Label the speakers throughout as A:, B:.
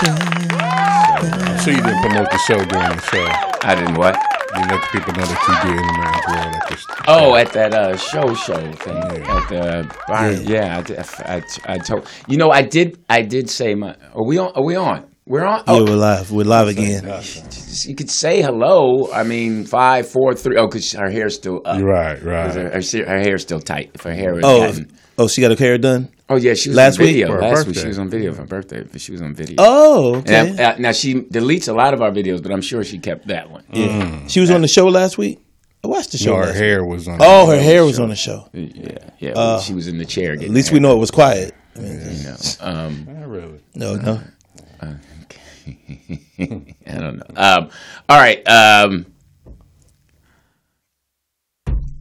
A: So you didn't promote the show during the show. You
B: I didn't what?
A: let the people know that you did in the man's world at this.
B: Oh, at that uh, show show thing. At the bar. Yeah, I, did- I, I- I told you know I did I did say my. Are we on? Are we on? We're on.
C: Yeah,
B: Oh,
C: we're live. We're live again.
B: you could say hello. I mean, five, four, three. Oh, because her hair's still up.
A: Right,
B: 'Cause Her,
A: right.
B: her, se- her hair's still tight. If her hair was
C: Oh,
B: gotten-
C: oh, she got her hair done.
B: Oh yeah, she was
C: Last
B: on
C: week
B: video.
A: for her
B: last week
A: birthday.
B: she was on video for her birthday, but she was on video.
C: Oh, okay.
B: And I- uh, now she deletes a lot of our videos, but I'm sure she kept that one.
C: Yeah. Mm. She was on the show last week. I watched the show.
A: So her
C: last
A: hair was on.
C: Oh, her hair was on the show.
B: Yeah, yeah. she was in the chair.
C: Uh, At least we know it was quiet. I mean,
B: You know, um,
A: Not really.
C: no, no.
B: I don't know. Um, all right. Um,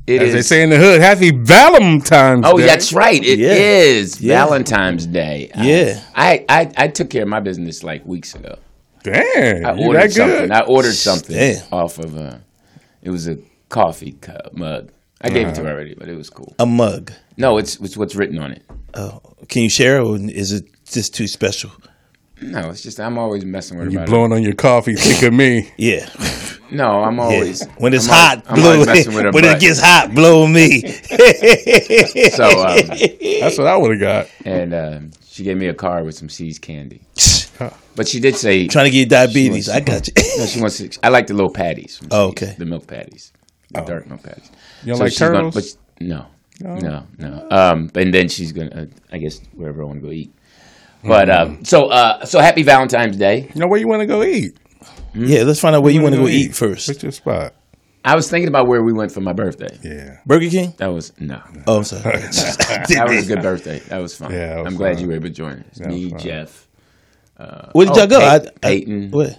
B: it
A: As they
B: is-
A: say in the hood, happy Valentine's
B: Oh,
A: Day.
B: that's right. It is
C: Yeah. Yeah.
B: Valentine's Day. I-
C: Yeah.
B: I, I, I took care of my business like weeks ago.
A: Damn.
B: I
A: you
B: ordered
A: that
B: something.
A: good?
B: I ordered something
C: Damn.
B: off of a. It was a coffee cup mug. I gave it to
A: Uh-huh.
B: her already, but it was cool.
C: A mug.
B: No, it's it's what's written on it.
C: Oh, can you share, or is it just too special?
B: No, it's just I'm always messing with her.
A: You
B: about it.
A: blowing on your coffee, think of me.
C: Yeah.
B: No, I'm always
C: When it's
B: I'm
C: hot,
B: always- I'm
C: blow
B: always
C: it.
B: messing with her
C: When it
B: butt.
C: gets hot, blow me.
B: so. Um,
A: That's what I would have got.
B: and um, she gave me a card with some C's candy. But she did say
C: Trying to get diabetes. I got you.
B: no, she wants. To, I like the little patties. from
C: Oh,
B: C's,
C: okay.
B: the milk patties, the dark milk patties.
A: Oh. You don't
B: So
A: like
B: she's gonna-
A: turtles?
B: but she- no, no, no, Um, and then she's gonna, uh, I guess, wherever I want to go eat. But
A: Mm-hmm.
B: uh, so, uh, so happy Valentine's Day. Hmm?
A: You know where you want to go eat?
C: yeah, let's find out where you want to go eat
A: What's
C: first.
A: your spot?
B: I was thinking about where we went for my birthday.
A: Yeah.
C: Burger King.
B: That was no.
C: Oh, I'm sorry.
B: That was a good birthday. That was fun.
A: Yeah, that was
B: I'm glad
A: fun.
B: you were able to join us.
A: was
B: Me,
A: fun.
B: Jeff,
C: Where did
B: Oh,
C: y'all go?
B: Pey-
C: I-
B: Peyton.
C: I, where?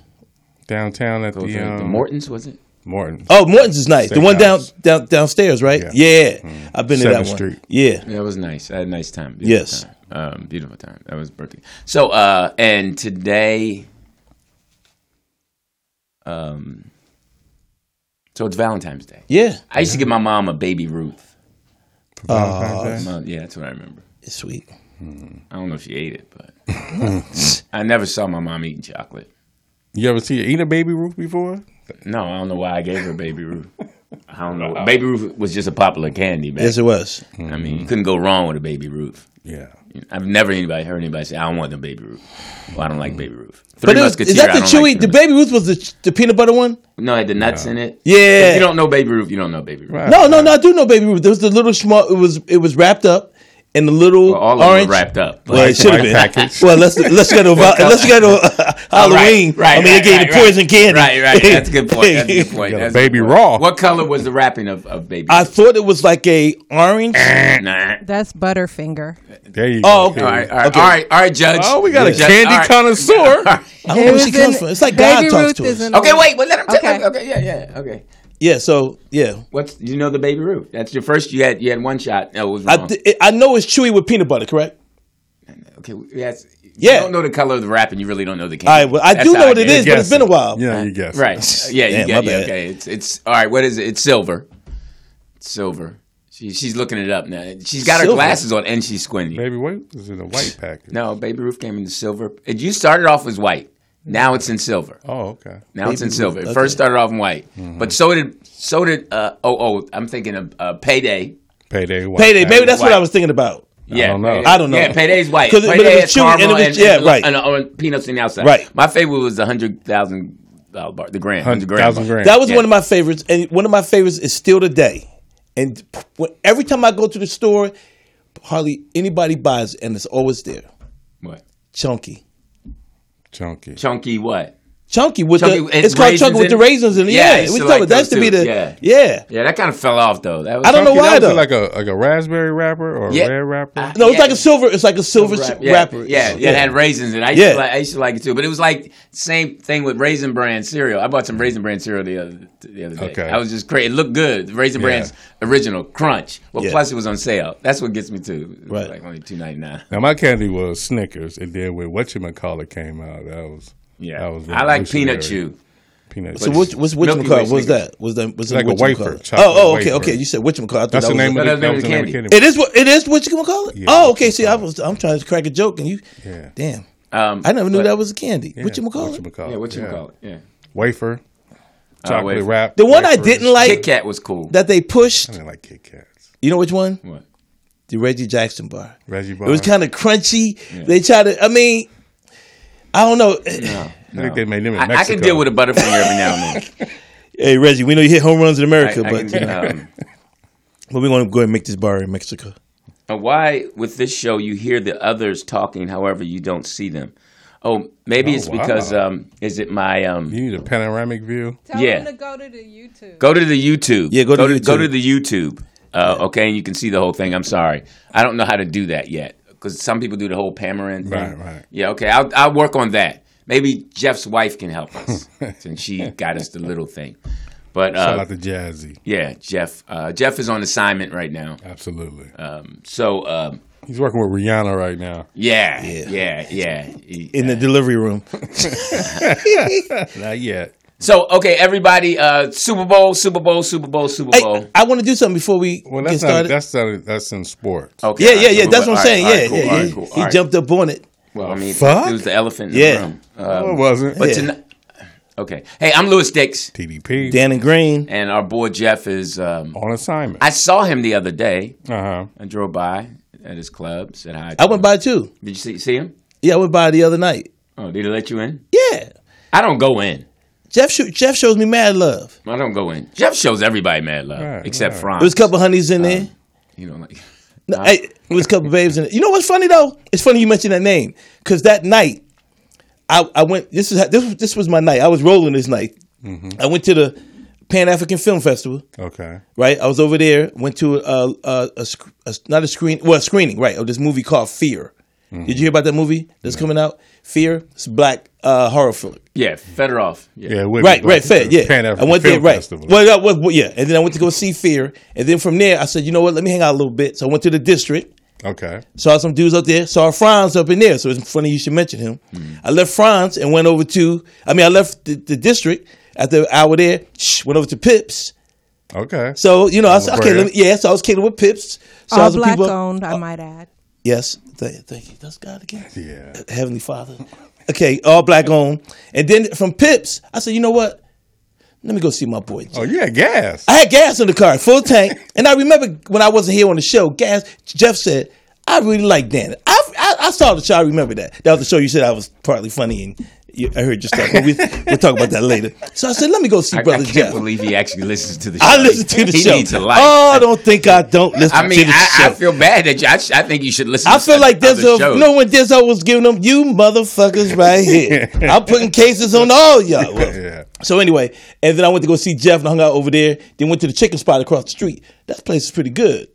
A: Downtown at
B: those
A: the,
B: are-
A: um,
B: the Mortons, was it?
A: Morton.
C: Oh, Morton's is nice. The one down,
A: Steakhouse.
C: down downstairs, right?
A: Yeah. Mm.
C: Yeah, I've been to that
A: Seventh
C: one.
A: Street.
C: Yeah,
B: That was nice. I had a nice time. Beautiful
C: Yes.
B: time. Um, beautiful time. That was birthday. So, uh, and today, um, um, so it's Valentine's Day.
C: yeah,
B: I used to give my mom a baby Ruth.
A: Valentine's Day.
B: Well, yeah, that's what I remember.
C: it's sweet.
B: I don't know if she ate it, but I never saw my mom eating chocolate.
A: You ever see her eat a baby Ruth before?
B: No, I don't know why I gave her baby Ruth. I don't
A: Oh.
B: know. Baby Ruth was just a popular candy back.
C: Yes, it was.
B: I mean, you couldn't go wrong with a baby Ruth.
A: Yeah.
B: I've never anybody heard anybody say, "I don't want the baby Ruth." Well, I don't like baby Ruth. Three
C: But it was, is that the chewy? the Baby Ruth was the, the peanut butter one.
B: no, it had the nuts in it.
C: Yeah.
B: If you don't know baby Ruth, you don't know baby Ruth.
A: Right.
C: No, no, no. I do know Baby Ruth. There was the little small. It was it was wrapped up in the little
B: Well, all of
C: orange.
B: them were wrapped up.
C: Well, it should have
A: White
C: been.
A: package.
C: Well, let's let's go to Val- let's go to uh, Halloween.
B: right,
C: I mean,
B: right,
C: they gave
B: right,
C: you the poison
B: right.
C: candy.
B: right, right. That's a good point. That's a good point.
A: Yeah,
B: That's a
A: baby
B: good point.
A: raw.
B: What color was the wrapping of, of baby?
C: I thought it was like a orange.
B: Ruth? Eh, Nah.
D: That's Butterfinger.
A: There you
C: Oh,
A: go.
C: okay.
B: All right, all right,
C: Okay.
B: all right, all right, Judge.
A: Oh, we got a
B: Judge,
A: candy
B: all right.
A: connoisseur.
C: I don't know where she comes from. It's like God
D: Baby
C: talks
D: Ruth
C: to us.
D: isn't
B: Okay,
D: on-
B: wait, wait. Let him. Take
D: Okay.
B: okay. okay, yeah, yeah, okay.
C: Yeah. So yeah.
B: What's you know the baby Ruth? That's your first. You had you had one shot. No, it was
C: I,
B: wrong.
C: th- I know it's chewy with peanut butter, correct?
B: okay, yes.
C: Yeah.
B: You don't know the color of the wrapping. You really don't know the
C: All
B: candy.
C: right, well, I
B: That's
C: do
B: how
C: know what it
B: did.
C: is, but it's been a while.
A: Yeah, you guess.
B: Right. Yeah, you
C: Damn,
B: get
C: my
B: yeah,
C: bad.
B: okay. It's it's all right, what is it? It's silver. It's silver. It's She, she's looking it up now. She's got her
C: Silver.
B: glasses on and she's squinting.
A: Baby, what is it? A white package?
B: No, Baby Ruth came in silver. It, you started off as white. Now it's in silver.
A: Oh, okay. Mm-hmm.
B: Now it's
C: Baby
B: in silver.
C: Ruth,
B: It first
C: okay.
B: started off in white, but so did so did. Uh, oh, oh, I'm thinking of uh, payday.
A: Payday. White
C: Payday,
A: package.
C: maybe that's what I was thinking about.
B: Yeah,
A: don't know.
B: Payday.
C: I don't know.
B: Yeah, payday's white.
C: 'Cause it- but
B: Payday
C: it was
B: has
C: chewing and
B: caramel
C: it was- yeah,
B: and,
C: right.
B: and, and peanuts on the outside.
C: Right.
B: My favorite was the hundred thousand dollar bar, the grand, hundred
A: hundred
B: grand.
A: thousand
B: bar.
A: grand.
C: That was
B: Yeah.
C: one of my favorites, and one of my favorites is still today. And p- when- every time I go to the store, hardly anybody buys, and it's always there.
B: What?
C: Chunky,
A: chunky.
B: Chunky what?
C: chunky with
B: Chunky,
C: the
B: it's
C: it's, called
B: raisins
C: chunky with
B: in
C: the
B: it?
C: raisins in it.
B: Yeah,
C: Yeah,
B: it's
C: we
B: like
C: talk about that's
B: those
C: to be
B: two,
C: the
B: yeah.
C: yeah.
B: Yeah, that kind of fell off though. That was
C: I don't know
A: Chunky,
C: why
A: that was
C: though.
A: like a like a raspberry wrapper or a
B: Yeah. Uh,
A: red wrapper.
C: No, it's
B: Yeah.
C: like a silver. It's like a silver
B: Right.
C: ch-
B: yeah,
C: wrapper.
B: Yeah, yeah, it had raisins in it. I used,
C: Yeah.
B: to like, I used to like it too. But it was like same thing with Raisin Bran cereal. I bought some Raisin Bran cereal the other the other day.
A: Okay.
B: I was just crazy. It looked good. The Raisin
A: Yeah.
B: Bran's original crunch. Well,
C: Yeah.
B: plus it was on sale. That's what gets me too. It was
C: Right.
B: Like only two ninety nine.
A: Now my candy was Snickers, and then when whatchamacallit came out, that was
B: Yeah.
A: that was
B: I like peanut
A: revolutionary.
B: chew.
A: Peanut.
C: So
A: chew.
C: which which which
B: Milky Way
C: McCall? What was
B: Snickers.
C: that? Was that was
A: Like
C: that
A: a
C: which
A: wafer, chocolate
C: Oh, oh, okay,
A: wafer.
C: okay. You said which McCall?
A: That's the name of
B: But
A: the,
B: that's
A: that was the name of
B: candy.
A: the candy.
C: It is what it is. What you gonna call it?
A: Yeah,
C: oh, okay. See, I was I'm trying to crack a joke, and you,
A: Yeah.
C: damn,
B: Um,
C: I never knew
B: but-
C: that was a candy. What you gonna call it?
A: Whatchamacallit,
B: Yeah, what you call it? Yeah.
A: Wafer, chocolate
B: Uh, wafer.
A: wrap.
C: The one I
A: wafers.
C: didn't like
B: Kit Kat was cool.
C: that they pushed.
A: I didn't like Kit Kats.
C: You know which one?
B: what?
C: The Reggie Jackson bar.
A: Reggie
C: It was
A: Bar.
C: kind of crunchy. They tried to. I mean, I don't know.
A: I think they made them in
B: I,
A: Mexico.
B: I can deal with a butterfinger every now and then.
C: hey Reggie, we know you hit home runs in
B: I,
C: America,
B: I
C: but
B: can, um,
C: but we're gonna go ahead and make this bar in Mexico.
B: Uh, Why, with this show, you hear the others talking, however, you don't see them? Oh, maybe
A: Oh,
B: it's because
A: wow.
B: um, is it my um?
A: You need a panoramic view.
D: Tell
B: Yeah.
D: them to go to the YouTube.
B: Go to the YouTube.
C: Yeah, go to
B: go,
C: YouTube.
B: go to the YouTube. Uh, Okay, and you can see the whole thing. I'm sorry, I don't know how to do that yet because some people do the whole Pamarin. thing.
A: Right, right.
B: Yeah, okay, I'll I'll work on that. Maybe Jeff's wife can help us since she got us the little thing. But
A: Shout
B: uh,
A: out to Jazzy.
B: yeah, Jeff. Uh, Jeff is on assignment right now.
A: Absolutely.
B: Um, so um,
A: He's working with Rihanna right now.
B: yeah,
C: Yeah.
B: yeah, yeah.
C: In the delivery room.
A: Not yet.
B: So okay, everybody, uh, Super Bowl, Super Bowl, Super Bowl, Super
C: Hey,
B: Bowl.
C: I want to do something before we
A: Well,
C: get
A: that's not,
C: started.
A: that's not, that's in sport.
B: Okay,
C: yeah,
B: all right,
C: yeah,
B: so
C: yeah.
B: we-
C: That's what
B: all
C: I'm
B: right,
C: saying.
B: all right,
C: yeah,
B: cool,
C: yeah,
B: all right,
C: yeah.
B: cool, all
C: he
B: right.
C: jumped up on it.
B: Well, I mean,
A: Fuck.
B: it was the elephant in
C: Yeah.
B: the room.
A: No, it
B: Um,
A: wasn't.
B: but
C: Yeah.
B: tonight, okay. Hey, I'm Lewis Dix,
A: TDP
C: Dan and Green.
B: and our boy Jeff is. Um,
A: on assignment.
B: I saw him the other day.
A: Uh huh.
B: I drove by at his club, said hi. to
C: I went
B: him.
C: by too.
B: Did you see, see him?
C: Yeah, I went by the other night.
B: Oh, did he let you in?
C: Yeah,
B: I don't go in.
C: Jeff. Sh- Jeff shows me mad love.
B: I don't go in. Jeff shows everybody mad love,
A: Right,
B: except
A: right.
B: Franz.
C: There was a couple honeys in there.
B: Uh, you know, like
C: No, hey, there was a couple babes in there. You know what's funny though? It's funny you mentioned that name because that night, I, I went. This is this was- this was my night. I was rolling this night. I went to the Pan African Film Festival.
A: Mm-hmm. Okay.
C: Right, I was over there. Went to a, a, a, sc- a not a screen, well, a screening, right, of this movie called Fear.
B: Mm-hmm.
C: Did you hear about that movie that's coming out? Fear. It's a black uh, horror film.
B: yeah, Fedorov. Yeah.
A: Yeah. it would
C: Right,
A: be
C: right,
A: like
C: fair,
A: the
C: yeah.
A: Pan-African
C: I went there,
A: Film
C: right.
A: Festival.
C: Well, that was- well, yeah, and then I went to go see Fear, and then from there I said, you know what, let me hang out a little bit. So I went to the district,
A: Okay.
C: saw some dudes up there, saw Franz up in there. So it's funny you should mention him. I left Franz and went over to, I mean, I left the, the district after an hour there, shh, went over to Pips.
A: Okay.
C: So you know, I said,
A: Over
C: okay,
A: there.
C: let me, yeah. So I was catering with Pips. So I
D: All
C: was with
D: black
C: people.
D: owned, I might add.
C: Yes, thank, thank you. That's God again.
A: yeah.
C: Heavenly Father. Okay, all black owned. And then from Pips, I said, you know what? Let me go see my boy.
A: Oh, yeah. Gas.
C: I had gas in the car, full tank. and I remember when I wasn't here on the show, gas. Jeff said, "I really like Dan." I, I, I saw the show. I remember that. That was the show you said I was partly funny, and you, I heard your stuff. But we, we'll talk about that later. So I said, "Let me go see
B: I, I
C: brother
B: can't
C: Jeff."
B: believe he actually listens to the show.
C: I listen to the
B: he
C: show.
B: needs a life.
C: Oh, don't think I don't listen
B: I
C: to
B: mean,
C: the
B: I,
C: show.
B: I feel bad that you. I, sh- I think you should listen.
C: I
B: to
C: feel
B: some
C: like
B: other
C: Denzel.
B: shows.
C: You know when Denzel was giving them, you motherfuckers right here. I'm putting cases on all y'all. Well,
A: Yeah.
C: So anyway, and then I went to go see Jeff and hung out over there. Then went to the chicken spot across the street. That place is pretty good.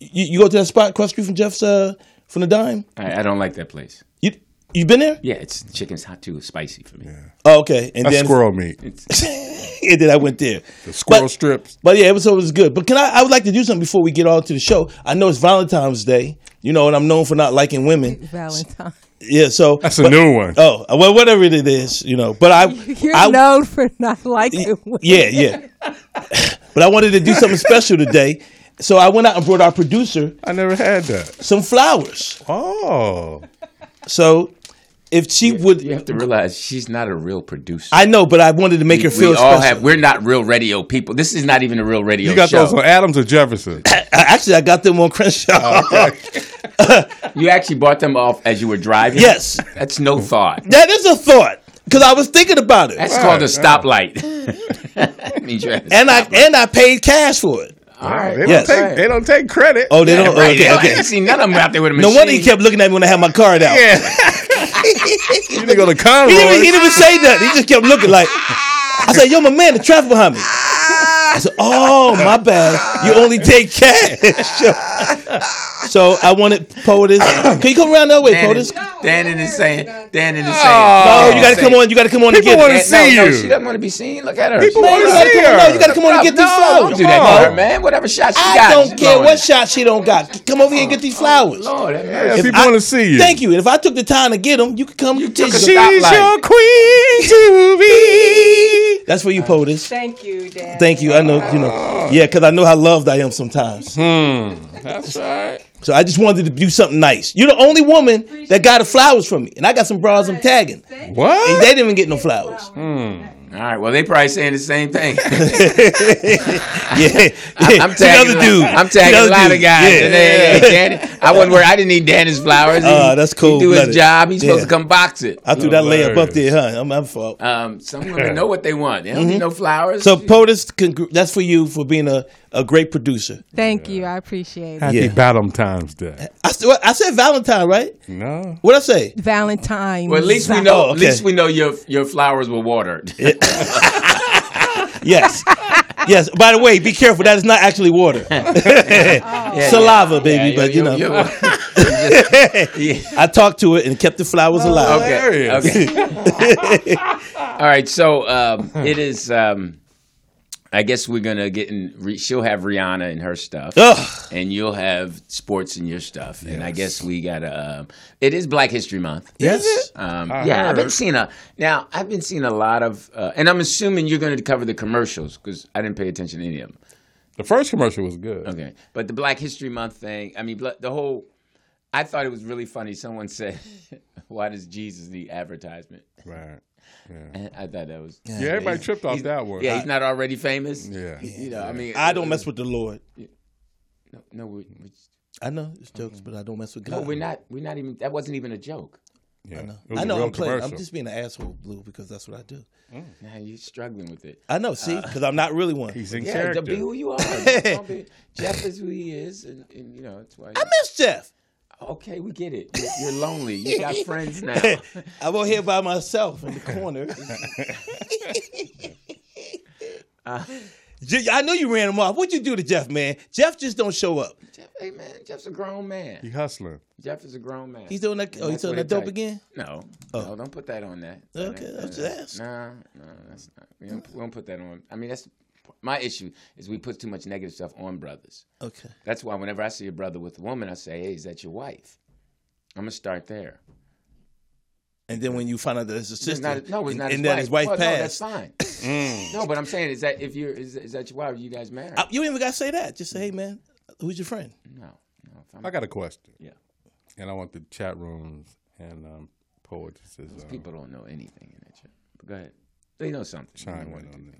C: You, you go to that spot across the street from Jeff's uh, from the dime.
B: I, I don't like that place.
C: You you been there?
B: Yeah, it's chicken's hot too. It's spicy for me.
C: Oh, okay. And
A: That's
C: then
A: squirrel meat.
C: and then I went there.
A: The squirrel
C: But-
A: strips.
C: But yeah, it was always good. But can I? I would like to do something before we get on to the show. I know it's Valentine's Day, you know, and I'm known for not liking women.
D: Valentine.
C: Yeah, so
A: That's a
C: but-
A: new one.
C: Oh well, whatever it is, you know. But I,
D: You're
C: I
D: known for not liking women.
C: yeah, yeah. but I wanted to do something special today, So I went out and brought our producer
A: I never had that.
C: some flowers.
A: Oh.
C: So if she would,
B: You have to realize she's not a real producer.
C: I know, but I wanted to make her feel
B: we all
C: special.
B: have. We're not real radio people. This is not even a real radio
A: You got
B: show.
A: those on Adams or Jefferson?
C: I- actually, I got them on Crenshaw.
A: Oh,
B: You actually bought them off as you were driving.
C: Yes.
B: that's no thought.
C: that is a thought because I was thinking about it,
B: That's
A: Right,
B: called
A: yeah.
B: a stoplight. That means you're at a
C: and I
B: stoplight.
C: and I paid cash for it.
B: all right.
A: They don't,
C: Yes.
A: take, they don't take credit.
C: Oh, they don't.
B: Right,
C: okay,
B: yeah, I
C: okay.
B: ain't seen none of them out there with a
C: No
B: machine.
C: wonder he kept looking at me when I had my card out.
A: Yeah. you didn't go to Conroy.
C: He didn't, he didn't even say nothing. He just kept looking like. I said, "Yo, my man, the traffic behind me." I said, "Oh, my bad. You only take cash." so I wanted POTUS. Can you come around that way,
B: Dan,
C: POTUS?
B: is, Dannon is saying. Dannon is saying.
A: Oh.
C: Oh, you got to come on. You got to come on and
A: People
C: get
A: wanna
C: it.
B: Dan-
A: see
B: no,
A: you.
B: No, she doesn't want to be seen. Look at her.
A: People
B: She-
A: wanna
C: you
A: see
C: gotta come on,
A: her.
C: no, you gotta come on and get these
B: no,
C: flowers.
B: don't do that
A: Come
B: to her,
A: on.
B: man. Whatever shot she
C: I
B: got.
C: don't
B: she's
C: care
B: blowing
C: what
B: it.
C: shot she don't got. Come over here and get these flowers.
B: Lord, have
A: Yeah,
B: mercy.
A: people
C: I-
A: want to see you.
C: Thank you. And if I took the time to get them, you could come. You
B: took a
A: She's
B: shot. Stoplight.
A: your queen to be.
C: That's for you, POTUS.
D: Thank you, Dad.
C: Thank you. I know, you know. Yeah, because I know how loved I am sometimes.
A: That's right.
C: So I just wanted to do something nice. You're the only woman that got the flowers from me. And I got some bras I'm tagging. And
A: What?
C: they didn't even get no flowers.
B: All right. Well, they probably saying the same thing.
C: Yeah.
B: I'm, I'm tagging.
C: Another dude.
B: I'm tagging a
C: Another
B: lot of
C: dude.
B: guys.
C: Yeah.
B: And they- Danny- I wasn't worried. I didn't need Danny's flowers. He,
C: Ah, that's cool.
B: He do
C: Let it.
B: his job. He's
C: Yeah.
B: supposed to come box it.
C: I threw that layup up
A: Hilarious.
C: there, huh? I'm my fault. Mm-hmm.
B: Um, some women know what they want. They don't need no flowers.
C: So POTUS, congr- that's for you for being a, a great producer.
D: Thank you. I appreciate it.
A: Happy
C: Yeah.
A: Valentine's Day.
C: I, s- what- I said Valentine, right?
A: No.
C: What'd I say?
D: Valentine's.
B: well, at least we know.
C: Oh,
B: At
C: okay.
B: least we know your your flowers were watered.
C: Yes. yes. By the way, be careful. That is not actually water. Saliva, baby.
B: Yeah,
C: but, you know, I talked to it and kept the flowers alive.
B: okay.
A: Hilarious.
B: okay. All right. So um, it is. Um, I guess we're gonna get in. Re, she'll have Rihanna in her stuff,
C: Ugh.
B: and you'll have sports in your stuff. And I guess we gotta. Um, it is Black History Month.
C: Yes.
B: Um,
A: I
B: yeah, I've been
A: heard.
B: seeing a now. I've been seeing a lot of, uh, and I'm assuming you're going to cover the commercials because I didn't pay attention to any of them.
A: The first commercial was good.
B: Okay, but the Black History Month thing. I mean, bla- the whole. I thought it was really funny. Someone said, "Why does Jesus need advertisement?"
A: Right.
B: And I thought that was.
A: Yeah, everybody tripped off
B: he's-
A: that one.
B: Yeah, he's not already famous.
A: Yeah.
B: You know, I mean,
C: I uh, don't mess with the Lord.
B: No, no, we, we,
C: I know it's jokes, but I don't mess with
B: no,
C: God.
B: we're not. We're not even. That wasn't even a joke.
A: yeah. It was
C: I
A: a
C: know
A: real
C: I'm playing. I'm
A: commercial. Mm.
C: just being an asshole, Blue, because that's what I do.
B: Now you're struggling with it. Uh,
C: I know. See, because I'm not really one. I
A: He's in
B: Yeah,
A: character.
B: to be who you are. Don't be- Jeff is who he is, and, and you know that's why.
C: miss Jeff.
B: Okay, we get it. You're- You're lonely. You got friends now.
C: I'm over here by myself in the corner.
B: Uh,
C: Je- I know you ran him off. What'd you do to Jeff, man? Jeff just don't show up.
B: Jeff, hey man, Jeff's a grown
A: He
B: man.
A: hustling.
B: Jeff is a grown man.
C: He's doing that. Oh, he's
B: That's
C: doing
B: what
C: that
B: it
C: dope
B: take.
C: again. Oh.
B: No, no, don't put that on that.
C: Okay, I was just asking.
B: No, no, that's not. We don't, we don't put that on. I mean, that's my issue is we put too much negative stuff on brothers.
C: Okay.
B: That's why whenever I see a brother with a woman, I say, "Hey, is that your wife?" I'm gonna start there.
C: And then when you find out that it's his
B: It's
C: sister,
B: not- no, it's
C: and,
B: not
C: and
B: his
C: that his wife
B: Well, No, that's
C: passed. Mm.
B: fine. No, but I'm saying is that if you're is, is that your wife? Are you guys married?
C: I- you ain't even gotta say that. Just say, hey, man, who's your friend?
B: no, no. If I'm,
A: I got a question.
B: yeah,
A: And I want the chat rooms and um, poets to um,
B: people don't know anything in that shit. But go ahead. They know something. You
A: chime
B: know what
A: in
B: it
A: on
B: is.
A: that.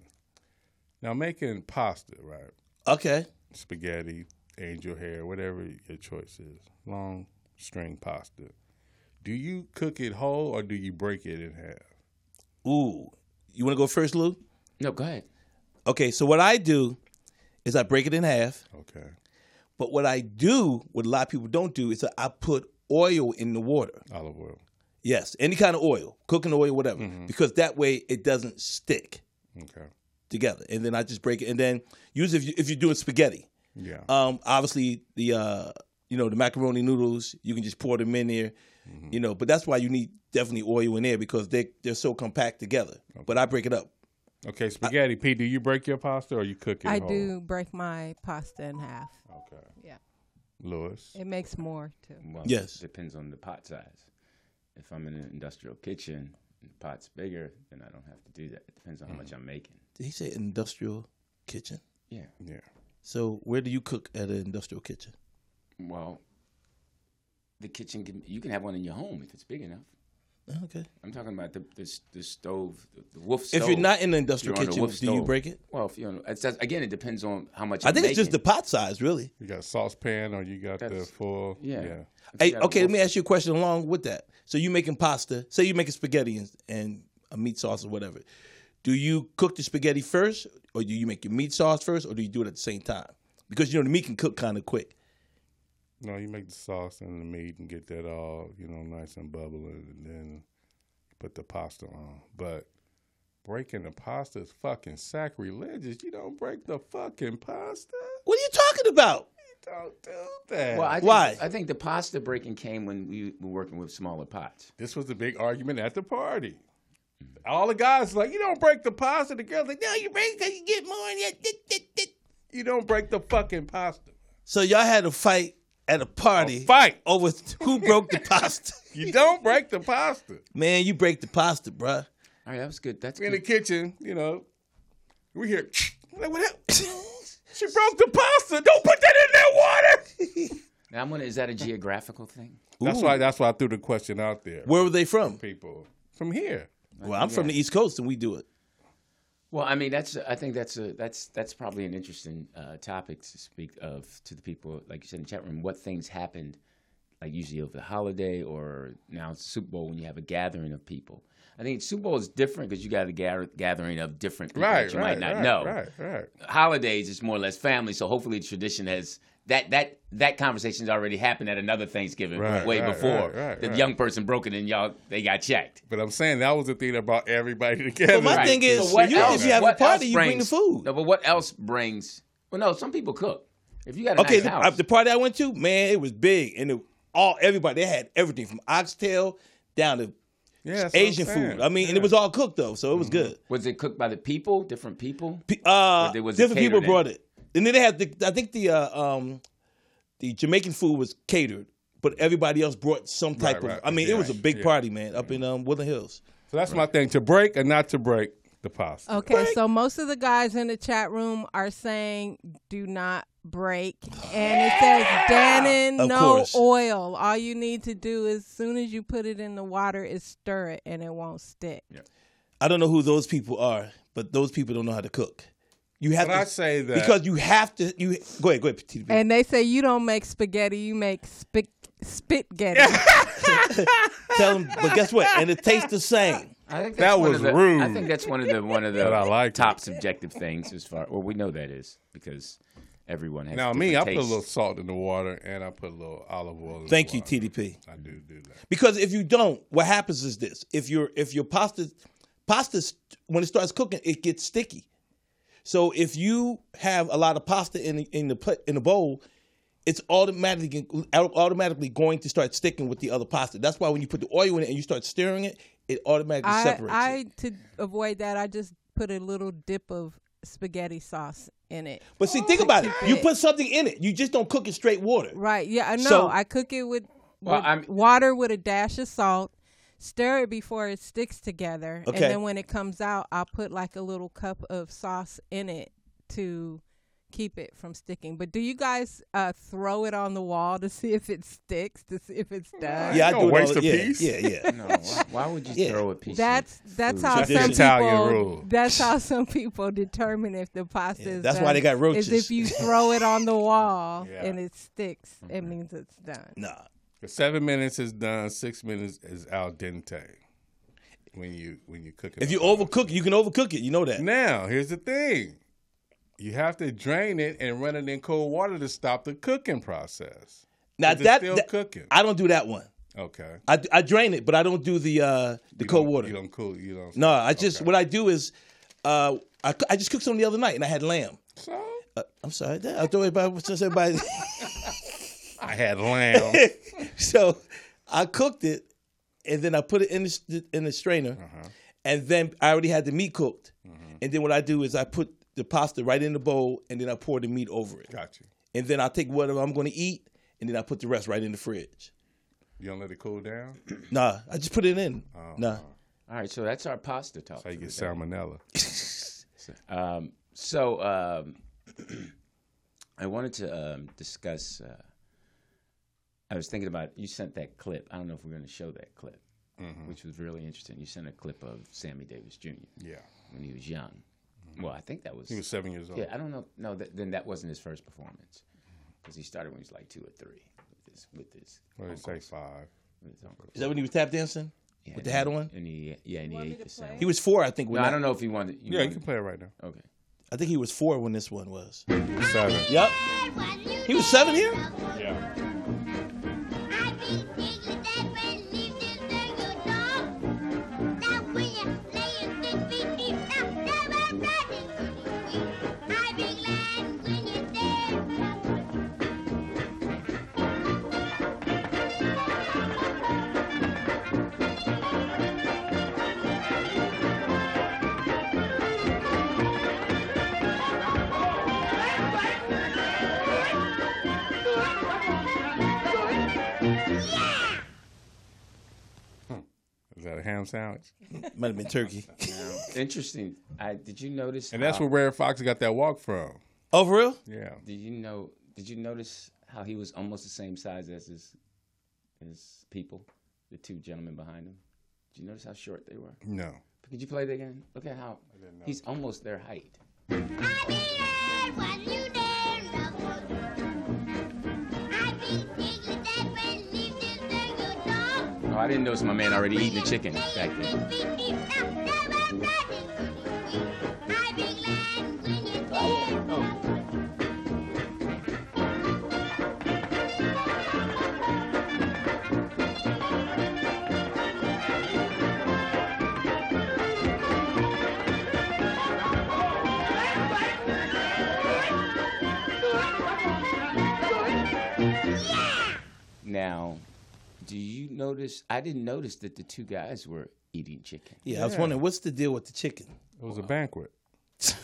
A: Now, making pasta, right?
C: Okay.
A: Spaghetti, angel hair, whatever your choice is, long string pasta. Do you cook it whole or do you break it in half?
C: Ooh, you want to go first, Lou?
B: No, go ahead.
C: Okay, so what I do is I break it in half.
A: Okay.
C: But what I do, what a lot of people don't do, is that I put oil in the water.
A: Olive oil. Mm-hmm.
C: Yes, any kind of oil, cooking oil, whatever, because that way it doesn't stick
A: Okay.
C: together. And then I just break it. And then usually, if, you, if you're doing spaghetti,
A: Yeah.
C: um, obviously the uh, you know the macaroni noodles, you can just pour them in there,
A: Mm-hmm.
C: you know. But that's why you need definitely oil in there because they they're so compact together. But I break it up.
A: okay, spaghetti. Pete, do you break your pasta or you cook it
D: I
A: whole?
D: do break my pasta in half.
A: Okay.
D: Yeah.
A: Lewis.
D: It makes more too.
B: Well,
C: Yes.
B: It depends on the pot size. If I'm in an industrial kitchen and the pot's bigger, then
C: Mm.
B: I don't have to do that. It depends on how much I'm making.
C: Did he say industrial kitchen?
B: Yeah.
A: Yeah.
C: So where do you cook at an industrial kitchen?
B: Well, the kitchen can you can have one in your home if it's big enough.
C: Oh, Okay.
B: I'm talking about the the, the stove, the, the wolf stove.
C: If you're not in an
B: You're
C: industrial
B: on the
C: kitchen,
B: wolf
C: do you
B: stove.
C: break it?
B: Well, if you know, it's, that's, again, it depends on how much.
C: I think
B: you're
C: it's just the
B: making.
C: pot size, really.
A: You got saucepan or you got
B: That's-
A: the full.
B: yeah.
A: yeah.
B: If you
C: Hey,
B: got a
C: okay,
B: wolf-
C: let me ask you a question along with that. So you making pasta? Say you making spaghetti and, and a meat sauce or whatever. Do you cook the spaghetti first, or do you make your meat sauce first, or do you do it at the same time? Because you know the meat can cook kind of quick.
A: No, you make the sauce and the meat and get that all, you know, nice and bubbling and then put the pasta on. But breaking the pasta is fucking sacrilegious. You don't break the fucking pasta.
C: What are you talking about?
A: You don't do that.
B: Well, I think,
C: Why?
B: I think the pasta breaking came when we were working with smaller pots.
A: this was the big argument at the party. All the guys like, you don't break the pasta. The girls like, no, you break because you get more. And yet, dit, dit, dit." You don't break the fucking pasta.
C: So y'all had a fight at a party
A: A fight.
C: over who broke the pasta.
A: You don't break the pasta.
C: Man, you break the pasta, bruh.
B: All right, that was good. That's
A: We in the
B: good.
A: kitchen, you know. We hear, like, what happened? she broke the pasta. Don't put that in that water.
B: Now I'm gonna. Is that a geographical thing?
A: That's why. That's why I threw the question out there.
C: Where were they from?
A: People from here.
C: Well, I'm from the East Coast, and we do it.
B: Well, I mean, that's. I think that's a. That's that's probably an interesting uh, topic to speak of to the people, like you said in the chat room, what things happened, like usually over the holiday or now it's Super Bowl when you have a gathering of people. I think Super Bowl is different because you got a gather, gathering of different people
A: Right.
B: that you
A: right,
B: might not
A: right,
B: know.
A: Right. Right.
B: holidays it's more or less family so hopefully the tradition has that that that conversation's already happened at another thanksgiving
A: Right,
B: way
A: right,
B: before
A: right, right,
B: the
A: right.
B: young person broke it and y'all they got checked
A: But I'm saying that was the thing that brought everybody together.
C: But my
B: Right.
C: thing is,
B: So what
C: you,
B: else-
C: if you have a
B: what
C: party,
B: else
C: you bring the
B: brings-
C: food.
B: no but what else brings well no some people cook if you got a
C: Okay,
B: nice
C: the,
B: house,
C: uh, the party I went to, man, it was big, and it, all everybody they had everything from oxtail down to
A: Yeah, that's what I'm
C: Asian
A: saying. Mm-hmm.
C: food. I mean, and it was all cooked though, so it was good.
B: was it cooked by the people different people
C: P- Uh,
B: Or there was a
C: different people
B: catered
C: brought it, and then they had the I think the uh, um, the Jamaican food was catered, but everybody else brought some type of.
A: Right, right.
C: I mean,
A: Yeah,
C: it was a big
A: yeah.
C: party, man, up in um, Woodland Hills.
A: So that's my thing: to break and not to break the pasta.
D: Okay, so most of the guys in the chat room are saying do not break. And it says Dannon,
C: Of
D: no
C: course.
D: oil. All you need to do is soon as you put it in the water is stir it and it won't stick.
C: I don't know who those people are, but those people don't know how to cook. You have
A: But
C: to
A: I say that-
C: because you have to. You go ahead, go ahead. Petite.
D: And they say you don't make spaghetti, you make spit spitgetti.
C: Tell them, but guess what? And it tastes the same.
B: I think
A: That
B: that's one
A: was
B: of the,
A: rude.
B: I think that's one of the one of the
A: But I like it.
B: top subjective things as far. Well, we know that is because everyone has.
A: Now me, I
B: different
A: put a
B: tastes.
A: little salt in the water and I put a little olive oil. in
C: Thank
A: the
C: you,
A: water.
C: TDP.
A: I do do that.
C: Because if you don't, what happens is this: if your if your pasta pasta st- when it starts cooking, it gets sticky. So if you have a lot of pasta in the, in the pla- in the bowl, it's automatically automatically going to start sticking with the other pasta. That's why when you put the oil in it and you start stirring it, it automatically
D: I,
C: separates. it.
D: I to avoid that I just put a little dip of spaghetti sauce in it.
C: But see, think about it. You put something in it. You just don't cook it straight water.
D: Right. Yeah, I know.
C: So-
D: I cook it with,
B: Well,
D: with
B: I'm-
D: water with a dash of salt. Stir it before it sticks together,
C: Okay.
D: and then when it comes out, I'll put like a little cup of sauce in it to keep it from sticking. But do you guys uh, throw it on the wall to see if it sticks, to see if it's done?
C: Yeah, I
A: You
C: do
A: don't
C: it all-
A: waste a
C: yeah,
A: piece.
C: Yeah, yeah.
B: No, why, why would you
C: Yeah.
B: throw a piece?
D: That's
B: of
D: that's
B: food?
D: how
A: Tradition.
D: some
A: Italian
D: people.
A: rule.
D: That's how some people determine if the pasta is.
C: that's why
D: done,
C: they got roaches.
D: Is if you throw it on the wall
A: Yeah.
D: and it sticks, it
C: Mm-hmm.
D: means it's done.
C: Nah.
A: The Seven minutes is done. Six minutes is al dente. When you when you cook it,
C: If
A: up.
C: you overcook it, you can overcook it. You know that.
A: now here's the thing, you have to drain it and run it in cold water to stop the cooking process.
C: Now
A: Is it
C: that,
A: still
C: that-
A: cooking?
C: I don't do that one.
A: Okay,
C: I, I drain it, but I don't do the uh, the
A: You
C: cold
A: don't-
C: water.
A: You don't cool. You don't.
C: No, I just
A: Okay.
C: what I do is uh, I, coo- I just cooked some the other night and I had lamb.
A: So
C: Uh, I'm sorry, that- I thought everybody since everybody.
A: I had lamb.
C: so I cooked it and then I put it in the st- in the strainer,
A: Uh-huh.
C: and then I already had the meat cooked.
A: Mm-hmm.
C: And then what I do is I put the pasta right in the bowl and then I pour the meat over it.
A: Got you.
C: And then I take whatever I'm going to eat and then I put the rest right in the fridge.
A: You don't let it cool down.
C: Nah, I just put it in.
A: Oh.
C: Nah.
B: All right, so that's our pasta talk.
A: How you
B: for
A: get
B: today.
A: salmonella?
B: Um, so um, I wanted to um, discuss. Uh, I was thinking about you sent that clip. I don't know if we're going to show that clip,
A: Mm-hmm.
B: which was really interesting. You sent a clip of Sammy Davis Jr.
A: Yeah. Mm-hmm.
B: when he was young. Well, I think that was.
A: He was seven years old.
B: yeah, I don't know. No, that, then that wasn't his first performance because he started when he was like two or three with this with this
A: Well, it's like five.
B: with his uncle.
C: Is that when he was tap dancing?
B: Yeah,
C: With the
B: and
C: hat
B: he-
C: on?
B: And he yeah, and he
D: want me
B: ate
D: to
B: the sandwich.
C: He was four, I think. When
B: No, I
C: that-
B: don't know if he wanted. You
A: Yeah, you
B: wanted-
A: can play it right now.
B: Okay.
C: I think he was four when this one was.
A: He was seven.
C: Yep. He was seven here?
A: Yeah. Is that a ham sandwich?
C: Might have been turkey.
B: Interesting. I did you notice?
A: And that's
B: how-
A: where Rare Fox got that walk from.
C: oh, for real?
A: Yeah.
B: Did you know? Did you notice how he was almost the same size as his his people, the two gentlemen behind him? Did you notice how short they were?
A: No.
B: Could you play that again? Look at how he's almost their height. Oh, I didn't notice my man already eating the chicken back then. Now, do you notice? I didn't notice that the two guys were eating chicken.
C: Yeah, I was wondering what's the deal with the chicken?
A: It was a banquet.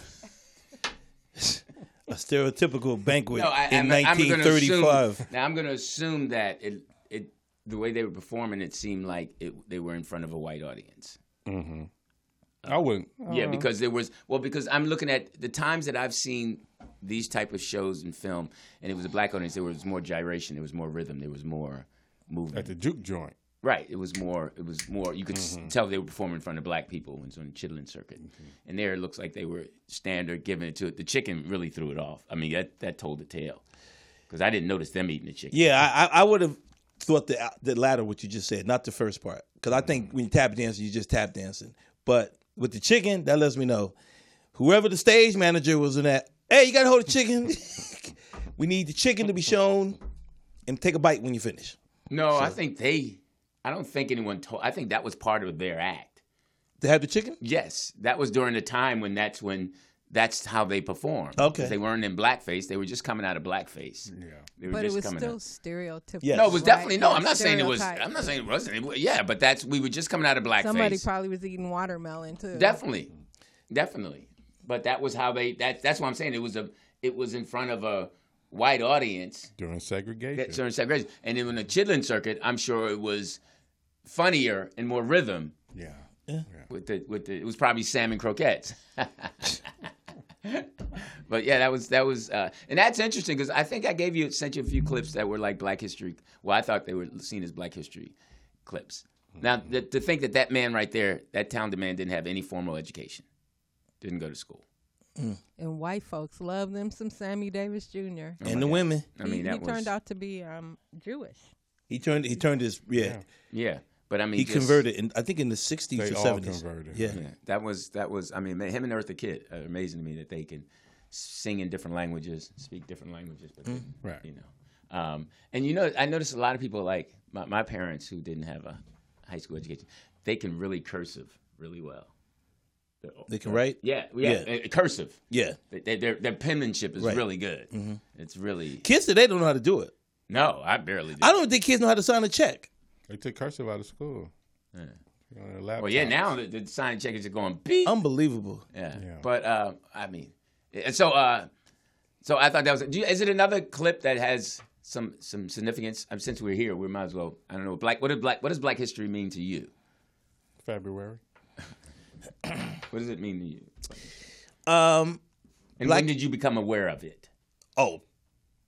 C: A stereotypical banquet
B: No, I,
C: in
B: I'm, I'm gonna assume-
C: 1935.
B: now I'm going to assume that it, it, the way they were performing, it seemed like it, they were in front of a white audience.
A: Mm-hmm.
B: Uh,
A: I wouldn't.
B: Yeah, because there was well, because I'm looking at the times that I've seen these type of shows in film, and it was a black audience. There was more gyration, there was more rhythm, there was more
A: At
B: movement.
A: the juke joint. Mm-hmm.
B: right, it was more. It was more. You could s tell they were performing in front of black people when it's on the Chitlin circuit,
C: Mm-hmm.
B: and there it looks like they were standard giving it to it. The chicken really threw it off. I mean, that that told the tale because I didn't notice them eating the chicken.
C: Yeah, I, I- I would have thought the the latter what you just said, not the first part, because I think when you tap dancing, you just tap dancing. But with the chicken, that lets me know whoever the stage manager was in that. Hey, you got to hold the chicken. we need the chicken to be shown, and take a bite when you finish.
B: No, I think they. I don't think anyone told. I think that was part of their act.
C: To have the chicken,
B: Yes, that was during the time when that's when that's how they performed.
C: Okay.
B: 'Cause they weren't in blackface; they were just coming out of blackface.
A: Yeah.
B: They were
D: But it
B: just
D: was
B: coming
D: still
B: out.
D: stereotypical.
C: Yes.
B: No, it was
C: right,
B: definitely no.
D: Like
B: I'm not saying it was.
D: stereotype.
B: I'm not saying it wasn't. It wa- yeah, but that's we were just coming out of blackface.
D: Somebody probably was eating watermelon too.
B: definitely, definitely. But that was how they. That that's what I'm saying. It was a. It was in front of a white audience
A: During
B: that
A: segregation.
B: during segregation, and then when the Chitlin circuit, I'm sure it was funnier and more rhythm
A: Yeah.
B: with the with the it was probably salmon croquettes. but yeah, that was that was uh, and that's interesting because I think I gave you sent you a few clips that were like Black History. Well, I thought they were seen as Black History clips. Now th- to think that that man right there, that talented man, didn't have any formal education, didn't go to school.
D: And white folks love them some Sammy Davis Jr.
C: and the women.
B: Oh I mean,
D: he,
B: that
D: he
B: was
D: turned out to be um, Jewish.
C: He turned. He turned his. Yeah,
B: yeah. But I mean,
C: he
B: just-
C: converted. In, I think in the sixties
A: They
C: or
A: all
C: seventies.
A: converted.
C: Yeah.
B: Yeah, that was that was. I mean, man, him and Eartha Kitt are amazing to me that they can sing in different languages, speak different languages, but they,
A: Mm-hmm. Right.
B: you know. Um, and you know, I noticed a lot of people like my, my parents who didn't have a high school education. They can really cursive really well. They're-
C: They can write.
B: yeah, yeah, uh, cursive.
C: Yeah,
B: They, they- their their penmanship is
C: Right. Mm-hmm.
B: really good. It's really
C: kids today don't know how to do it.
B: no, I barely. Do.
C: I don't think kids know how to sign a check.
A: They took cursive out of school. Yeah. On their laptop.
B: Well, yeah, now the, the sign checkers are going beep.
C: Unbelievable.
B: Yeah.
A: Yeah.
B: But uh, I mean, and so uh, so I thought that was. Do you, is it another clip that has some some significance? Um, since we're here, we might as well. I don't know. Black. What does black? What does Black History mean to you?
A: February.
B: What does it mean to you?
C: Um.
B: And
C: Black-
B: when did you become aware of it?
C: Oh,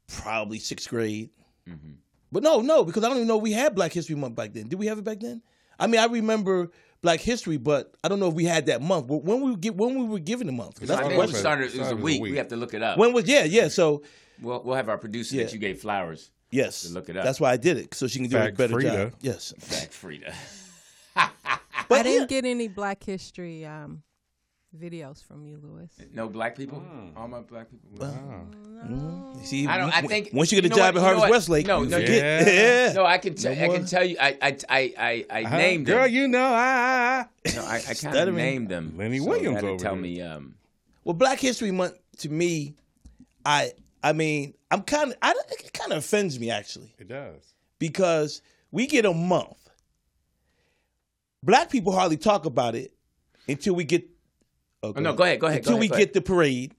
C: probably sixth grade.
B: Mm-hmm.
C: But no, no, because I don't even know if we had Black History Month back then. Did we have it back then? I mean, I remember Black History, but I don't know if we had that month. But when we get when we were given the month, 'Cause that's
B: I
C: the
B: think
C: question.
B: it started. It was a
A: Started a
B: week.
A: week.
B: We have to look it up.
C: When was yeah yeah? So
B: we'll, we'll have our producer
C: Yeah.
B: that you gave flowers.
C: yes,
B: look it up.
C: That's why I did it so she can do a
A: Fact
C: better
A: Frida.
C: job. Yes,
B: Back Frida. Ah,
C: but
D: I didn't get any Black History um, videos from you, Lewis.
B: No black people. All my black people.
C: yeah. Mm-hmm. See,
B: I don't. I
C: w-
B: think
C: once you get a
B: you know
C: job
B: what,
C: at
B: you
C: Harvest
B: know what?
C: Westlake,
B: No,
C: you
B: no,
C: forget.
A: yeah.
C: Yeah.
B: No, I can. T- I
C: more? Uh-huh.
B: can tell you. I I I I, I
A: Huh?
B: named
A: Girl,
B: them.
A: you know, I,
B: No, I, I kind of
C: Stuttering.
B: named them.
A: Lenny
B: so
A: Williams
B: that'll
A: over
B: tell
A: here.
B: me. Um,
C: Well, Black History Month to me, I I mean, I'm kind of I don't- it kind of offends me actually
A: it does.
C: because we get a month. Black people hardly talk about it until we get.
B: oh, no, go ahead. Go ahead. go
C: Until we
B: ahead, go
C: get the parade.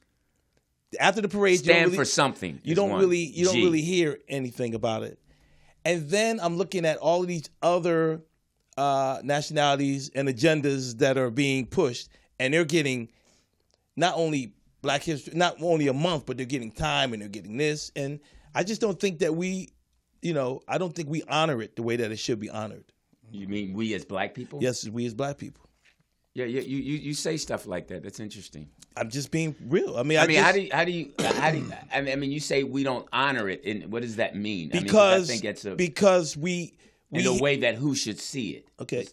C: After the parade, you
B: ahead.
C: don't
B: stand
C: really-
B: for something.
C: you
B: is
C: don't
B: one.
C: really you don't
B: G.
C: really hear anything about it and then i'm looking at all of these other uh, nationalities and agendas that are being pushed and they're getting not only black history not only a month but they're getting time and they're getting this and i just don't think that we you know i don't think we honor it the way that it should be honored
B: You mean we as black people?
C: yes we as black people
B: Yeah. Yeah. You you, you say stuff like that. That's interesting.
C: i'm just being real i mean i,
B: I mean,
C: just,
B: how do you, how do you how do you, I mean, I mean, you say we don't honor it, and what does that mean? I mean,
C: because
B: I think it's a
C: because we
B: in
C: we
B: a way that who should see it.
C: okay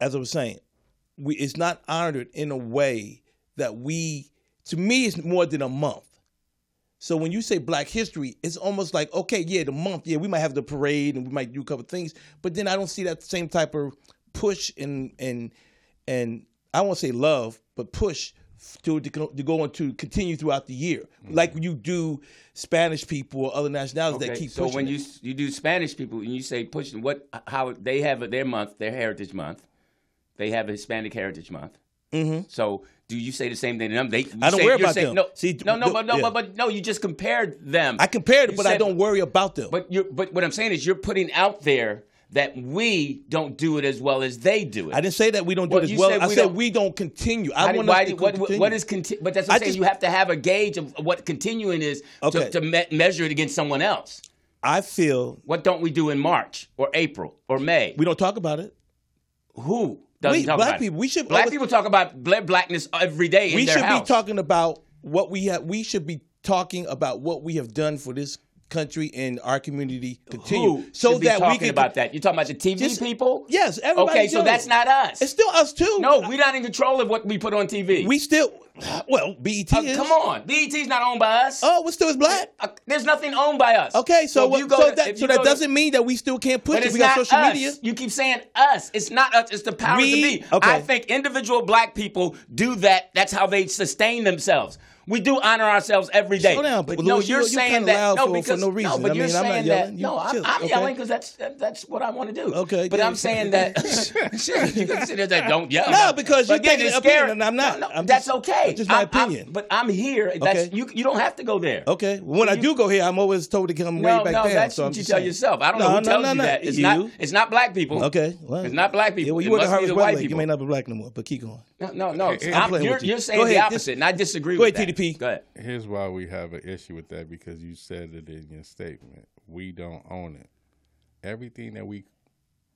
C: as i was saying we it's not honored in a way that we to me it's more than a month so when you say black history it's almost like okay yeah the month yeah we might have the parade and we might do a couple things but then i don't see that same type of push and and and i won't say love but push to, to, go- to go on to continue throughout the year
B: Mm-hmm.
C: like you do spanish people or other nationalities that
B: Okay,
C: keep
B: so
C: pushing
B: when
C: it.
B: you you do Spanish people and you say pushing what how they have their month, their Heritage Month, they have a Hispanic Heritage Month. Mm-hmm. So do you say the same thing to them? They you
C: I don't
B: say,
C: worry
B: you're
C: about
B: saying,
C: them.
B: No,
C: See,
B: no, no,
C: th-
B: but no,
C: yeah.
B: but, but no, you just compared them.
C: i compared it
B: You
C: but i
B: said-
C: don't worry about them
B: But you but what I'm saying is you're putting out there that we don't do it as well as they do it.
C: I didn't say that we don't do
B: Well,
C: it as
B: you
C: well.
B: said
C: I
B: we
C: said
B: don't-
C: we don't continue.
B: How
C: I
B: do-
C: want
B: why
C: us to
B: do- what, what-
C: continue.
B: what is conti- but that's what
C: I
B: I'm saying.
C: just-
B: you have to have a gauge of what continuing is
C: Okay.
B: to, to me- measure it against someone else.
C: I feel
B: What don't we do in March or April or May?
C: we don't talk about it.
B: Who doesn't
C: We-
B: talk
C: black
B: about it?
C: people, we should
B: black
C: always-
B: people talk about bla- blackness every day in
C: we
B: their
C: should
B: house.
C: be talking about what we have. We should be talking about what we have done for this country and our community. Continue
B: Who
C: so
B: should be
C: that
B: talking
C: we can
B: about that? You talking about the TV
C: Just-
B: people?
C: Yes, everybody.
B: Okay, so
C: does.
B: that's not us.
C: It's still us too.
B: no, we're not in control of what we put on TV.
C: we still. Well, BET
B: Uh,
C: is.
B: come on, BET's not owned by us.
C: Oh, we still is black.
B: Uh, there's nothing owned by us.
C: Okay, so
B: if you
C: what,
B: go
C: so
B: to-
C: that
B: if
C: so
B: you
C: that
B: go to-
C: doesn't mean that we still can't push
B: But
C: it.
B: it's
C: We got
B: not
C: social
B: us.
C: media.
B: You keep saying us. It's not us. It's the power
C: We-
B: to be.
C: okay.
B: I think individual black people do that. That's how they sustain themselves. We do honor ourselves every day.
C: Slow down, but
B: no,
C: Louis,
B: you're
C: you- you
B: saying
C: kinda
B: that
C: loud
B: no,
C: for- for
B: because
C: no reason.
B: No, but
C: I
B: you're
C: mean, I'm
B: saying
C: not
B: that.
C: yelling. You
B: no, I'm,
C: chill,
B: I'm
C: okay? Oh.
B: yelling because that's that, that's what I want to do.
C: Okay,
B: but
C: yeah.
B: I'm saying that. Shit, you can sit there that don't yell.
C: No, because
B: But
C: you're
B: again,
C: taking
B: it's
C: an opinion
B: scary.
C: and I'm not.
B: No, no,
C: I'm
B: that's
C: just-
B: okay.
C: just my
B: I'm- I'm-
C: opinion.
B: but I'm here. That's
C: Okay.
B: you. You don't have to go there.
C: Okay. When I do go here, I'm always told to come
B: No,
C: way back
B: no,
C: down.
B: that's
C: so I'm
B: what you
C: just
B: tell
C: saying.
B: yourself. I don't
C: No,
B: know who
C: no,
B: tells
C: no,
B: you
C: no.
B: that. It's
C: You.
B: not. It's not black people.
C: Okay. well.
B: It's not black people.
C: Yeah, well, you
B: It
C: were the
B: must be
C: Harvest
B: the white
C: Westlake. You
B: people.
C: may not be black no more, but keep going.
B: No, no, no.
A: hey,
B: I'm-
C: playing
B: you're,
C: with you.
B: you're saying
C: Go
B: the
C: ahead,
B: opposite,
C: just-
B: and I disagree
C: Go
B: with
C: ahead,
B: that.
C: TDP.
B: Go ahead.
A: Here's why we have an issue with that because you said it in your statement. We don't own it. Everything that we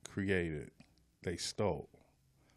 A: created, they stole.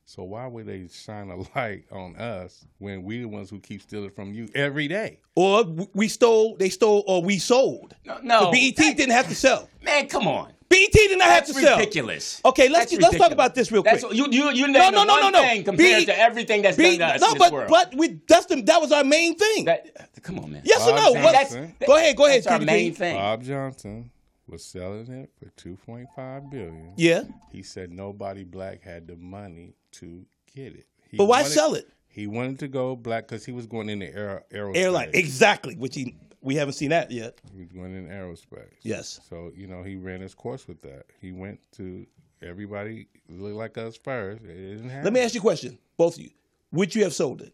A: So why would they shine a light on us when we the ones who keep stealing from you every day?
C: Or w- we stole, they stole, or we sold.
B: No, no.
C: BET didn't have to sell.
B: man, come on.
C: BET did not have
B: That's
C: to sell.
B: ridiculous.
C: Okay, let's let's
B: That's
C: talk
B: ridiculous.
C: about this real
B: That's
C: quick.
B: you you you
C: no,
B: named
C: no, no,
B: the
C: no,
B: one
C: no.
B: thing compared
C: B- E
B: to everything that's
C: B-
B: done to us
C: No,
B: in
C: but
B: this world.
C: but we that's the that was our main thing.
B: that, come on, man.
C: yes or no?
A: Bob
C: What-
A: Johnson.
C: That's- go ahead, go ahead.
B: That's our
C: TDP.
B: main thing.
A: Bob Johnson was selling it for two point five billion.
C: Yeah,
A: He said nobody black had the money to get it. He
C: But why
A: wanted-
C: sell it?
A: He wanted to go black because he was going into aer- aerospace.
C: airline exactly. Which he, we haven't seen that yet.
A: He was going into aerospace.
C: Yes.
A: So you know he ran his course with that. He went to everybody look like us first. It didn't happen.
C: Let me ask you a question, both of you. Would you have sold it?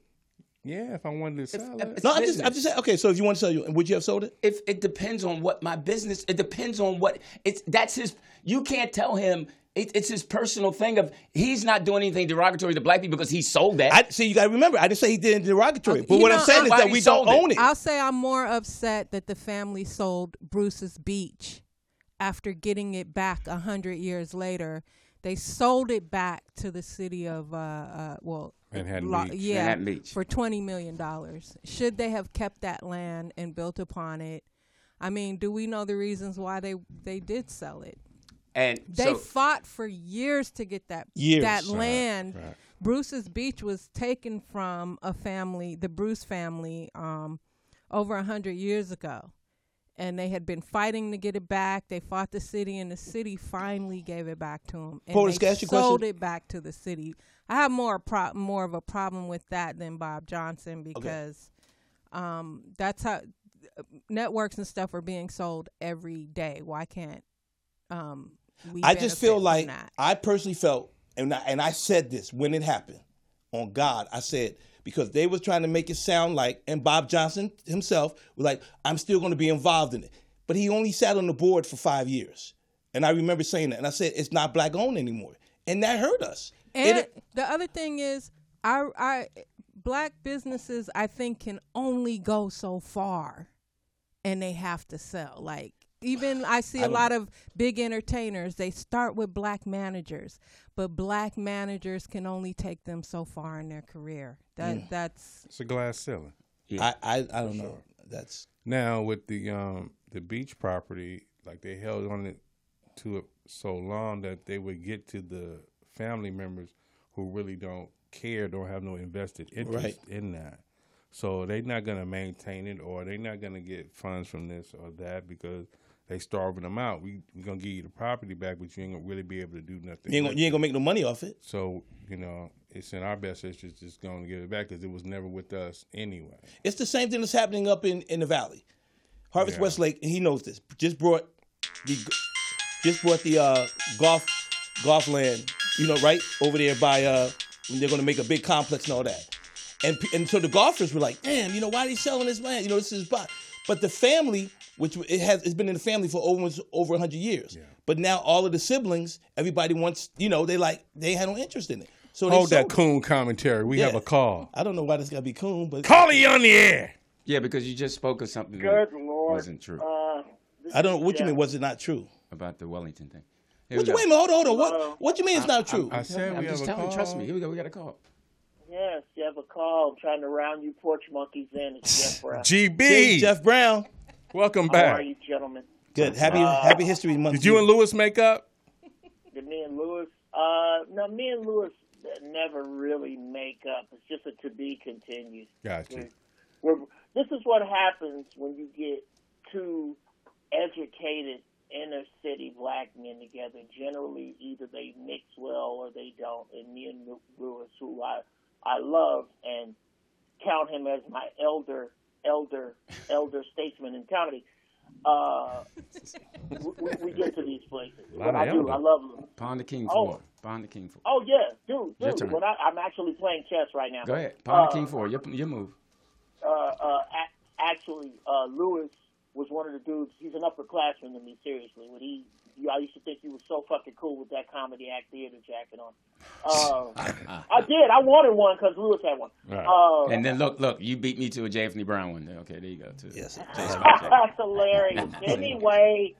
A: Yeah, if I wanted to sell it,
B: if-
C: No, I'm just, I'm
B: Business.
C: just saying. Okay, so if you want to sell, you would you have sold it?
B: if it depends on what my business it depends on what it's that's his you can't tell him It, it's his personal thing of he's not doing anything derogatory to black people because he sold that. Uh,
C: I see. You got to remember. I didn't say he did it derogatory,
D: Okay,
C: but
D: you
C: what
D: know,
C: I'm saying is that
B: somebody
C: we don't
B: sold it.
C: own it.
D: I'll say I'm more upset that the family sold Bruce's Beach after getting it back a hundred years later. They sold it back to the city of uh, uh well
A: Manhattan
D: Lo-
A: Beach.
D: yeah
B: Manhattan Beach.
D: for twenty million dollars. Should they have kept that land and built upon it? I mean, do we know the reasons why they they did sell it?
B: and
D: They
B: so,
D: fought for years to get that
C: Years.
D: that
C: Right,
D: land.
A: right.
D: Bruce's Beach was taken from a family, the Bruce family, um, over a hundred years ago, and they had been fighting to get it back. They fought the city, and the city finally gave it back to them. And
C: Portis,
D: they
C: can I ask you a question?
D: sold it back to the city. I have more pro- more of a problem with that than Bob Johnson because um, that's how networks and stuff are being sold every day. Why can't um, we?
C: I just feel like
D: benefit from that?
C: I personally felt, and I, and I said this when it happened on God. I said because they was trying to make it sound like, and Bob Johnson himself was like, I'm still going to be involved in it, but he only sat on the board for five years, and I remember saying that, and I said it's not black owned anymore, and that hurt us.
D: And
C: It-
D: the other thing is, our our black businesses, I think, can only go so far, and they have to sell. Like even I see a lot of big entertainers. They start with black managers, but black managers can only take them so far in their career. That
C: Mm.
D: that's
A: It's a glass ceiling.
C: I, I I don't know. That's
A: Now with the um the beach property, like they held on it to it so long that they would get to the family members who really don't care, don't have no invested interest
C: Right.
A: in that. So they're not gonna maintain it, or they're not gonna get funds from this or that because they starving them out. We we gonna give you the property back, but you ain't gonna really be able to do nothing.
C: you ain't,
A: with
C: gonna, you ain't gonna make no money off it.
A: So you know, it's in our best interest just going to give it back because it was never with us anyway.
C: It's the same thing that's happening up in, in the valley. Harvest
A: Yeah.
C: Westlake, and he knows this. Just brought the just brought the uh, golf golf land, you know, right over there by uh, they're going to make a big complex and all that. And pe- and so the golfers were like, damn, you know, why are they selling this land? You know, this is spot. But the family, which it has, it's been in the family for over over hundred years. But now all of the siblings, everybody wants, you know, they like they had no interest in it. So they
A: Hold that
C: sold it.
A: coon commentary. We have
C: Yeah.
A: a call.
C: I don't know why this got to be coon, but
A: Paulie on the air.
B: yeah, because you just spoke of something
E: Good
B: that
E: lord.
B: wasn't true
E: Uh, this
C: I don't know what you
E: yeah.
C: mean. Was it not true?
B: about the Wellington thing. Here
C: What you
B: we go.
C: wait a minute, hold on, hold on.
E: Hello.
C: What what you mean it's not true?
A: I said
B: I'm
A: we
B: just
A: have a
B: telling
A: call.
B: you, trust me. Here we go. We got a call.
E: Yes, you have a call. I'm trying to round you porch monkeys in. It's Jeff Brown.
C: Hey,
A: GB,
C: Jeff Brown.
A: welcome
E: How
A: back.
E: are you, gentlemen?
C: Good. Happy Happy History Month.
A: Did you and Lewis make up?
E: Did me and Lewis? Uh, no, me and Lewis never really make up. It's just a to be continued.
A: Gotcha.
E: We're, this is what happens when you get two educated inner city black men together. Generally, either they mix well or they don't. And me and Lew- Lewis, who I I love and count him as my elder elder elder statesman in comedy. Uh, we, we get to these places.
A: Lot
E: But I
A: of
E: do. I
A: elder.
E: love Lewis.
B: Pond the King
E: Oh.
B: Four. Pond the King Four.
E: Oh yeah, dude,
B: Your
E: dude.
B: turn.
E: When I, I'm actually playing chess right now.
B: Go ahead. Pond
E: Uh,
B: the King Four. Your, your move.
E: Uh, uh, a- actually, uh, Lewis was one of the dudes. He's an upperclassman to me, seriously. When he, you, I used to think he was so fucking cool with that comedy act theater jacket on. Uh, I did. I wanted one because Lewis had one.
A: Right.
E: Uh,
B: And then look, look, you beat me to a Anthony Brown one. Okay, there you go. Too.
C: Yes.
E: That's hilarious. Anyway,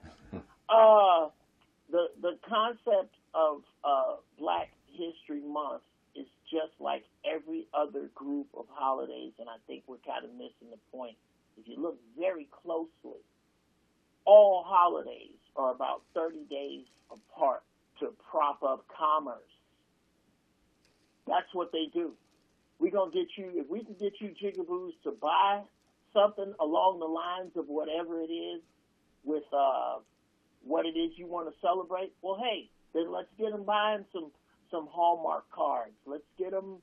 E: uh, the the concept of uh, Black History Month is just like every other group of holidays, and I think we're kind of missing the point. If you look very closely, all holidays are about 30 days apart to prop up commerce. That's what they do. We're going to get you, if we can get you jigaboos to buy something along the lines of whatever it is with uh, what it is you want to celebrate, well, hey, then let's get them buying some, some Hallmark cards. Let's get them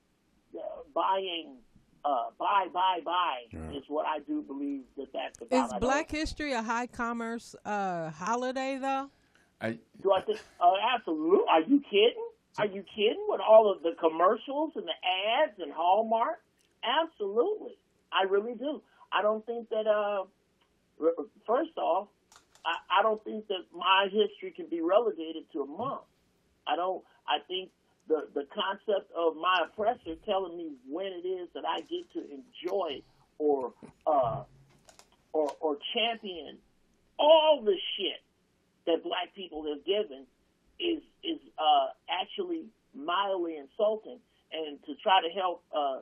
E: uh, buying. Uh, buy, buy, buy is what I do believe that that's about.
D: is
E: I don't-
D: Black History a high commerce uh, holiday though?
B: I,
E: Do I think? Uh, absolutely. Are you kidding? Are you kidding? With all of the commercials and the ads and Hallmark, absolutely. I really do. I don't think that. Uh, r- first off, I, I don't think that my history can be relegated to a month. I don't. I think the the concept of my oppressor telling me when it is that I get to enjoy it or uh, or or champion all the shit that black people have given is is uh, actually mildly insulting. And to try to help uh,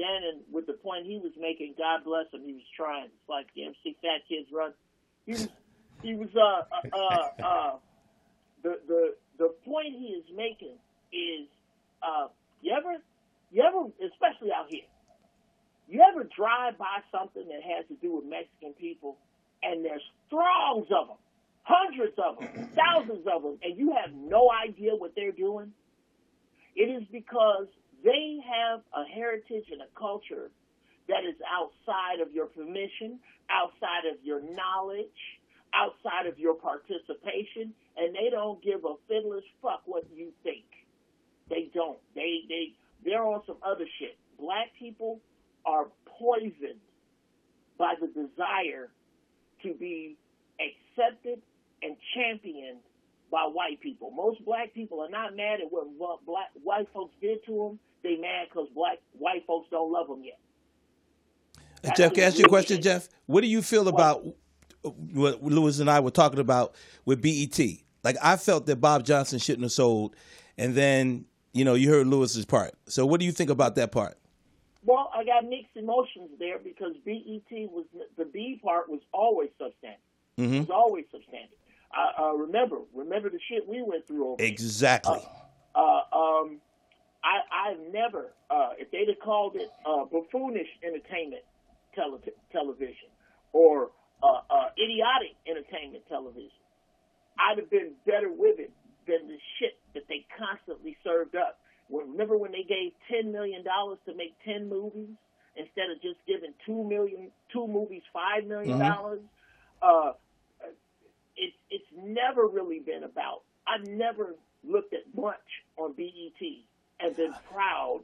E: Dannon with the point he was making, God bless him, he was trying. It's like the MC Fat Kids Run. He was he was uh uh uh, uh the the the point he is making is uh you ever you ever especially out here you ever drive by something that has to do with Mexican people and there's throngs of them hundreds of them thousands of them and you have no idea what they're doing it is because they have a heritage and a culture that is outside of your permission, outside of your knowledge, outside of your participation, and they don't give a fiddler's fuck what you think. They don't. They they they're on some other shit. Black people are poisoned by the desire to be accepted and championed by white people. Most black people are not mad at what wh- black white folks did to them. They mad because black white folks don't love them yet.
C: And Jeff, can I ask you a question, Jeff? What do you feel about what Lewis and I were talking about with BET? Like, I felt that Bob Johnson shouldn't have sold, and then you know you heard Lewis's part. So, what do you think about that part?
E: Well, I got mixed emotions there because BET was the B part was always substandard. It was always substandard. I uh, remember, remember the shit we went through over
C: Exactly.
E: uh, um, I, I've never, uh, if they'd have called it uh, buffoonish entertainment tele- television or uh, uh, idiotic entertainment television, I'd have been better with it than the shit that they constantly served up. Well, Remember when they gave ten million dollars to make ten movies instead of just giving two million, two movies, five million dollars? Uh, it's it's never really been about. I've never looked at much on BET and been proud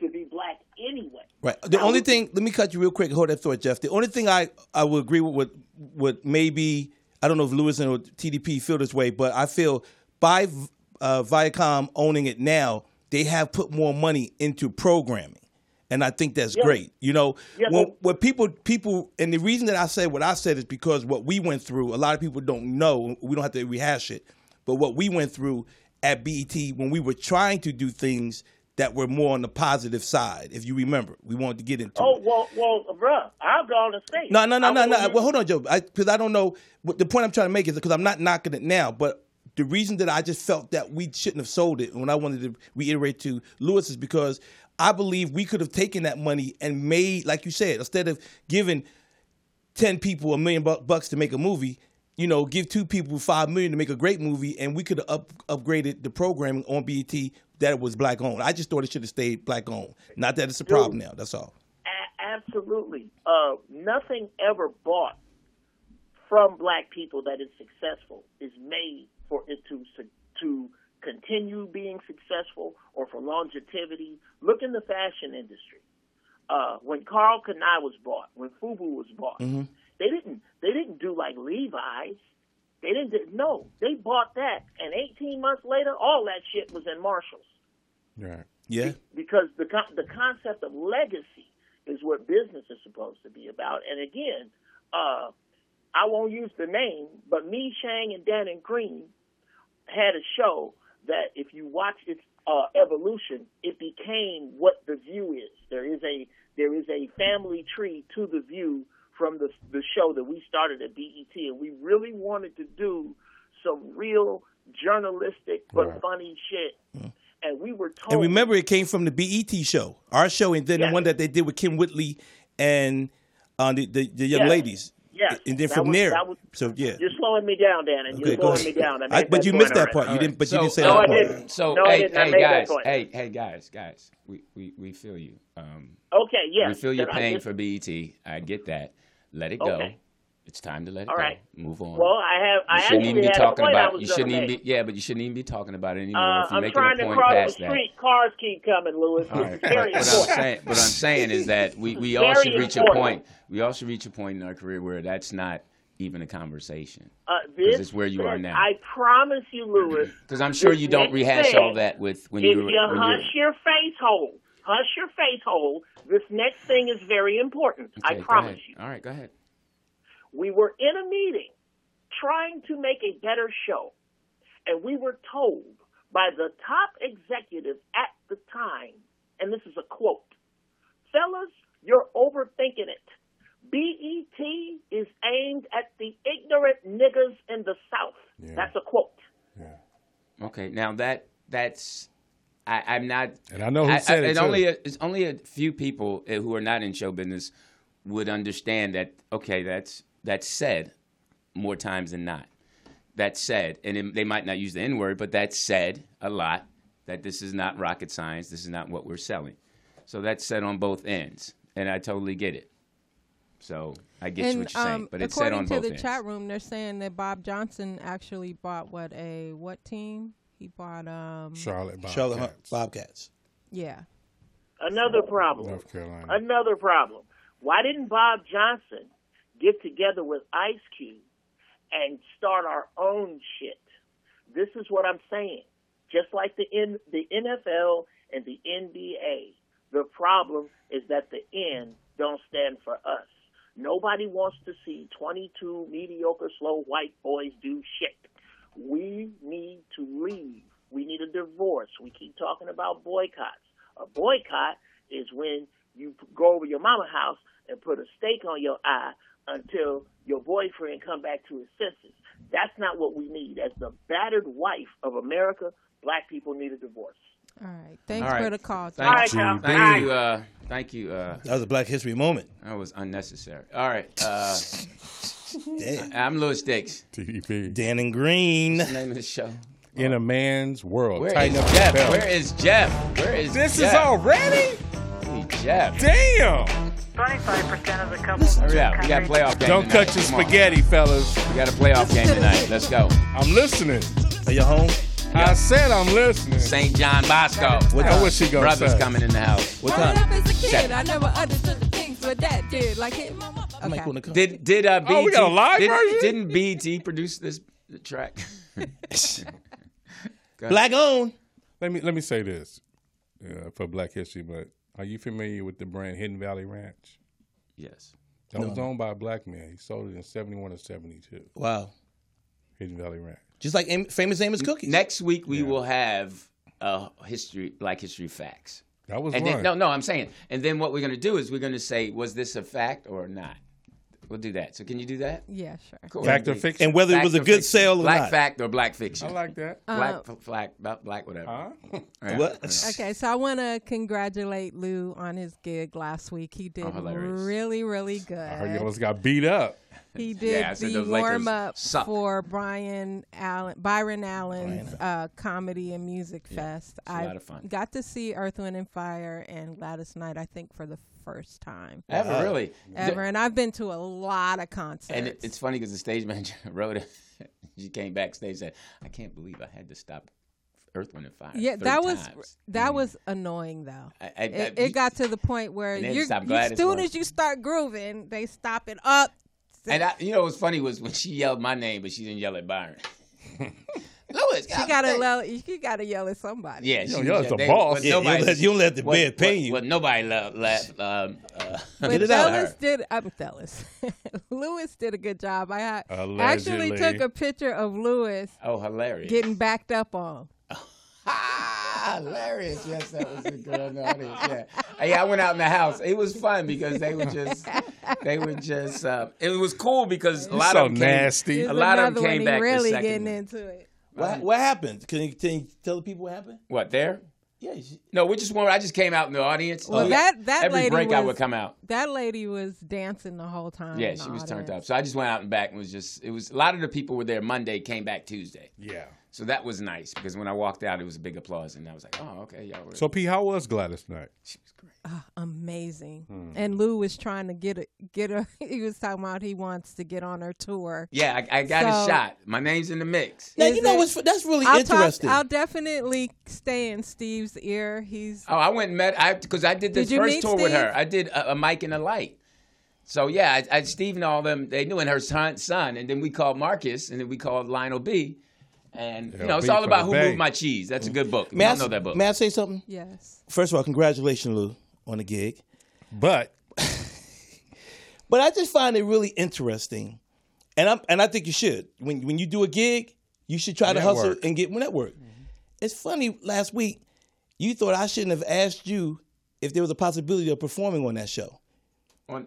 E: to be black anyway.
C: Right. The only thing, let me cut you real quick. Hold that thought, Jeff. The only thing I I would agree with what what maybe I don't know if Lewis and or TDP feel this way, but I feel by uh, Viacom owning it now, they have put more money into programming, and I think that's great. You know,
E: Yeah,
C: when,
E: but-
C: when people people and the reason that I said what I said is because what we went through, a lot of people don't know. We don't have to rehash it, but what we went through at BET when we were trying to do things that were more on the positive side, if you remember, we wanted to get into.
E: Oh
C: it.
E: well, well, bruh, I've gone to state.
C: No, no, no,
E: I
C: no, no.
E: would've-
C: Well, hold on, Joe, because I, don't know. But the point I'm trying to make is because I'm not knocking it now, but the reason that I just felt that we shouldn't have sold it, and what I wanted to reiterate to Lewis is because I believe we could have taken that money and made, like you said, instead of giving ten people a million bu- bucks to make a movie. You know, give two people five million to make a great movie, and we could have up, upgraded the programming on BET that was black owned. I just thought it should have stayed black owned. Not that it's a problem now. That's all.
E: A- absolutely. Uh, nothing ever bought from black people that is successful is made for it to su- to continue being successful or for longevity. Look in the fashion industry. Uh, when Carl Kanai was bought, when FUBU was bought, they didn't they didn't do like Levi's. They didn't do- no. They bought that, and 18 months later, all that shit was in Marshalls
A: Right.
C: Yeah.
E: because the con- the concept of legacy is what business is supposed to be about. And again, uh, I won't use the name, but me, Shang, and Dan and Green had a show that if you watch its uh, evolution, it became what the view is. There is a there is a family tree to the view from the the show that we started at BET, and we really wanted to do some real journalistic but
A: Right.
E: funny shit. And we were told.
C: And remember, it came from the BET show, our show, and then
E: Oh. Yes.
C: the one that they did with Kim Whitley and uh, the, the the young
E: Yes.
C: ladies.
E: Yes.
C: And then
E: That
C: from
E: was-
C: there,
E: that was-
C: so yeah.
E: You're slowing me down, Dan, and
C: Okay,
E: you're
C: go
E: slowing me
C: ahead.
E: down. I
C: I-
E: made
C: but you missed that
E: already.
C: part. You didn't. But you
B: So-
C: didn't say
B: No,
C: that
E: I
C: part.
E: didn't.
B: So
E: No, I
B: hey,
E: didn't. I
B: hey
E: made that
B: guys,
E: point.
B: hey, hey guys, guys, we, we, we feel you. Um,
E: Okay, yes.
B: we feel your
E: Then I
B: pain
E: just-
B: for BET. I get that. Let it go.
E: Okay.
B: It's time to let it
E: All
B: go.
E: right.
B: Move on.
E: Well, I have.
B: you
E: I
B: shouldn't
E: actually
B: even be
E: had a
B: talking
E: point I
B: about.
E: was
B: You
E: gonna
B: shouldn't even
E: make.
B: be. Yeah, but you shouldn't even be talking about it anymore.
E: Uh,
B: if you're
E: I'm
B: making
E: trying
B: a
E: to
B: point
E: cross the
B: past that.
E: street. Cars keep coming, Lewis.
B: All
E: It's
B: right,
E: very
B: but what I'm
E: important.
B: saying, what I'm saying is that we, we
E: Very
B: all should reach a
E: important.
B: point. We all should reach a point in our career where that's not even a conversation.
E: Uh, this
B: it's where you are now.
E: I promise you, Lewis.
B: Because I'm sure you don't
E: Next
B: rehash
E: thing,
B: all that with when
E: if
B: you
E: you
B: were. when you
E: hush your face hole, hush your face hole. This next thing is very important.
B: Okay,
E: I
B: go
E: promise
B: ahead.
E: you.
B: All right, go ahead.
E: We were in a meeting trying to make a better show, and we were told by the top executive at the time, and this is a quote Fellas, you're overthinking it. BET is aimed at the ignorant niggas in the South.
A: Yeah.
E: That's a quote.
A: Yeah.
B: Okay, now that that's I, I'm not.
A: And I know who
B: I, I,
A: said it.
B: and
A: too.
B: only a, it's only a few people eh, who are not in show business would understand that. Okay, that's that's said more times than not. That's said, and it, they might not use the N word, but that's said a lot. That this is not rocket science. This is not what we're selling. So that's said on both ends, and I totally get it. So I get you
D: and
B: what you're saying,
D: um,
B: but it's said
D: according
B: on
D: to
B: both
D: the
B: ends.
D: chat room, they're saying that Bob Johnson actually bought what a what team? He bought um
A: Charlotte Bobcats.
C: Charlotte Hunt, Bobcats.
D: yeah.
E: Another problem.
A: North Carolina.
E: Another problem. Why didn't Bob Johnson get together with Ice Cube and start our own shit? This is what I'm saying. Just like the N- the NFL and the NBA, the problem is that the N don't stand for us. Nobody wants to see 22 mediocre, slow white boys do shit. We need to leave. We need a divorce. We keep talking about boycotts. A boycott is when you p- go over your mama's house and put a stake on your eye until your boyfriend come back to his senses. That's not what we need. As the battered wife of America, black people need a divorce.
D: All right. Thanks
B: All right.
D: for the call.
B: Thank
E: All right,
A: you.
E: y'all.
B: Thank you. Uh, thank you. Uh,
C: That was a Black History moment.
B: that was unnecessary. All right. Uh,
C: Damn.
B: I'm Louis Dix.
A: TDP.
C: Dan and Green.
B: What's the name of the show.
A: In a man's world.
B: Where
A: Tighten
B: is
A: up
B: Jeff?
A: your belt.
B: Where is Jeff? Where is
A: this
B: Jeff?
A: is already?
B: Holy Jeff.
A: Damn.
F: 25% of the couples.
A: Oh,
B: Hurry up. We got a playoff game.
A: Don't
B: tonight.
A: cut your
B: Come on.
A: spaghetti, fellas.
B: We got a playoff game tonight. Let's go.
A: I'm listening.
C: Are you home?
A: I said I'm listening.
B: St. John Bosco.
C: What
A: I
C: time?
A: wish he go
B: Brothers
A: outside.
B: coming in the house.
C: What
D: Growing
C: time?
D: up as a kid,
B: Check.
D: I never understood the things my dad did, like hitting my mom.
C: I might
D: Okay.
C: want to come.
B: Did did uh, BT,
A: Oh, we got a live
B: did,
A: version?
B: Didn't BT produce this track?
C: Black on.
A: Let me let me say this uh, for Black History, but are you familiar with the brand Hidden Valley Ranch?
B: yes.
A: That was owned by a black man. He sold it in seventy one or seventy two.
C: Wow.
A: Hidden Valley Ranch.
C: Just like Am- famous Amos cookies.
B: Next week we will have uh, history, Black History facts.
A: That was
B: And
A: one.
B: then, no, no, I'm saying. And then what we're going to do is we're going to say, was this a fact or not? We'll do that. So can you do that?
D: Yeah, sure.
B: Cool.
A: Fact or fiction.
C: and whether
B: Fact
C: it was a
B: or
C: good
B: fiction?
C: sale or
B: black
C: not.
B: fact or black fiction.
A: I like that.
B: black, f- black, black, black, whatever.
A: Huh?
B: Yeah.
C: What?
D: Okay, so Um, I want to congratulate Lou on his gig last week. He did
B: Oh, hilarious.
D: really, really
A: I heard y'all
D: good.
A: just got beat up.
D: He did
B: I said
D: the
B: those Lakers
D: warm up
B: suck.
D: for Brian Allen, Byron Allen's uh, comedy and music fest.
B: a
D: I
B: lot of fun.
D: got to see Earth, Wind, and Fire and Gladys Knight. I think for the first time
B: Ever really?
D: ever, and I've been to a lot of concerts.
B: And it, it's funny because the stage manager wrote it. She came backstage and said, "I can't believe I had to stop Earth, Wind, and Fire."
D: yeah,
B: 30
D: that was
B: times."
D: that was annoying though.
B: I- I-
D: it,
B: I-
D: it got to the point where
B: And then
D: you're,
B: stop
D: you,
B: Gladys
D: as soon
B: once.
D: as you start grooving, they stop it up.
B: And I, you know what's funny was when she yelled my name, but she didn't yell at Byron. Lewis,
D: You gotta yell. You gotta yell at somebody.
B: Yeah, she
A: know, y'all
B: was-
A: is the
B: they-
A: boss.
B: but
C: Yeah, you don't
B: nobody-
C: let- you don't let the
B: what-
C: bed pay
B: what-
C: you.
B: What nobody love, laugh. Um, uh,
D: But
C: it out.
D: Ellis did. I'm Ellis. Lewis did a good job. I had- actually
A: Allegedly.
D: took a picture of Lewis
B: oh, hilarious!
D: getting backed up on.
B: Ah, hilarious. Yes, that was a girl in the audience. Yeah. Yeah, I went out in the house. It was fun because they were just, they were just, uh, it was cool because a lot
A: so
B: of them came-
A: nasty.
D: Here's
B: A lot of
D: another
B: them
D: one.
B: came
D: He
B: back the
D: Really
B: second
D: getting
B: one.
D: into it.
C: What, what happened? Can you, can you tell the people what happened?
B: What, there?
C: Yeah. she-
B: No, we just one. I just came out in the audience.
D: Well, that- that
B: Every
D: lady
B: break I
D: was-
B: would come out.
D: That lady was dancing the whole time.
B: Yeah,
D: in the
B: she was turned up.
D: audience.
B: So I just went out and back and was just, it was, a lot of the people were there Monday, came back Tuesday.
A: Yeah.
B: So that was nice because when I walked out, it was a big applause. And I was like, oh, okay, y'all were.
A: So P, how was Gladys Knight?
B: she was great.
D: Amazing.
B: Hmm.
D: And Lou was trying to get a get a. He was talking about he wants to get on her tour.
B: Yeah, I, I got a
D: So-
B: shot. My name's in the mix.
C: Now
D: Is
C: you know
D: it-
C: what's that's really
D: I'll talk,
C: interesting.
D: I'll definitely stay in Steve's ear. He's
B: Oh, I went and met I because I did this
D: Did you
B: first
D: meet
B: tour with her.
D: Steve?
B: I did a, a mic and a light, So yeah, I, I, Steve and all them they knew, and her son, son, and then we called Marcus, and then we called Lionel B, and you know it's
A: LB
B: all
A: from
B: about
A: the
B: who
A: Bay.
B: moved my cheese. That's a good book.
C: May
B: I
C: I,
B: don't know that book.
C: may I say something?
D: Yes.
C: First of all, congratulations, Lou, on the gig.
A: But
C: But I just find it really interesting, and I'm and I think you should when when you do a gig, you should try to hustle
A: Network. Mm-hmm.
C: and get network. It's funny. Last week, you thought I shouldn't have asked you if there was a possibility of performing on that show.
B: On-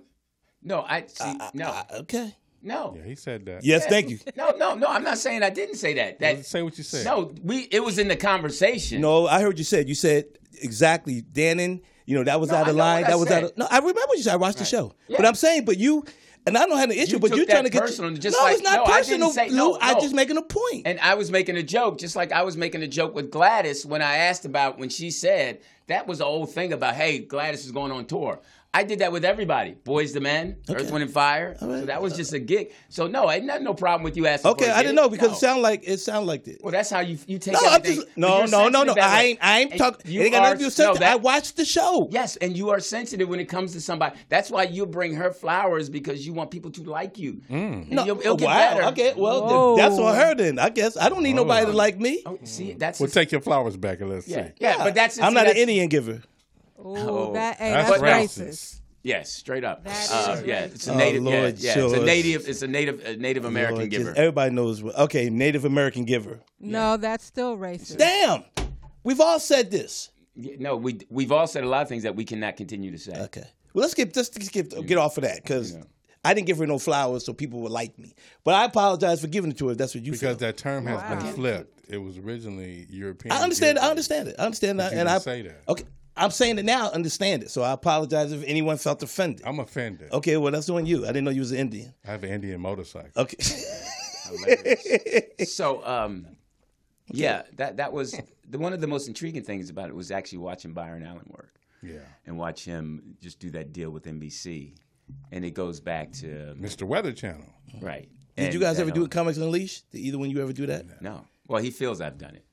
B: no, I see, no
C: Uh, okay.
B: no
A: yeah, he said that.
C: Yes, thank you.
B: no no no. I'm not saying I didn't say that. That
A: Say what you said.
B: no, we it was in the conversation.
C: No, I heard you said you said exactly, Dannon. You know that was
B: No,
C: out
B: I
C: of
B: know
C: line.
B: what I
C: That was out.
B: said.
C: Of, no, I remember what you said. I watched the show, but
B: Yeah.
C: I'm saying, but you and I don't have an issue.
B: You
C: but
B: took
C: you're trying
B: that
C: to get
B: personal and just
C: no,
B: like,
C: it's not
B: no, I
C: personal.
B: didn't say-
C: Lou.
B: no,
C: I'm
B: no.
C: just making a point.
B: And I was making a joke, just like I was making a joke with Gladys when I asked about when she said that was the old thing about, hey, Gladys is going on tour. I did that with everybody. Boys the Men, Earth, Wind, and Fire.
C: right.
B: So that was just a gig. So no, I had no problem with you asking.
C: okay,
B: for a
C: I didn't
B: gig.
C: know because
B: No.
C: it sounded like it sounded like this.
B: Well, that's how you you take.
C: No, I'm
B: everything-
C: just
B: but
C: no,
B: you're
C: no, no,
B: sensitive
C: no.
B: that
C: I
B: way.
C: ain't, I ain't
B: And
C: talking.
B: you
C: It ain't got
B: are-
C: nothing to do with sex.
B: no, that-
C: I watched the show.
B: Yes, and you are sensitive when it comes to somebody. That's why you bring her flowers because you want people to like you. And
C: No,
B: you'll- it'll get
C: wow.
B: better.
C: Okay, well, th-
D: Whoa.
C: that's on her then. I guess I don't need nobody to like me.
B: Oh, see, that's
A: Well, take your flowers back and let's
B: yeah,
A: see.
B: yeah, But that's
C: I'm
B: see,
C: not an
B: that's-
C: Indian giver.
D: Oh, that hey,
A: That's
D: that's,
A: racist.
D: racist.
B: Yes, straight up.
D: That
B: Uh,
D: is
B: yeah,
D: racist.
B: it's a native.
C: Oh, Lord
B: yeah, yeah, it's a
C: George.
B: native. It's a native a Native American
C: Lord, just-
B: giver.
C: Everybody knows. what- Okay, Native American giver.
D: No, that's still racist.
C: Damn, we've all said this.
B: Yeah, no, we we've all said a lot of things that we cannot continue to say.
C: Okay. Well, let's get let's get get off of that because I didn't give her no flowers, so people would like me. But I apologize for giving it to her. That's what you
A: Because
C: feel.
A: that term has
D: Wow.
A: been flipped. It was originally European.
C: I understand. I
A: giving.
C: understand it. I understand that.
A: you
C: And
A: didn't
C: I
A: say that.
C: Okay, I'm saying it now. I Understand it. So I apologize if anyone felt offended.
A: I'm offended.
C: Okay, well that's on you. I didn't know you was an Indian.
A: I have an Indian motorcycle.
C: Okay.
B: So, um, yeah, that that was the one of the most intriguing things about it was actually watching Byron Allen work
A: Yeah.
B: and watch him just do that deal with NBC, and it goes back to um,
A: Mr. Weather Channel.
B: right.
C: Did you guys ever do a comics unleashed? Did either one of you ever do that?
B: No. Well, he feels I've done it.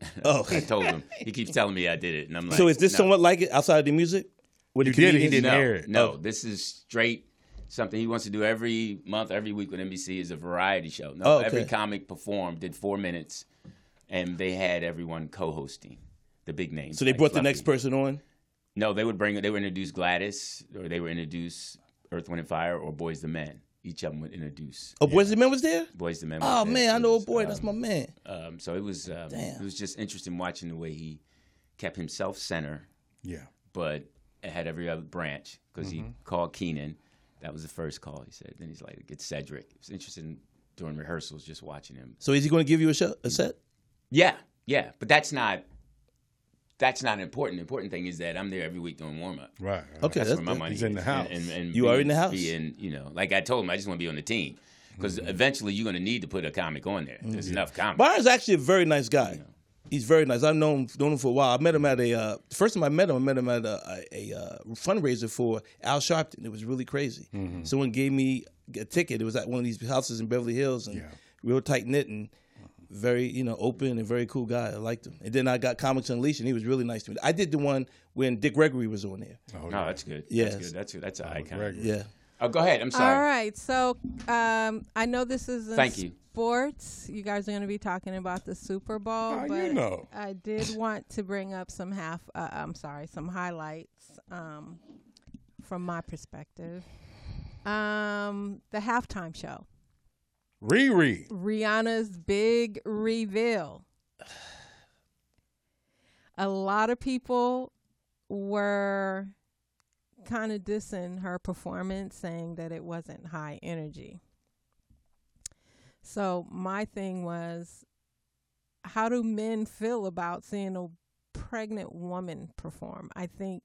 C: Oh,
B: I told him. He keeps telling me I did it, and I'm like,
C: so is this
B: no.
C: somewhat like it outside of the music? With
A: You
C: the
A: did it, he
C: comedians?
A: didn't
B: no,
A: air it.
B: No, this is straight something he wants to do every month, every week with NBC is a variety show. No,
C: Oh, okay.
B: every comic performed, did four minutes, and they had everyone co-hosting the big names.
C: So they
B: like
C: brought the
B: Fluffy.
C: next person on.
B: No, they would bring. They would introduce Gladys, or they would introduce Earth, Wind, and Fire, or Boys the Men. Each of them would introduce
C: Oh, Boys and Men was there.
B: Boys the Men.
C: Oh
B: was there.
C: man, I
B: It
C: know a
B: was,
C: boy.
B: um,
C: That's my man.
B: Um, so it was. Um, it was just interesting watching the way he kept himself center
A: Yeah. Mm-hmm.
B: but it had every other branch because he called Keenan. That was the first call he said. Then he's like, "It's Cedric." It was interesting during rehearsals just watching him.
C: So is he going to give you a, show, a set?
B: Yeah, yeah, but that's not that's not important. The important thing is that I'm there every week doing warm up.
A: Right.
C: Okay,
B: That's,
C: that's,
B: where my money
A: He's in
B: is.
A: the house.
B: And, and, and
C: You are in the house.
B: Being, you know, like I told him, I just want to be on the team because
A: Mm-hmm.
B: eventually you're going to need to put a comic on there. There's enough comics.
C: Byron's actually a very nice guy. He's very nice. I've known known him for a while. I met him at a uh, the first time I met him. I met him at a, a, a uh, fundraiser for Al Sharpton. It was really crazy. Someone gave me a ticket. It was at one of these houses in Beverly Hills, and real tight knit and very you know open and very cool guy. I liked him. And then I got Comics Unleashed, and he was really nice to me. I did the one when Dick Gregory was on there.
B: no, Oh, that's good.
C: Yes.
B: That's good. That's good. That's an icon.
A: Gregory.
C: Yeah.
B: Oh, go ahead. I'm sorry.
D: All right. So um, I know this is in
B: Thank you.
D: sports. You guys are going to be talking about the Super Bowl,
C: Ah,
A: How you
D: but
A: know?
D: I did want to bring up some half. Uh, I'm sorry, some highlights um, from my perspective. Um, the halftime show,
A: Riri.
D: Rihanna's big reveal. A lot of people were kind of dissing her performance, saying that it wasn't high energy. So my thing was, how do men feel about seeing a pregnant woman perform? I think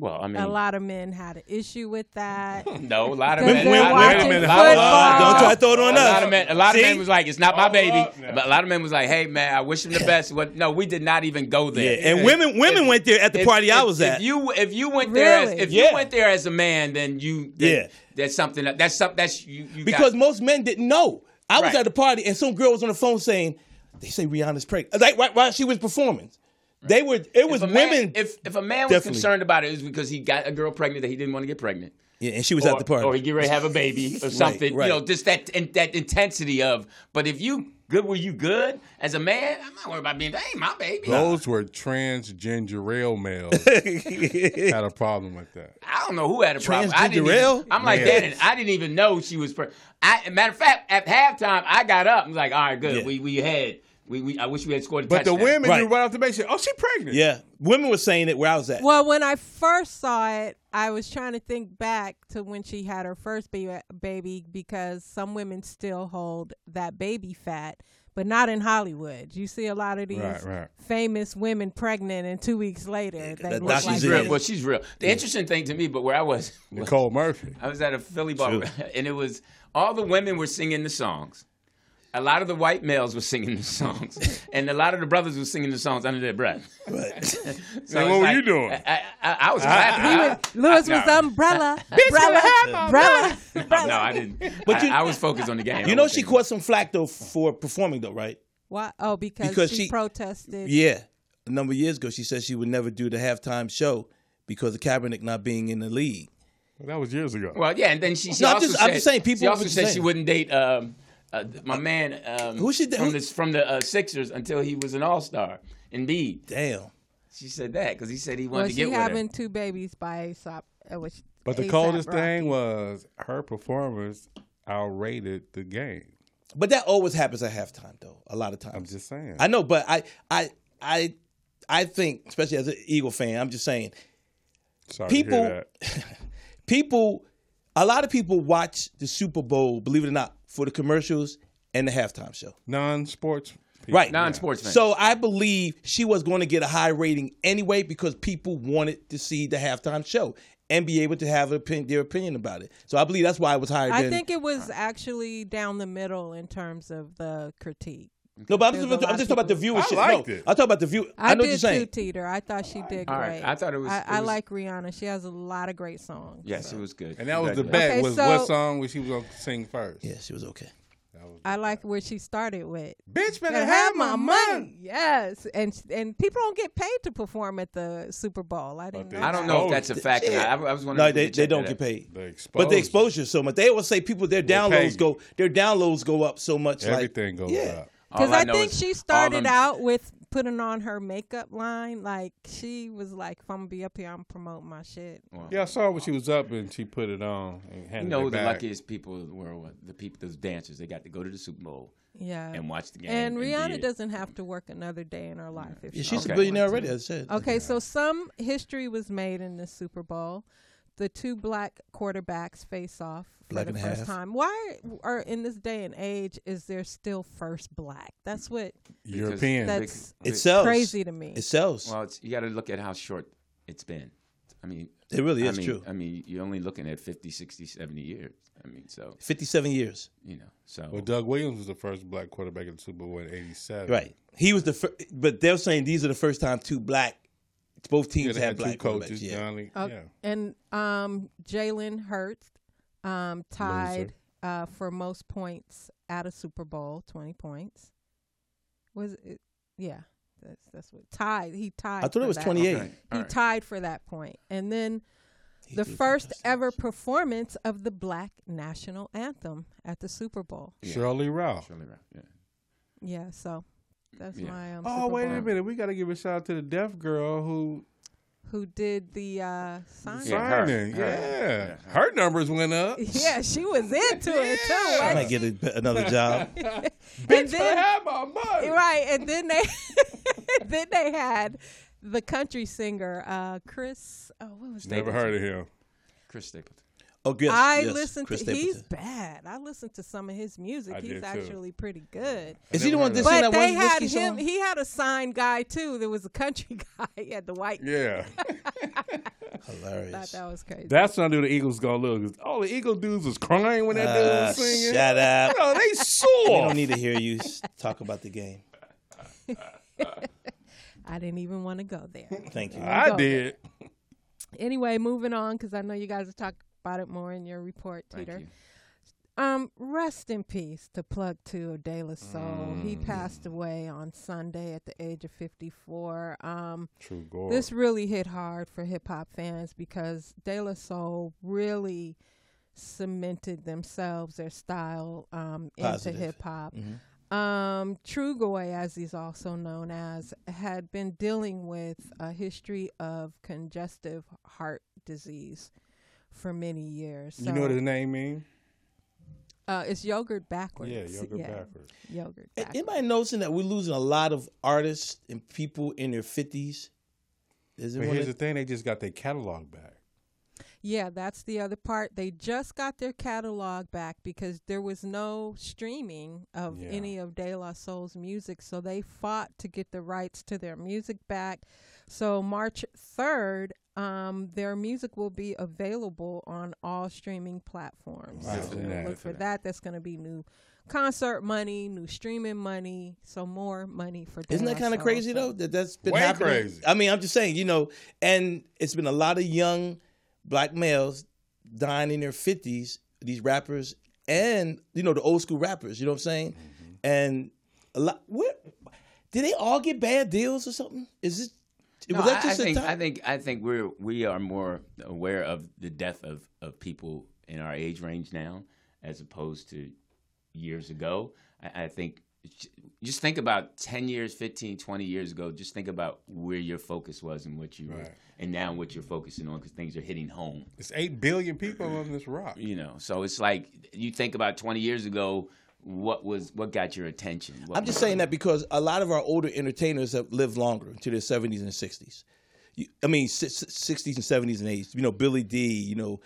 B: Well, I mean,
D: a lot of men had an issue with that.
B: No, a lot of
D: Because
B: men.
D: they're
B: a lot of
D: watching
B: men-
A: football.
B: a lot of-
D: Don't try
C: to throw it on
B: a
C: us.
B: Lot of men, a lot of
C: See?
B: men was like, "It's not my
A: Hold
B: baby."
A: up now.
B: But a lot of men was like, "Hey, man, I wish him the best." What? No, we did not even go
C: Yeah.
B: there.
C: And women women went there at the
B: If-
C: party I
B: if-
C: was
B: if
C: at.
B: you if you went there as,
D: Really?
B: if
C: Yeah.
B: you went there as a man, then you then
C: Yeah.
B: That's something that that's something that's you, you
C: because
B: got,
C: most men didn't know. I was
B: Right.
C: at the party and some girl was on the phone saying, "They say Rihanna's pregnant." Like right, while she was performing, they were. It was
B: if
C: women.
B: a Man, if if a man was
C: Definitely.
B: concerned about it, it was because he got a girl pregnant that he didn't want to get pregnant.
C: Yeah, and she was
B: or,
C: at the party.
B: or you get ready to have a baby or something.
C: right.
B: You know, just that and that intensity of. But if you good, were you good as a man? I'm not worried about being. That ain't my baby.
A: Those were trans ginger ale males. Had a problem with that.
B: I don't know who had a problem. I
C: Transgender
B: didn't
C: ale?
B: even, I'm like
A: Yeah.
B: that, and I didn't even know she was. Pre- I, matter of fact, at halftime, I got up and was like, "All right, good.
C: Yeah.
B: We we had. We, we I wish we had scored a
A: But the
B: touchdown."
A: women,
C: Right.
A: you right off the bat, say, oh, she pregnant.
C: yeah, women were saying it where I was at.
D: Well, when I first saw it, I was trying to think back to when she had her first ba- baby because some women still hold that baby fat, but not in Hollywood. You see a lot of these
A: Right, right.
D: famous women pregnant, and two weeks later, they
C: that
D: look like
C: docu's
B: she's
C: in
D: that.
B: real. Well, she's real. The interesting thing to me, but where I was,
A: Nicole Murphy.
B: I was at a Philly bar, and it was all the women were singing the songs. A lot of the white males were singing the songs, and a lot of the brothers were singing the songs under their breath.
C: But
B: So
A: And
B: it's
A: what were
B: like-
A: you doing?
B: I, I, I
C: Ah,
B: was clapping.
D: He
B: I-
D: was, Lewis
B: I-
D: was
B: no.
D: umbrella, umbrella, umbrella,
B: No,
D: umbrella.
B: I didn't.
C: But
B: But
C: you-
B: I, I was focused on the game.
C: you
B: I
C: know
B: was
C: she
B: thinking-
C: caught some flack though for performing though, right?
D: Why? Oh, because,
C: Because
D: she,
C: she-
D: protested.
C: Yeah, a number of years ago, she said she would never do the halftime show because of Kaepernick not being in the league.
A: That was years ago.
B: Well, yeah, and then she. she
C: No, I'm
B: also
C: just-
B: said,
C: I'm just saying,
B: She
C: people
B: also
C: was
B: said she
C: saying.
B: wouldn't date um, uh, my man. Um,
C: Who she da-
B: from
C: who-
B: the from the uh, Sixers until he was an All Star. Indeed,
C: Damn.
B: she said that because he said he wanted
D: Well,
B: to
D: she
B: get with her.
D: having two babies by Aesop. uh, Which
A: But the
D: A$AP
A: coldest
D: Rocky.
A: thing was her performance outrated the game.
C: But that always happens at halftime, though. A lot of times.
A: I'm just saying.
C: I know, but I, I, I, I think, especially as an Eagle fan, I'm just saying,
A: Sorry
C: people-
A: to hear that.
C: people, a lot of people watch the Super Bowl, believe it or not, for the commercials and the halftime show.
A: non-sports. People.
C: Right.
B: Non-sports fan.
C: So I believe she was going to get a high rating anyway because people wanted to see the halftime show and be able to have an opin- their opinion about it. So I believe that's why it was higher
D: I
C: than.
D: think it was actually down the middle in terms of the critique.
C: no, but I'm
D: there's
C: just,
D: a lot
C: I'm
D: of
C: just talking about the
D: people-
C: viewership.
A: I liked
C: no,
A: it.
C: I'm talking about the view. I,
D: I,
C: know what
D: did
C: you're saying.
D: too, Teeter. I thought she did great.
B: All right. I thought it was-
D: I,
B: it
D: I
B: was-
D: like Rihanna. She has a lot of great songs.
B: Yes, it was good.
A: And that was the
B: Congratulations.
A: bet
D: Okay,
A: was
D: so-
A: what song was she was gonna sing first.
C: Yeah, she was okay.
D: I like where she started with.
A: Bitch better
D: "Better
A: have my money.
D: Yes, and and people don't get paid to perform at the Super Bowl. I didn't.
A: they
D: Know
B: I
D: that.
B: don't know if
A: Oh,
B: that's a fact. or not. I, I was wondering.
C: No,
B: if you
C: they,
B: could
C: they
B: check
C: don't
B: that
C: get
B: out.
C: paid.
A: The exposure.
C: But the exposure is so much. They always say people their
A: pay
C: downloads
A: you.
C: go their downloads go up so much.
A: Everything goes
C: yeah.
A: up.
B: All
D: Because I,
B: know
D: think
B: is
D: she
B: all
D: started
B: them-
D: out with putting on her makeup line. Like she was like, "If I'm gonna be up here, I'm promoting my shit."
A: Yeah, I saw when she was up and she put it on and handed
B: You know
A: it
B: who the
A: back.
B: luckiest people were? were The people, those dancers. They got to go to the Super Bowl
D: Yeah,
B: and watch the game.
D: And
B: be
D: Rihanna
B: it.
D: doesn't have to work another day in her life. If
C: Yeah,
D: she
C: she's
D: doesn't
C: a
B: Okay.
C: billionaire
D: want to.
C: already. I said.
D: Okay, so some history was made in the Super Bowl. The two black quarterbacks face off for
C: Black
D: the
C: and a
D: first
C: half.
D: time. Why are in this day and age is there still first black? That's what
B: Because
A: European.
B: they-
D: That's
B: they-
C: It sells.
D: crazy to me.
C: It sells.
B: Well, it's, you got to look at how short it's been. I mean,
C: It really
B: I
C: is
B: mean,
C: true.
B: I mean, you're only looking at 50, 60, 70 years. I mean, so,
C: Fifty-seven years.
B: you know, so.
A: well, Doug Williams was the first black quarterback in the Super Bowl in '87.
C: Right. He was the first, but they're saying these are the first time two black. Both
A: Yeah,
C: teams
A: they
C: had
A: had two
C: black quarterbacks,
A: coaches.
C: Yeah.
A: Johnny,
D: Uh,
A: yeah.
D: And um, Jalen Hurts um, tied uh, for most points at a Super Bowl, twenty points. Was it? Yeah, that's that's what tied. He tied.
C: I thought
D: for
C: it was
D: that.
C: twenty-eight.
B: Okay.
D: He
B: All right.
D: tied for that point, and then the first ever performance of the Black National Anthem at the Super Bowl.
A: Shirley Ralph.
B: Shirley Ralph, yeah.
D: Yeah, so that's
B: Yeah.
D: my um,
A: Oh
D: Super
A: wait
D: Bowl.
A: a minute, we got to give a shout out to the deaf girl who
D: Who did the uh, sign?
B: Yeah, her.
A: signing.
B: Her.
A: Yeah, her numbers went up.
D: Yeah, she was into it too.
C: I
D: wasn't
C: might get a, b- another job.
D: she? and then
A: Have my money.
D: right and then they then they had the country singer uh chris oh what was
A: Never heard of him.
B: Chris Stapleton.
C: Oh, yes,
D: I
C: yes,
D: listened
C: Chris
D: to. He's
C: Stapleton.
D: bad. I listened to some of his music.
A: I
D: he's
A: did, too.
D: actually pretty good.
C: Is he the one that sang
D: But
C: that
D: they
C: one
D: had
C: whiskey
D: him.
C: song?
D: He had a signed guy too. There was a country guy. He had the white.
A: Yeah,
D: I thought
C: Hilarious.
D: that was crazy.
A: that's how I knew the Eagles gonna look. 'cause All the Eagle dudes was crying when that dude
C: Uh,
A: was singing.
C: shut up.
A: Yo, they
C: We
A: saw.
C: don't need to hear you s- talk about the game.
D: I didn't even want to go there.
C: Thank you.
A: I did.
D: anyway, moving on because I know you guys will talk about it more in your report,
B: Thank
D: Teeter.
B: you.
D: Um, rest in peace to Plug Two of De La Soul. He passed away on Sunday at the age of fifty four. Um,
A: True gore.
D: this really hit hard for hip hop fans because De La Soul really cemented themselves, their style, um, into
C: Positive.
D: hip hop. Um, Trugoy, as he's also known as, had been dealing with a history of congestive heart disease for many years. So,
A: you know what his name mean?
D: uh, it's yogurt backwards.
A: Yeah, yogurt backwards.
D: Yogurt
C: A-
D: backwards.
C: Anybody noticing that we're losing a lot of artists and people in their fifties? Is it
A: But
C: one
A: here's
C: of,
A: the thing: they just got their catalog back.
D: Yeah, that's the other part. They just got their catalog back because there was no streaming of
A: Yeah.
D: any of De La Soul's music. So they fought to get the rights to their music back. So March 3rd, um, their music will be available on all streaming platforms.
A: Wow. Good
D: So
A: for
D: we'll
A: that.
D: look for that. That's going to be new concert money, new streaming money. So more money for De
C: isn't that
D: La
C: kind of
D: Soul.
C: crazy
D: So-
C: though? That that's been
A: Way
C: happening.
A: crazy.
C: I mean, I'm just saying, you know, and it's been a lot of young black males dying in their fifties. These rappers and you know the old school rappers. You know what I'm saying?
A: Mm-hmm.
C: And a lot. What did they all get bad deals or something? Is it?
B: No,
C: was
B: I-
C: that
B: I,
C: just a
B: think,
C: time?
B: I think I think we're we are more aware of the death of, of people in our age range now as opposed to years ago. I, I think j- just think about 10 years, 15, 20 years ago, just think about where your focus was and what you were
A: Right.
B: and now what you're focusing on cuz things are hitting home.
A: It's eight billion people on this rock.
B: You know, so it's like you think about 20 years ago what was what got your attention? What
C: I'm just
B: was-
C: saying that because a lot of our older entertainers have lived longer to their 70s and 60s. You, I mean, si- si- 60s and 70s and 80s. You know, Billy D. You know,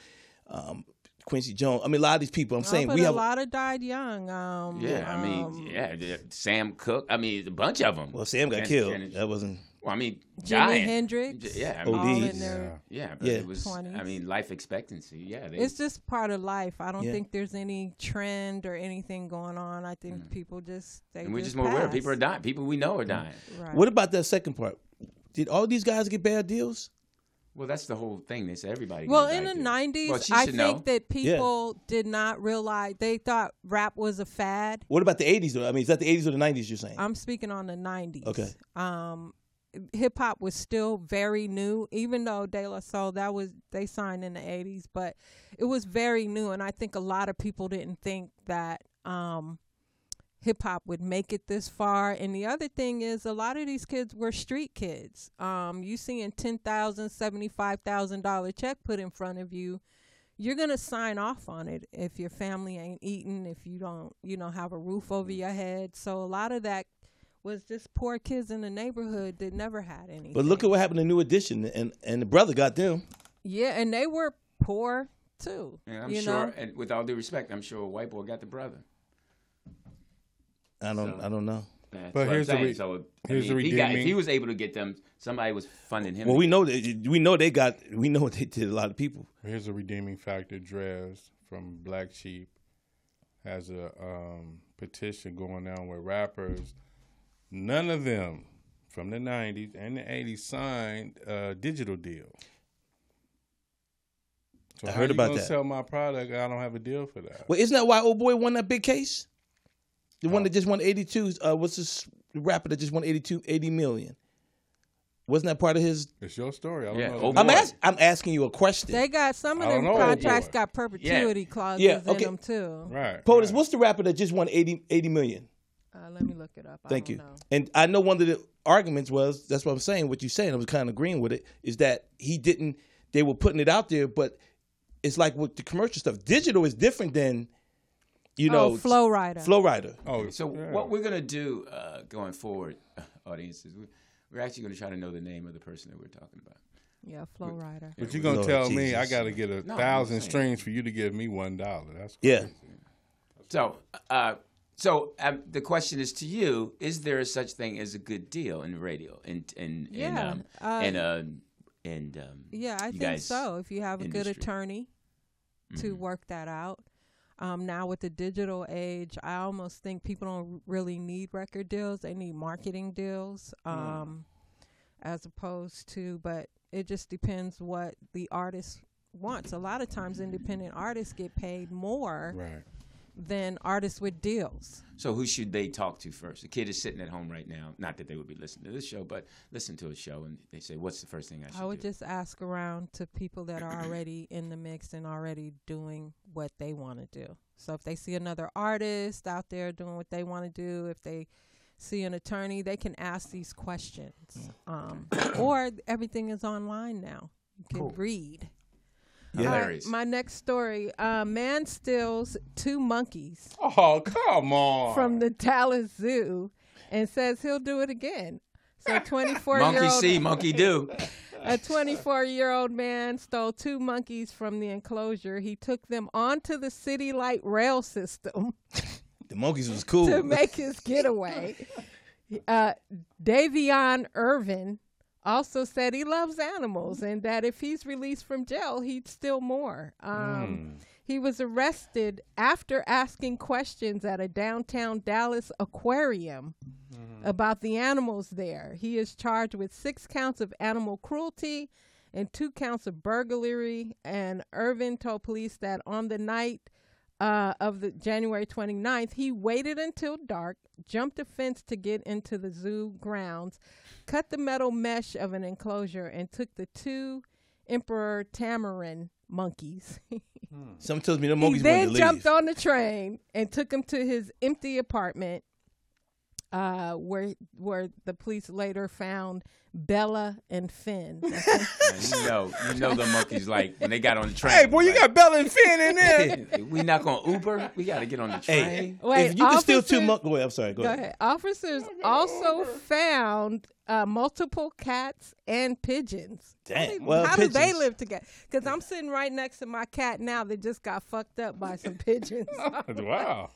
C: um, Quincy Jones. I mean, a lot of these people. I'm
D: Oh,
C: saying
D: but
C: we
D: a
C: have.
D: lot of died young. Um,
B: Yeah, I
D: um,
B: mean, yeah, yeah, Sam Cook. I mean, a bunch of them.
C: well, Sam got killed. that wasn't.
B: Well, I mean,
D: Jimi
B: dying.
D: Hendrix.
B: J- Yeah, I
C: Oh,
B: mean,
D: all
C: ODs.
D: in their-
A: Yeah.
B: yeah, but
C: Yeah.
B: it was. I
D: 20s.
B: mean, life expectancy. Yeah, they,
D: It's just part of life. I don't
C: Yeah.
D: think there's any trend or anything going on. I think people just they
B: Mm. and we're just
D: just
B: more aware.
D: pass.
B: People are dying. People we know are dying.
D: Right.
C: What about that second part? Did all these guys get bad deals?
B: Well, that's the whole thing. They said everybody.
D: well,
B: goes
D: in the
B: back to-
D: '90s,
B: Well, she
D: I
B: should
D: think
B: know.
D: that people did not realize they thought rap was a fad.
C: What about the 80s? Though? I mean, is that the 80s or the 90s? You're saying?
D: I'm speaking on the '90s.
C: Okay.
D: Um, hip hop was still very new, even though De La Soul that was they signed in the '80s, but it was very new, and I think a lot of people didn't think that. Um, hip hop would make it this far. And the other thing is, a lot of these kids were street kids. Um, you seeing ten thousand, seventy five thousand dollar check put in front of you, you're gonna sign off on it if your family ain't eating, if you don't, you know, have a roof over your head. So a lot of that was just poor kids in the neighborhood that never had anything.
C: but look at what happened to New Edition, and and the brother got them.
D: yeah, and they were poor too.
B: And I'm
D: you
B: sure,
D: know?
B: and with all due respect, I'm sure a white boy got the brother.
C: I don't. I don't know.
B: That's
A: But
B: what I'm
A: here's the
B: saying.
A: re-
B: so, I
A: here's
B: mean,
A: the
B: if he, got, if
A: redeeming-
B: he was able to get them, somebody was funding him.
C: Well, we know that we know they got. We know they did a lot of people.
A: Here's a redeeming factor. Drez from Black Sheep has a um, petition going on with rappers. None of them from the '90s and the '80s signed a digital deal. So
C: I
A: how
C: heard
A: you
C: about
A: gonna
C: that.
A: Sell my product. I don't have a deal for that.
C: Well, isn't that why old boy won that big case? The one that just won 82. Uh, what's this rapper that just won 82, 80 million? Wasn't that part of his?
A: It's your story. I don't
B: Yeah,
A: know.
B: old
C: I'm,
B: boy.
C: ask, I'm asking you a question.
D: They got some of
A: I
D: their
A: don't know,
D: contracts
A: boy.
D: got perpetuity clauses
C: Yeah, okay.
D: in them too.
A: Right.
C: POTUS,
A: right.
C: what's the rapper that just won 80, 80 million?
D: Uh, let me look it up.
C: Thank
D: I
C: you.
D: don't Know.
C: And I know one of the arguments was that's what I'm saying. What you're saying, I was kind of agreeing with it. Is that he didn't? They were putting it out there, but it's like with the commercial stuff. Digital is different than, you know,
D: oh, Flow Rider.
C: Flow Rider.
A: Oh,
B: So
A: yeah.
B: what we're gonna do uh, going forward, audiences, we- we're actually gonna try to know the name of the person that we're talking about.
D: yeah, Flow Rider.
A: But you're gonna
C: Lord
A: tell me
C: Jesus.
A: I gotta get a
B: No, I'm
A: thousand
B: saying.
A: strings for you to give me one dollar. That's
C: Yeah.
B: So, uh, so um, the question is to you: Is there a such thing as a good deal in radio? And and and
D: Yeah,
B: um,
D: uh,
B: and, um and um,
D: Yeah, I
B: you
D: think
B: guys-
D: so. If you have a good
B: industry. Mm-hmm.
D: attorney to work that out. Um, now with the digital age, I almost think people don't really need record deals; they need marketing deals,
B: Mm.
D: um, as opposed to. But it just depends what the artist wants. A lot of times, independent artists get paid more
A: Right.
D: than artists with deals.
B: So who should they talk to first? A kid is sitting at home right now. Not that they would be listening to this show, but listen to a show and they say, "What's the first thing I should
D: I would
B: do?"
D: just ask around to people that are already in the mix and already doing what they want to do. So if they see another artist out there doing what they want to do, if they see an attorney, they can ask these questions. Um, or everything is online now. You can read. All right,
B: Hilarious.
D: my next story: uh, man steals two monkeys
A: Oh, come on.
D: from the Dallas Zoo and says he'll do it again. So, 24 year
B: monkey
D: old
B: see, monkey do.
D: a 24 year old man stole two monkeys from the enclosure. He took them onto the city light rail system
C: The monkeys was cool.
D: to make his getaway. Uh, Davion Irvin also said he loves animals and that if he's released from jail, he'd steal more. Um, He was arrested after asking questions at a downtown Dallas aquarium about the animals there. He is charged with six counts of animal cruelty and two counts of burglary. And Irvin told police that on the night uh, of the January 29th, he waited until dark, jumped a fence to get into the zoo grounds, cut the metal mesh of an enclosure, and took the two emperor tamarin monkeys.
C: Something tells me the
D: he
C: monkeys wanted to
D: then
C: leave.
D: jumped on the train and took him to his empty apartment, uh, where where the police later found Bella and Finn.
B: you know, you know the monkeys like when they got on the train.
C: Hey, boy, you got Bella and Finn in there.
B: got. we not gonna Uber. We got to get on the train.
C: hey,
D: Wait,
C: if you can steal two
D: officer-
C: monkeys, wait, I'm sorry. Go,
D: Go
C: ahead.
D: ahead. Officers also found uh, multiple cats and pigeons.
C: Damn.
D: How do-
C: Well,
D: how do they
C: pigeons.
D: live together? Because I'm sitting right next to my cat now that just got fucked up by some pigeons.
A: wow.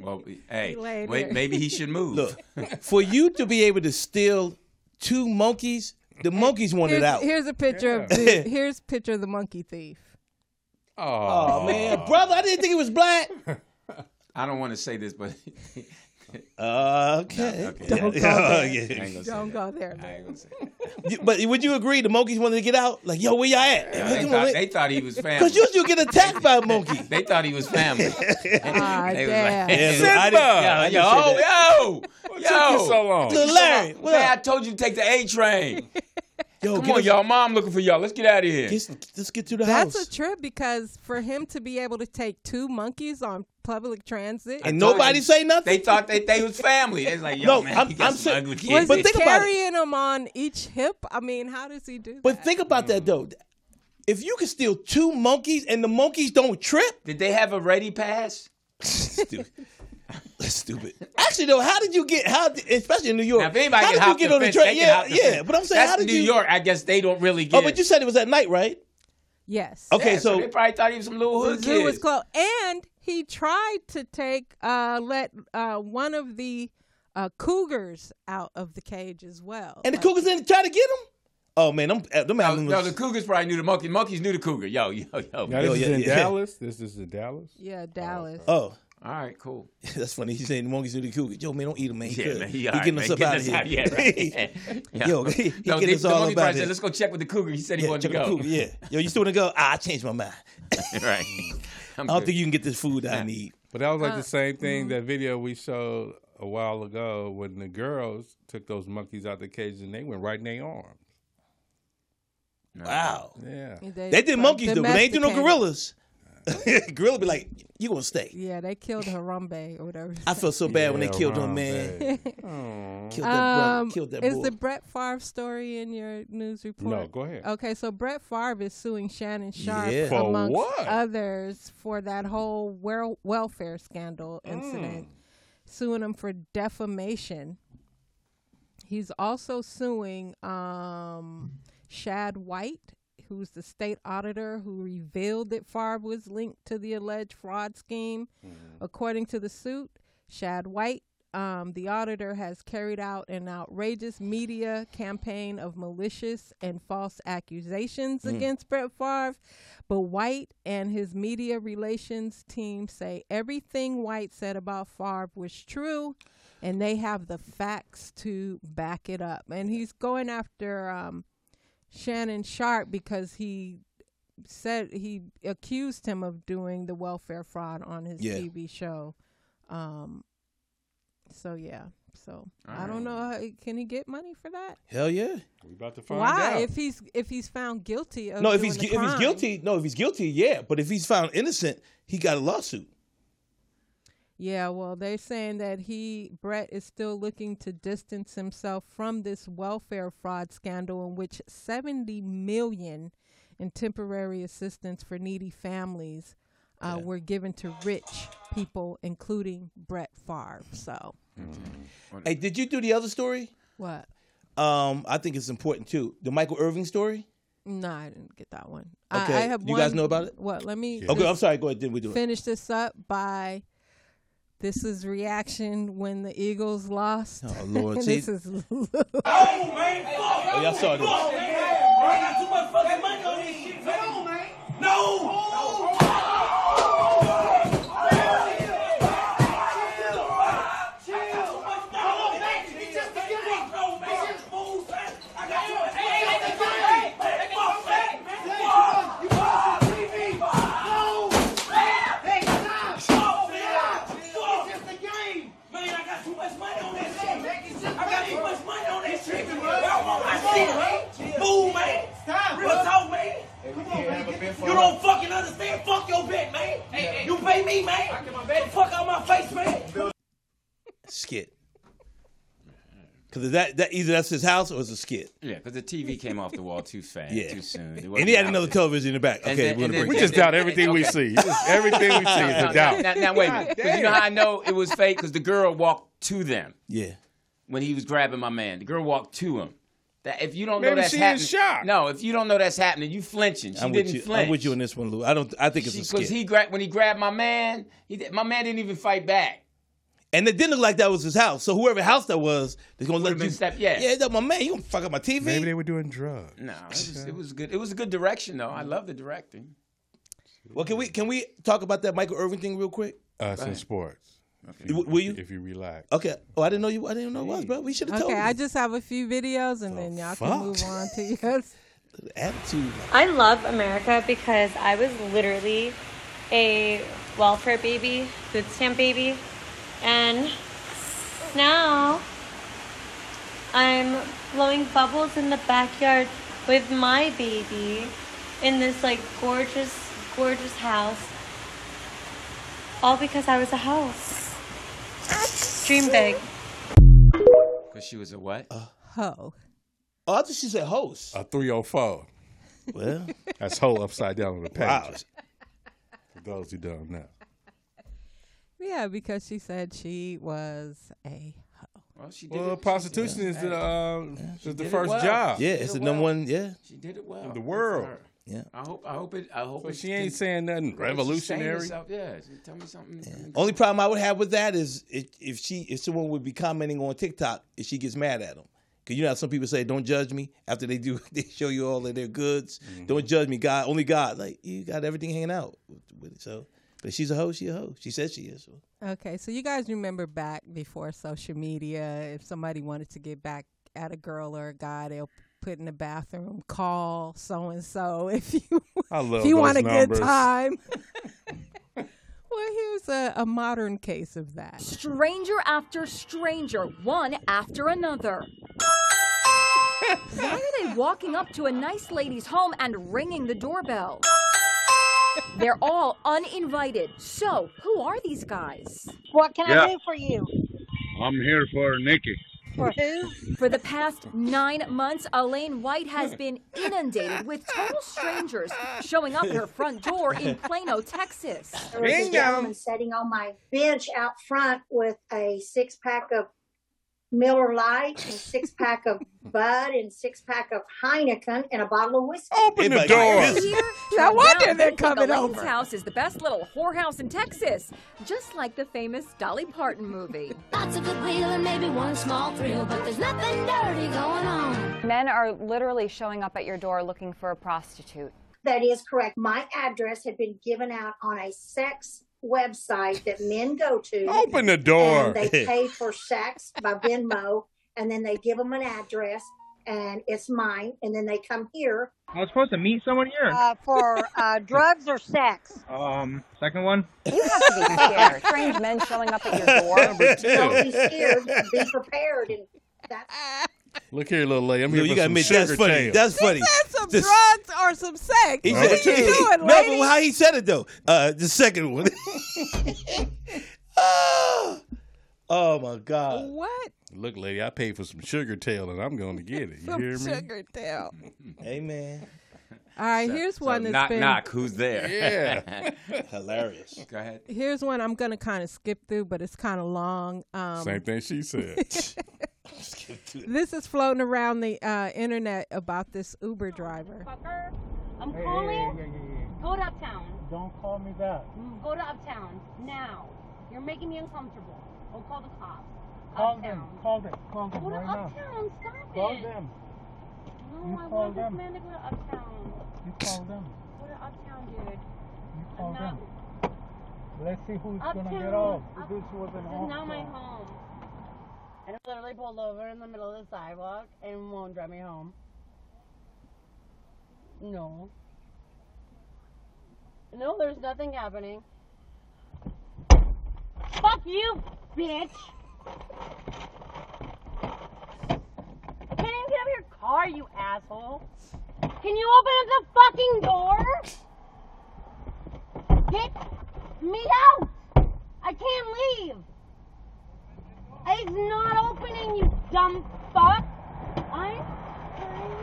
B: Well, hey,
D: later.
B: wait, maybe he should move.
C: Look, for you to be able to steal two monkeys, the monkeys wanted
D: Here's,
C: out.
D: here's a picture of the, here's a picture of the monkey thief.
A: Oh,
C: oh man, brother, I didn't think he was black.
B: I don't want to say this, but
C: Okay.
B: okay.
C: Yeah,
D: Don't
C: yeah,
D: call
C: yeah.
B: I ain't gonna say
D: Don't
B: that.
D: go there.
B: I
D: man.
B: ain't gonna say that.
C: You- But would you agree the monkeys wanted to get out? Like, yo, where y'all at?
B: They thought, they thought he was family.
C: Because usually you get attacked by a monkey.
B: They thought he was family.
D: Ah,
B: They was
D: damn.
B: like-
C: Yeah,
A: Simba!
C: look, I didn't- yeah, I
B: yo,
C: didn't say that.
B: yo, yo,
A: Took you so long.
C: Look, Larry, what
B: Man, I
C: up?
B: told you to take the A train.
C: Yo,
B: Come
C: get
B: on,
C: us-
B: y'all. Mom looking for y'all. Let's get out of here.
C: Get, let's get to the
D: That's
C: house.
D: a trip because for him to be able to take two monkeys on public transit,
C: and
B: told
C: nobody
B: you.
C: say nothing.
B: They thought they, they was family. They was like, yo,
C: No,
B: man,
C: I'm-
B: he got
C: I'm
B: some
C: ser-
B: ugly
D: was
B: kids.
C: But
D: he
C: think about it.
D: carrying them on each hip? I mean, how does he do
C: but
D: that?
C: think about that though. If you can steal two monkeys and the monkeys don't trip,
B: Did they have a ready pass?
C: stupid. That's stupid. Actually, though, how did you get? How did- especially in New York?
B: Now, if anybody
C: how
B: can
C: did you
B: hop
C: get
B: the
C: on the
B: fence,
C: train?
B: they can
C: Yeah,
B: hop the
C: yeah.
B: fence.
C: But I'm saying,
B: That's
C: how did
B: New
C: you?
B: York. I guess they don't really
C: Oh,
B: get.
C: but you said it was at night, right?
D: yes.
C: Okay, so
B: they probably thought he was some little
D: The
B: hood
D: zoo
B: kid.
D: was closed, and he tried to take uh, let uh, one of the uh, cougars out of the cage as well.
C: and the
D: Like,
C: cougars didn't try to get him. Oh man, I'm uh, them
B: no,
C: animals.
B: no, the Cougars probably knew the monkey. Monkeys knew the Cougar. Yo, yo, yo.
A: Now, this
C: Oh,
A: is
C: yeah,
A: in
C: yeah.
A: Dallas. This is in Dallas.
D: yeah, Dallas.
C: oh,
B: All right, cool.
C: that's funny. He's saying the monkeys do the cougars. Yo, man, don't eat them, man. He
B: Yeah,
C: could.
B: man.
C: He
B: He, all right,
C: getting
B: man.
C: us up
B: Get
C: out of
B: us
C: here.
B: out- yeah, right. Yeah.
C: Yo, he- he
B: no,
C: getting
B: they-
C: us
B: the
C: all up out
B: monkey probably
C: of here.
B: said, let's go check with the Cougar. He said he
C: Yeah,
B: wanted
C: check
B: to
C: the
B: go.
C: cougar. Yeah, yo, you still wanna go? Ah, I changed my mind.
B: right. I'm
C: I don't
B: good.
C: think you can get this food I need.
A: But that was like the same thing that video we showed a while ago when the girls took those monkeys out the cage and they went right in their arms.
C: Wow,
A: Yeah.
C: they did monkeys though, but they ain't do no
D: domesticated-
C: gorillas. Gorilla be like, you gonna stay?
D: Yeah, they killed Harambe or whatever.
C: I felt so bad when they killed him,
A: Around
C: man.
A: there.
C: Killed that brother.
D: Um,
C: Killed that
D: is
C: boy.
D: the Brett Favre story in your news report?
A: No, go ahead.
D: Okay, so Brett Favre is suing Shannon Sharp
C: Yeah. For
D: amongst
A: what?
D: others for that whole wel- welfare scandal
A: Mm.
D: incident, suing him for defamation. He's also suing um, Shad White, who's the state auditor who revealed that Favre was linked to the alleged fraud scheme. According to the suit, Shad White, um, the auditor, has carried out an outrageous media campaign of malicious and false accusations against Brett Favre. But White and his media relations team say everything White said about Favre was true. And they have the facts to back it up. And he's going after um, Shannon Sharp because he said he accused him of doing the welfare fraud on his
C: Yeah.
D: TV show. Um, so yeah, so I don't
B: Alright.
D: know. How, can he get money for that?
C: Hell yeah.
A: We about to find
D: Why?
A: out.
D: If he's if he's found guilty of
C: No, if
D: doing
C: he's
D: the
C: if he's
D: crime.
C: guilty, no, if he's guilty, yeah. But if he's found innocent, he got a lawsuit.
D: Yeah, well, they're saying that he, Brett, is still looking to distance himself from this welfare fraud scandal in which 70 million in temporary assistance for needy families uh, were given to rich people, including Brett Favre. So,
A: Mm-hmm.
C: Hey, did you do the other story?
D: what?
C: Um, I think it's important too. The Michael Irving story.
D: No, I didn't get that one. I-
C: Okay,
D: I, have
C: you guys
D: one-
C: know about it?
D: What? Let me.
C: Okay, I'm sorry. Go ahead. Then we do it.
D: finish this up by this is reaction when the Eagles lost.
C: Oh, Lord, see-
D: this is
C: Oh, y'all saw this.
G: Move, man. Real talk, man. You don't fucking understand. Fuck your bet, man. You pay me, man. The fuck out my face, man.
C: skit. Because that that either that's his house or it's a skit.
B: Yeah, because the TV came off the wall too fast,
C: Yeah.
B: too soon. It
C: And he had
B: wasn't
C: another
B: out
C: television in the back.
B: And
C: Okay,
B: then-
C: we're gonna
B: and then-
C: bring
A: we
C: it.
A: just doubt everything we see. Just everything we see is
B: there.
A: a
B: Now,
A: doubt.
B: now, now, wait a minute. 'Cause you know how I know it was fake? Because the girl walked to them
C: Yeah.
B: when he was grabbing my man. The girl walked to him. That if you don't know
A: Maybe
B: that's
A: she
B: happening,
A: is shocked.
B: no, if you don't know that's happening, you flinching. She
C: I'm
B: didn't
C: with you.
B: flinch.
C: I'm with you on this one, Lou. I don't. I think it's a skit.
B: Because he gra- when he grabbed my man, he did- my man didn't even fight back.
C: and it didn't look like that was his house. So whoever house that was, they're gonna let
B: been
C: you.
B: step- yeah.
C: yeah, that my man. You gonna fuck up my TV?
A: Maybe they were doing drugs.
B: No, it was, it was good. It was a good direction though. I love the directing.
C: well, can we can we talk about that Michael Irving thing real quick?
A: Us in sports.
C: W- will you?
A: Uh, If you relax.
C: Okay. Oh, I didn't know you. I didn't know it was, bro. We should have told
D: okay.
C: you.
D: I just have a few videos, and then y'all can
C: fuck?
D: move on to yours.
C: Attitude.
H: I love America because I was literally a welfare baby, food stamp baby, and now I'm blowing bubbles in the backyard with my baby in this like gorgeous, gorgeous house. All because I was a house. Dream big.
B: Because she was a what?
C: Uh,
D: Ho.
C: Oh, I thought she said host.
A: A 304.
C: well,
A: That's whole upside down on the page.
C: wow.
A: For those who don't know.
D: Yeah, because she said she was a.
B: well, she did.
A: Well,
B: it.
A: prostitution is the, uh, is the
B: did it
A: first
B: well.
A: job.
C: Yeah, it's the number one. Yeah,
B: She did it well.
A: the world.
B: Good for her.
C: yeah.
B: I hope. I hope it. I hope
A: But
B: it
A: she ain't
B: can-
A: saying nothing
B: sustain
A: revolutionary.
B: herself. Yeah. she- Tell me something. something
C: Only problem I would have with that is if, if she if someone would be commenting on TikTok if she gets mad at them. Cause you know how some people say, "Don't judge me." After they do, they show you all of their goods.
B: Mm-hmm.
C: Don't judge me, God. Only God. Like you got everything hanging out with, with it. So, but she's a hoe. She a hoe. She says she is. So.
D: Okay, so you guys remember back before social media, if somebody wanted to get back at a girl or a guy, they'll put in the bathroom, call so and so if you
A: I love
D: if you
A: those
D: want a good
A: numbers.
D: time. well, here's a, a modern case of that.
I: Stranger after stranger, one after another. Why are they walking up to a nice lady's home and ringing the doorbell? They're all uninvited. So, who are these guys?
J: What can I do for you? I'm here for Nikki. For who?
I: For the past nine months, Elaine White has been inundated with total strangers showing up at her front door in Plano, Texas.
J: There was
A: Bingo.
J: a gentleman sitting on my bench out front with a six pack of Miller Lite and six pack of Bud and six pack of Heineken and a bottle of whiskey.
A: Open the
C: Everybody-
A: door.
C: Yes.
D: No wonder
I: Now,
D: they're
I: they think
D: coming
I: Elaine's
D: over.
I: house is the best little whorehouse in Texas, just like the famous Dolly Parton movie.
K: Lots of goodwill and maybe one small thrill, but there's nothing dirty going on.
H: Men are literally showing up at your door looking for a prostitute.
J: That is correct. My address had been given out on a sex website that men go to.
A: Open the door.
J: And they pay for sex by Venmo, and then they give them an address, and it's mine. And then they come here
L: I was supposed to meet someone here.
J: uh, for uh, drugs or sex.
L: um, second one.
J: You have to be scared. Strange men showing up at your door.
L: Number two.
J: Don't be scared. Be prepared. And that's
A: Look here, little lady. I'm
C: No,
A: here
C: you
A: for
C: gotta
A: some
C: admit,
A: sugar
C: that's funny.
A: tail.
C: That's funny.
D: Some
C: Just-
D: drugs or some sex.
C: He
D: what are
C: said-
D: you doing,
C: no,
D: lady?
C: but how he said it though. Uh, the second one. oh, oh my God.
D: What?
A: Look, lady, I paid for some sugar tail and I'm going to get it. You
D: Some
A: hear me?
D: sugar tail.
C: Amen.
D: All right, here's
B: So
D: one that's
B: knock
D: been
B: knock. Who's there?
A: Yeah.
C: Hilarious.
B: Go ahead.
D: Here's one I'm gonna kind of skip through, but it's kind of long. Um,
A: Same thing she said.
D: this is floating around the uh, internet about this Uber driver.
M: I'm calling. Go to Uptown. Don't call me that. Go to Uptown now. You're making me uncomfortable. I'll call the cops.
N: Call
M: Uptown.
N: them. Call them. Call them
M: Go to
N: right now.
M: Uptown. Stop
N: Call
M: it.
N: them.
M: No,
N: You
M: I
N: call
M: want
N: them.
M: this man to go to Uptown.
N: You call them.
M: Go to Uptown, dude.
N: You call
M: No.
N: them. Let's see who's
M: Uptown.
N: gonna get off.
M: Up-
N: This was an
M: This is not my
N: off.
M: home. And I literally pulled over in the middle of the sidewalk and won't drive me home. No. No, there's nothing happening. Fuck you, bitch! I can't even get out of your car, you asshole! Can you open up the fucking door? Get me out! I can't leave! It's not opening, you dumb fuck! I'm screaming.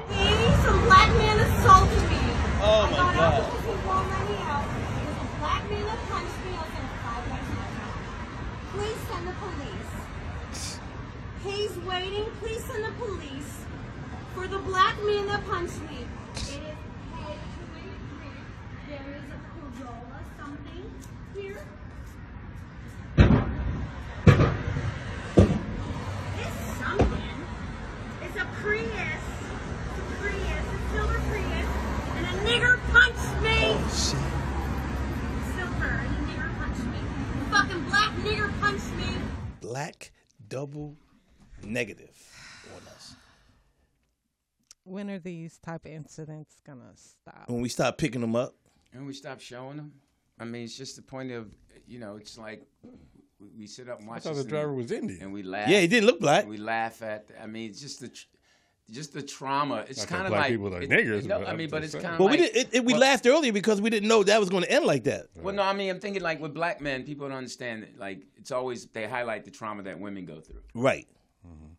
M: Some black man assaulted me!
C: Oh my God.
K: Black man that punched me was in five minutes. Please send the police. He's waiting. Please send the police for the black man that punched me. It is head 283. There is a Corolla something here. It's something. It's a Prius. It's a Prius. It's a silver Prius. And a nigger punched me. Silver. And a nigger punched me. Fucking black nigger punched me.
C: Black double negative on us.
D: When are these type of incidents gonna stop?
C: When we start picking them up,
B: And we stop showing them. I mean, it's just the point of, you know, it's like we- we sit up and watch.
A: thought
B: this
A: the driver
B: and,
A: was Indian.
B: And we laugh.
C: Yeah, he didn't look black.
B: We laugh at. I mean, it's just the, tr- just the trauma. It's
A: Not that
B: kind of
A: black
B: like
A: people are
B: it-
A: niggers,
B: no,
A: but
B: I
A: I'm
B: mean, but it's
A: just
B: kind
A: saying.
B: of.
C: but
B: like,
C: we did. It, it, we laughed earlier because we didn't know that was going to end like that.
B: Well, no, I mean, I'm thinking like with black men, people don't understand that. Like, it's always they highlight the trauma that women go through.
C: Right.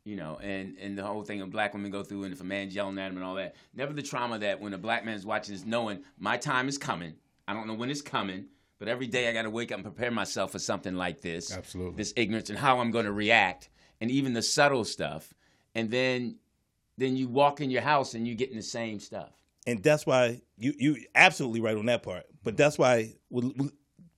B: You know, and and the whole thing of black women go through, and if a man's yelling at him and all that, never the trauma that when a black man's watching is knowing my time is coming. I don't know when it's coming, but every day I got to wake up and prepare myself for something like this. Absolutely. This ignorance and how I'm going to react, and even the subtle stuff, and then then you walk in your house and you getting the same stuff.
C: and that's why you you absolutely right on that part. But that's why well, well,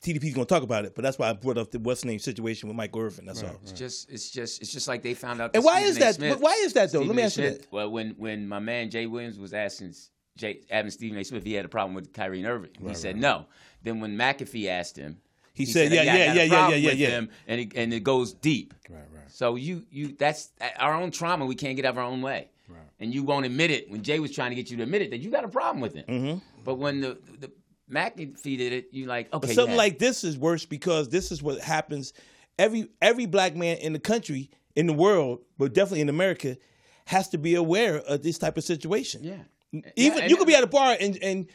C: TDP's going to talk about it. But that's why I brought up the what's name situation with Michael Irvin. That's all.
B: It's just, it's just, it's just like they found out.
C: And
B: that
C: why
B: Stephen
C: is
B: A.
C: that-
B: Smith-
C: why is that, though? Let
B: Stephen
C: me
B: A.
C: ask you
B: Smith- Well, when when my man Jay Williams was asking Jay, having Stephen A. Smith, he had a problem with Kyrie Irving. he
C: Right,
B: said
C: right.
B: no. Then when McAfee asked him,
C: He said, yeah, yeah,
B: I got a
C: yeah, yeah,
B: problem
C: yeah,
B: with
C: yeah.
B: him," and it, and it goes deep. Right, right. So you you that's our own trauma. We can't get out of our own way. Right. And you won't admit it when Jay was trying to get you to admit it that you got a problem with him.
C: Mm-hmm.
B: But when the the McAfee did it, you like okay,
C: but something
B: yeah.
C: like this is worse because this is what happens. Every every black man in the country, in the world, but definitely in America, has to be aware of this type of situation.
B: Yeah.
C: Even
D: and-
C: you could be at a bar and and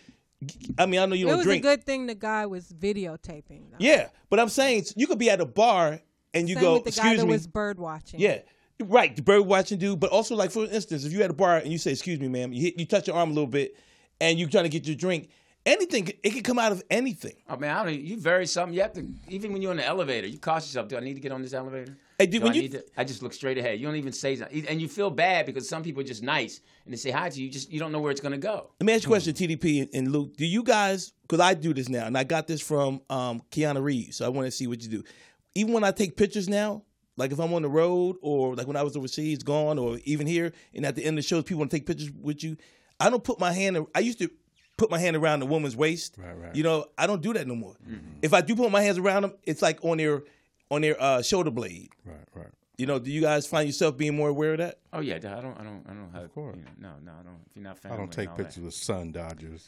C: I mean I know you
D: it
C: don't
D: was
C: drink.
D: a good thing the guy was videotaping.
C: yeah, but I'm saying you could be at a bar and you
D: Same
C: go.
D: with the guy
C: Excuse
D: that
C: me.
D: was bird watching.
C: Yeah. Right, the bird watching dude, but also like for instance, if you at a bar and you say, "Excuse me, ma'am," you hit, you touch your arm a little bit, and you trying to get your drink, anything it could come out of anything.
B: Oh man, I don't, you vary something. You have to even when you're in the elevator, you caution yourself. Do I need to get on this elevator?
C: Hey, dude,
B: Do
C: when
B: I
C: you-
B: need to, I just look straight ahead. You don't even say something, and you feel bad because some people are just nice and they say hi to you. you Just you don't know where it's gonna go.
C: Let me ask you a question, TDP and, and Luke. Do you guys? Because I do this now, and I got this from um, Keanu Reeves. So I want to see what you do. Even when I take pictures now, like if I'm on the road or like when I was overseas, gone, or even here, and at the end of the shows, people want to take pictures with you. I don't put my hand. I used to put my hand around a woman's waist. Right, right. You know, I don't do that no
O: Hmm.
C: Mm-hmm. more. If I do put my hands around them, it's like on their on their uh, shoulder blade.
A: Right, right.
C: You know, do you guys find yourself being more aware of that?
B: Oh yeah, I don't, I don't, I don't have. Of course. no, no, I don't. If you're not
A: I
B: family,
A: don't take
B: and all
A: pictures of sun dodgers.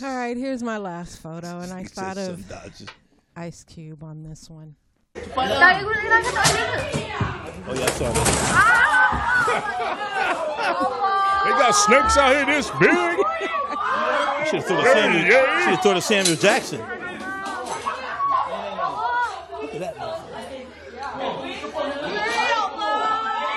D: All right, here's my last photo, and I
A: He said
D: thought of
A: Sundial.
D: Ice Cube on this one.
C: Oh yeah, I Ah! saw that.
A: They got snakes out here this big.
C: Should have thought of Samuel. Should have thought of Samuel Jackson.
K: Oh,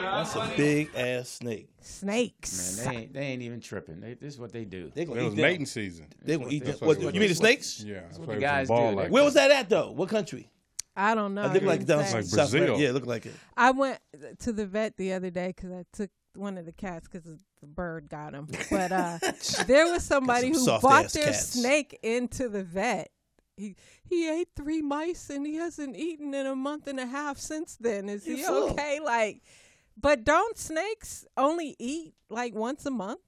C: That's a big ass snake.
D: Snakes.
B: Man, they ain't, they ain't even tripping. They, this is what they do.
C: They gonna It eat was them. mating season. They gonna eat
B: That's
C: them.
B: what-
C: What, you mean the snakes?
B: Yeah, that's
C: That's
B: what
C: why
B: the
C: it was
B: guys
C: a ball
B: do.
C: like
B: Like
C: Where was that at though? What country?
D: I don't know.
C: I think like down
D: It's
C: South America. Yeah, it looked like it.
D: I went to the vet the other day because I took one of the cats because the bird got him. But uh, there was somebody
C: Got some
D: who
C: soft
D: bought
C: ass
D: their
C: cats.
D: snake into the vet. He he ate three mice and he hasn't eaten in a month and a half since then. Is
C: You
D: he
C: fool.
D: okay? Like, but don't snakes only eat like once a month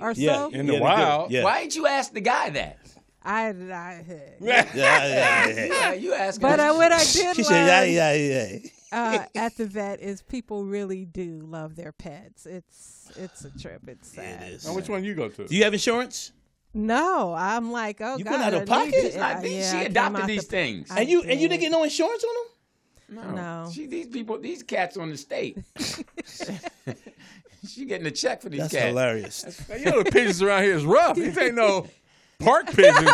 B: Uh,
D: or
C: Yeah,
D: so?
C: in the Yeah, they do. wild. Yeah.
B: Why didn't you ask the guy that?
D: I, I
C: Yeah, yeah, yeah.
B: Yeah, you asked.
D: But
B: him.
D: uh, what I did
C: She
D: was
C: said, "Yeah, yeah, yeah."
D: uh, at the vet is people really do love their pets. It's it's a trip. It's sad.
A: Now, which one you go to?
C: Do you have insurance?
D: No, I'm like, oh
C: You
D: God,
C: went out
D: I
C: of
D: need
C: pocket.
D: it. Yeah, yeah, I came out the- I
C: and you and you
D: did.
C: didn't get no insurance on them.
B: No. She, these people, these cats on the state. she getting a check for these
C: That's
B: cats.
C: hilarious.
A: you know the pigeons around here is rough. These ain't no park pigeons.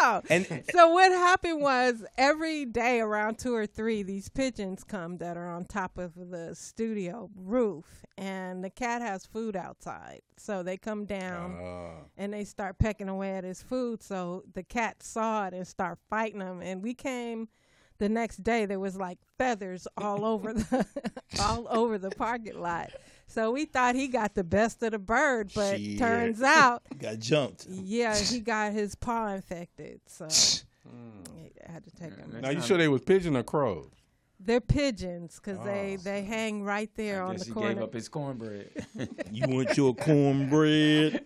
D: no.
C: And-
D: so what happened was every day around two or three, these pigeons come that are on top of the studio roof, and the cat has food outside, so they come down and they start pecking away at his food. So the cat saw it and start fighting him, and we came. The next day, there was like feathers all over the all over the parking lot. So we thought he got the best of the bird, but
C: Shit.
D: turns out
C: got jumped.
D: yeah, he got his paw infected, so I had to take him.
A: Now you sure they was pigeon or crows?
D: They're pigeons because they they hang right there on
B: Oh, Guess
D: the
B: he gave
D: corner.
B: up his cornbread.
C: You want your cornbread?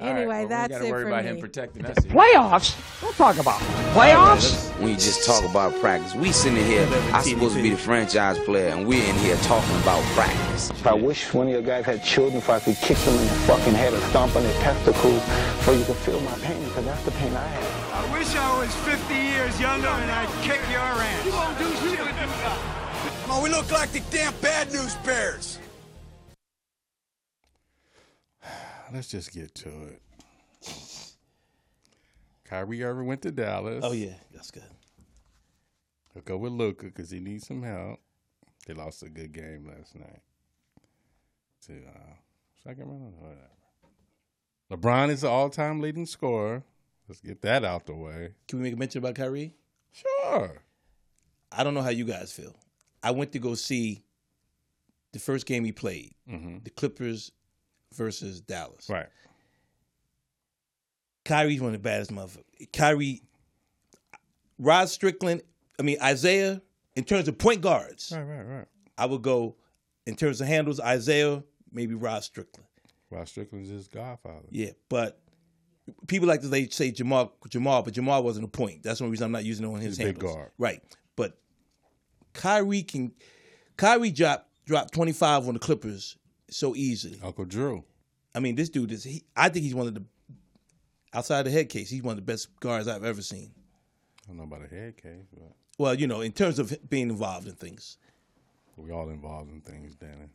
D: Anyway, that's
B: gotta
D: it
B: worry
D: for
B: about
D: me.
B: him protecting us. here.
P: Playoffs? Don't talk about playoffs.
Q: We just talk about practice. We sitting here, I supposed to be the franchise player, and we're in here talking about practice.
R: I wish one of your guys had children so I could kick them in the fucking head or stomp on their testicles so you could feel my pain because that's the pain I have.
S: I wish I was 50 years younger and I'd kick your ass. You won't do shit.
T: Oh, we look like the damn bad news bears.
A: Let's just get to it. Kyrie Irving went to Dallas.
C: Oh yeah, that's good.
A: Hook up with Luca because he needs some help. They lost a good game last night. To uh, Sacramento, whatever. LeBron is the all-time leading scorer. Let's get that out the way.
C: Can we make a mention about Kyrie?
A: Sure.
C: I don't know how you guys feel. I went to go see the first game he played, the Clippers versus Dallas.
A: Mm-hmm. Right.
C: Kyrie's one of the baddest motherfuckers. Kyrie, Rod Strickland, I mean Isaiah. In terms of point guards,
A: Right, right, right.
C: I would go. In terms of handles, Isaiah, maybe Rod Strickland.
A: Rod Strickland's his godfather.
C: Yeah, but people like to they say Jamal, Jamal, but Jamal wasn't a point. That's one reason I'm not using it on his
A: He's a big
C: handles.
A: guard.
C: right? But Kyrie can, Kyrie dropped dropped 25 on the Clippers so easily.
A: Uncle Drew.
C: I mean, this dude is. He, I think he's one of the outside the head case. He's one of the best guards I've ever seen.
A: I don't know about a head case, but
C: Well, you know, in terms of being involved in things.
A: we all involved in things, Danny.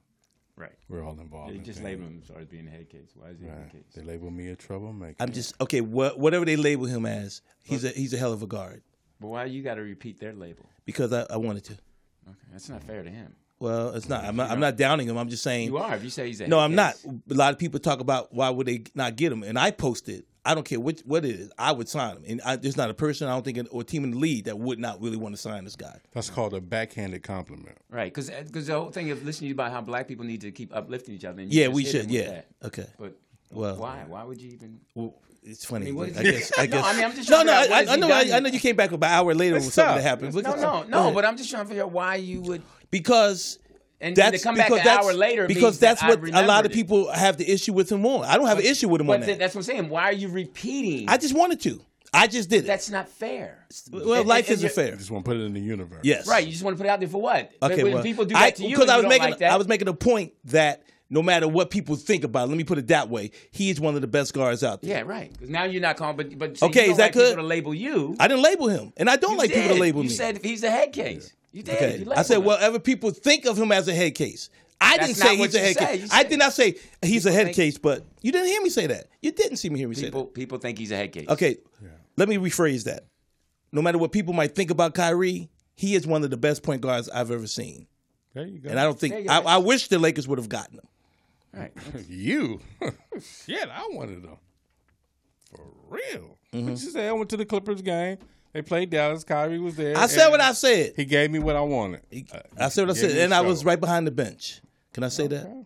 B: Right.
A: We're all involved.
B: They
A: in
B: just
A: things.
B: labeled him as far as being a head case. Why is he a head
A: Right.
B: case?
A: They label me a troublemaker.
C: I'm just okay. Wh- whatever they label him as, he's a he's a hell of a guard
B: But why you got to repeat their label?
C: because I, I wanted to.
B: Okay, that's not fair to him.
C: Well, it's not. I'm not, I'm not downing him. I'm just saying
B: You are, if you say he's a
C: no,
B: head
C: I'm not. A lot of people talk about why would they not get him, and I posted. I don't care which, what it is. I would sign him, and I, there's not a person I don't think in- or team in the league that would not really want to sign this guy.
A: That's called a backhanded compliment.
B: Right, because the whole thing of listening about how black people need to keep uplifting each other. And
C: Yeah,
B: you just
C: we
B: hit
C: should.
B: him with
C: Yeah.
B: that.
C: Okay.
B: But
C: Well-
B: why? Why would you even?
C: Well, it's funny.
B: I mean, what
C: but I
B: is he-
C: guess. I
B: No,
C: guess.
B: I mean, I'm just
C: no,
B: trying to
C: no.
B: figure out what
C: I,
B: has
C: I
B: he
C: know.
B: done
C: I,
B: here?
C: I know you came back about an hour later with
B: It's
C: something
B: tough.
C: that happened.
B: No, no, no. But I'm just trying to figure out why you would.
C: because
B: And then
C: that's
B: to come back
C: because
B: an
C: that's-
B: hour later
C: because
B: means that
C: that's what a
B: I
C: lot
B: remembered
C: of
B: it.
C: people have the issue with him on. I don't have an issue with him
B: But
C: on
B: th-
C: that.
B: that's what I'm saying. Why are you repeating?
C: I just wanted to. I just did it.
B: That's not fair.
C: Well, life isn't
B: you're-
C: fair.
A: You just want to put it in the universe.
C: Yes.
B: Right. You just want to put it out there for what?
C: Okay,
B: when
C: well,
B: people do that
C: I,
B: to you,
C: because
B: and
C: I was
B: you don't
C: making
B: like that.
C: I was making a point that no matter what people think about, it, let me put it that way, he is one of the best guards out there.
B: Yeah, right. 'Cause now you're not calling, but but see,
C: Okay,
B: you
C: is
B: don't
C: that
B: like people
C: good?
B: To label you,
C: I didn't label him, and I don't like people to
B: did.
C: label
B: you
C: me.
B: said he's a head case. You did.
C: okay,
B: You
C: I
B: labeled
C: said
B: him.
C: whatever people think of him as a head case. I
B: That's
C: didn't
B: not
C: say
B: what
C: he's a
B: you
C: head
B: said.
C: case.
B: You
C: I
B: said-
C: did not say he's a
B: People
C: head
B: think-
C: case, but you didn't hear me say that. You didn't see me hear me say that.
B: people people think he's a head case.
C: Okay, let me rephrase that. No matter what people might think about Kyrie, he is one of the best point guards I've ever seen.
A: There you go.
C: And I don't
A: There
C: think
A: you
C: I,
A: go.
C: I wish the Lakers would have gotten him.
B: Right.
A: you. Oh, Shit, I wanted them. For real.
C: Mhm.
A: What you say? I went to the Clippers game. They played Dallas. Kyrie was there.
C: I said
A: and
C: what I said.
A: He gave me what I wanted. Uh,
C: I said what I
A: he
C: said,
A: gave me a
C: and I
A: show.
C: was right behind the bench. Can I say that?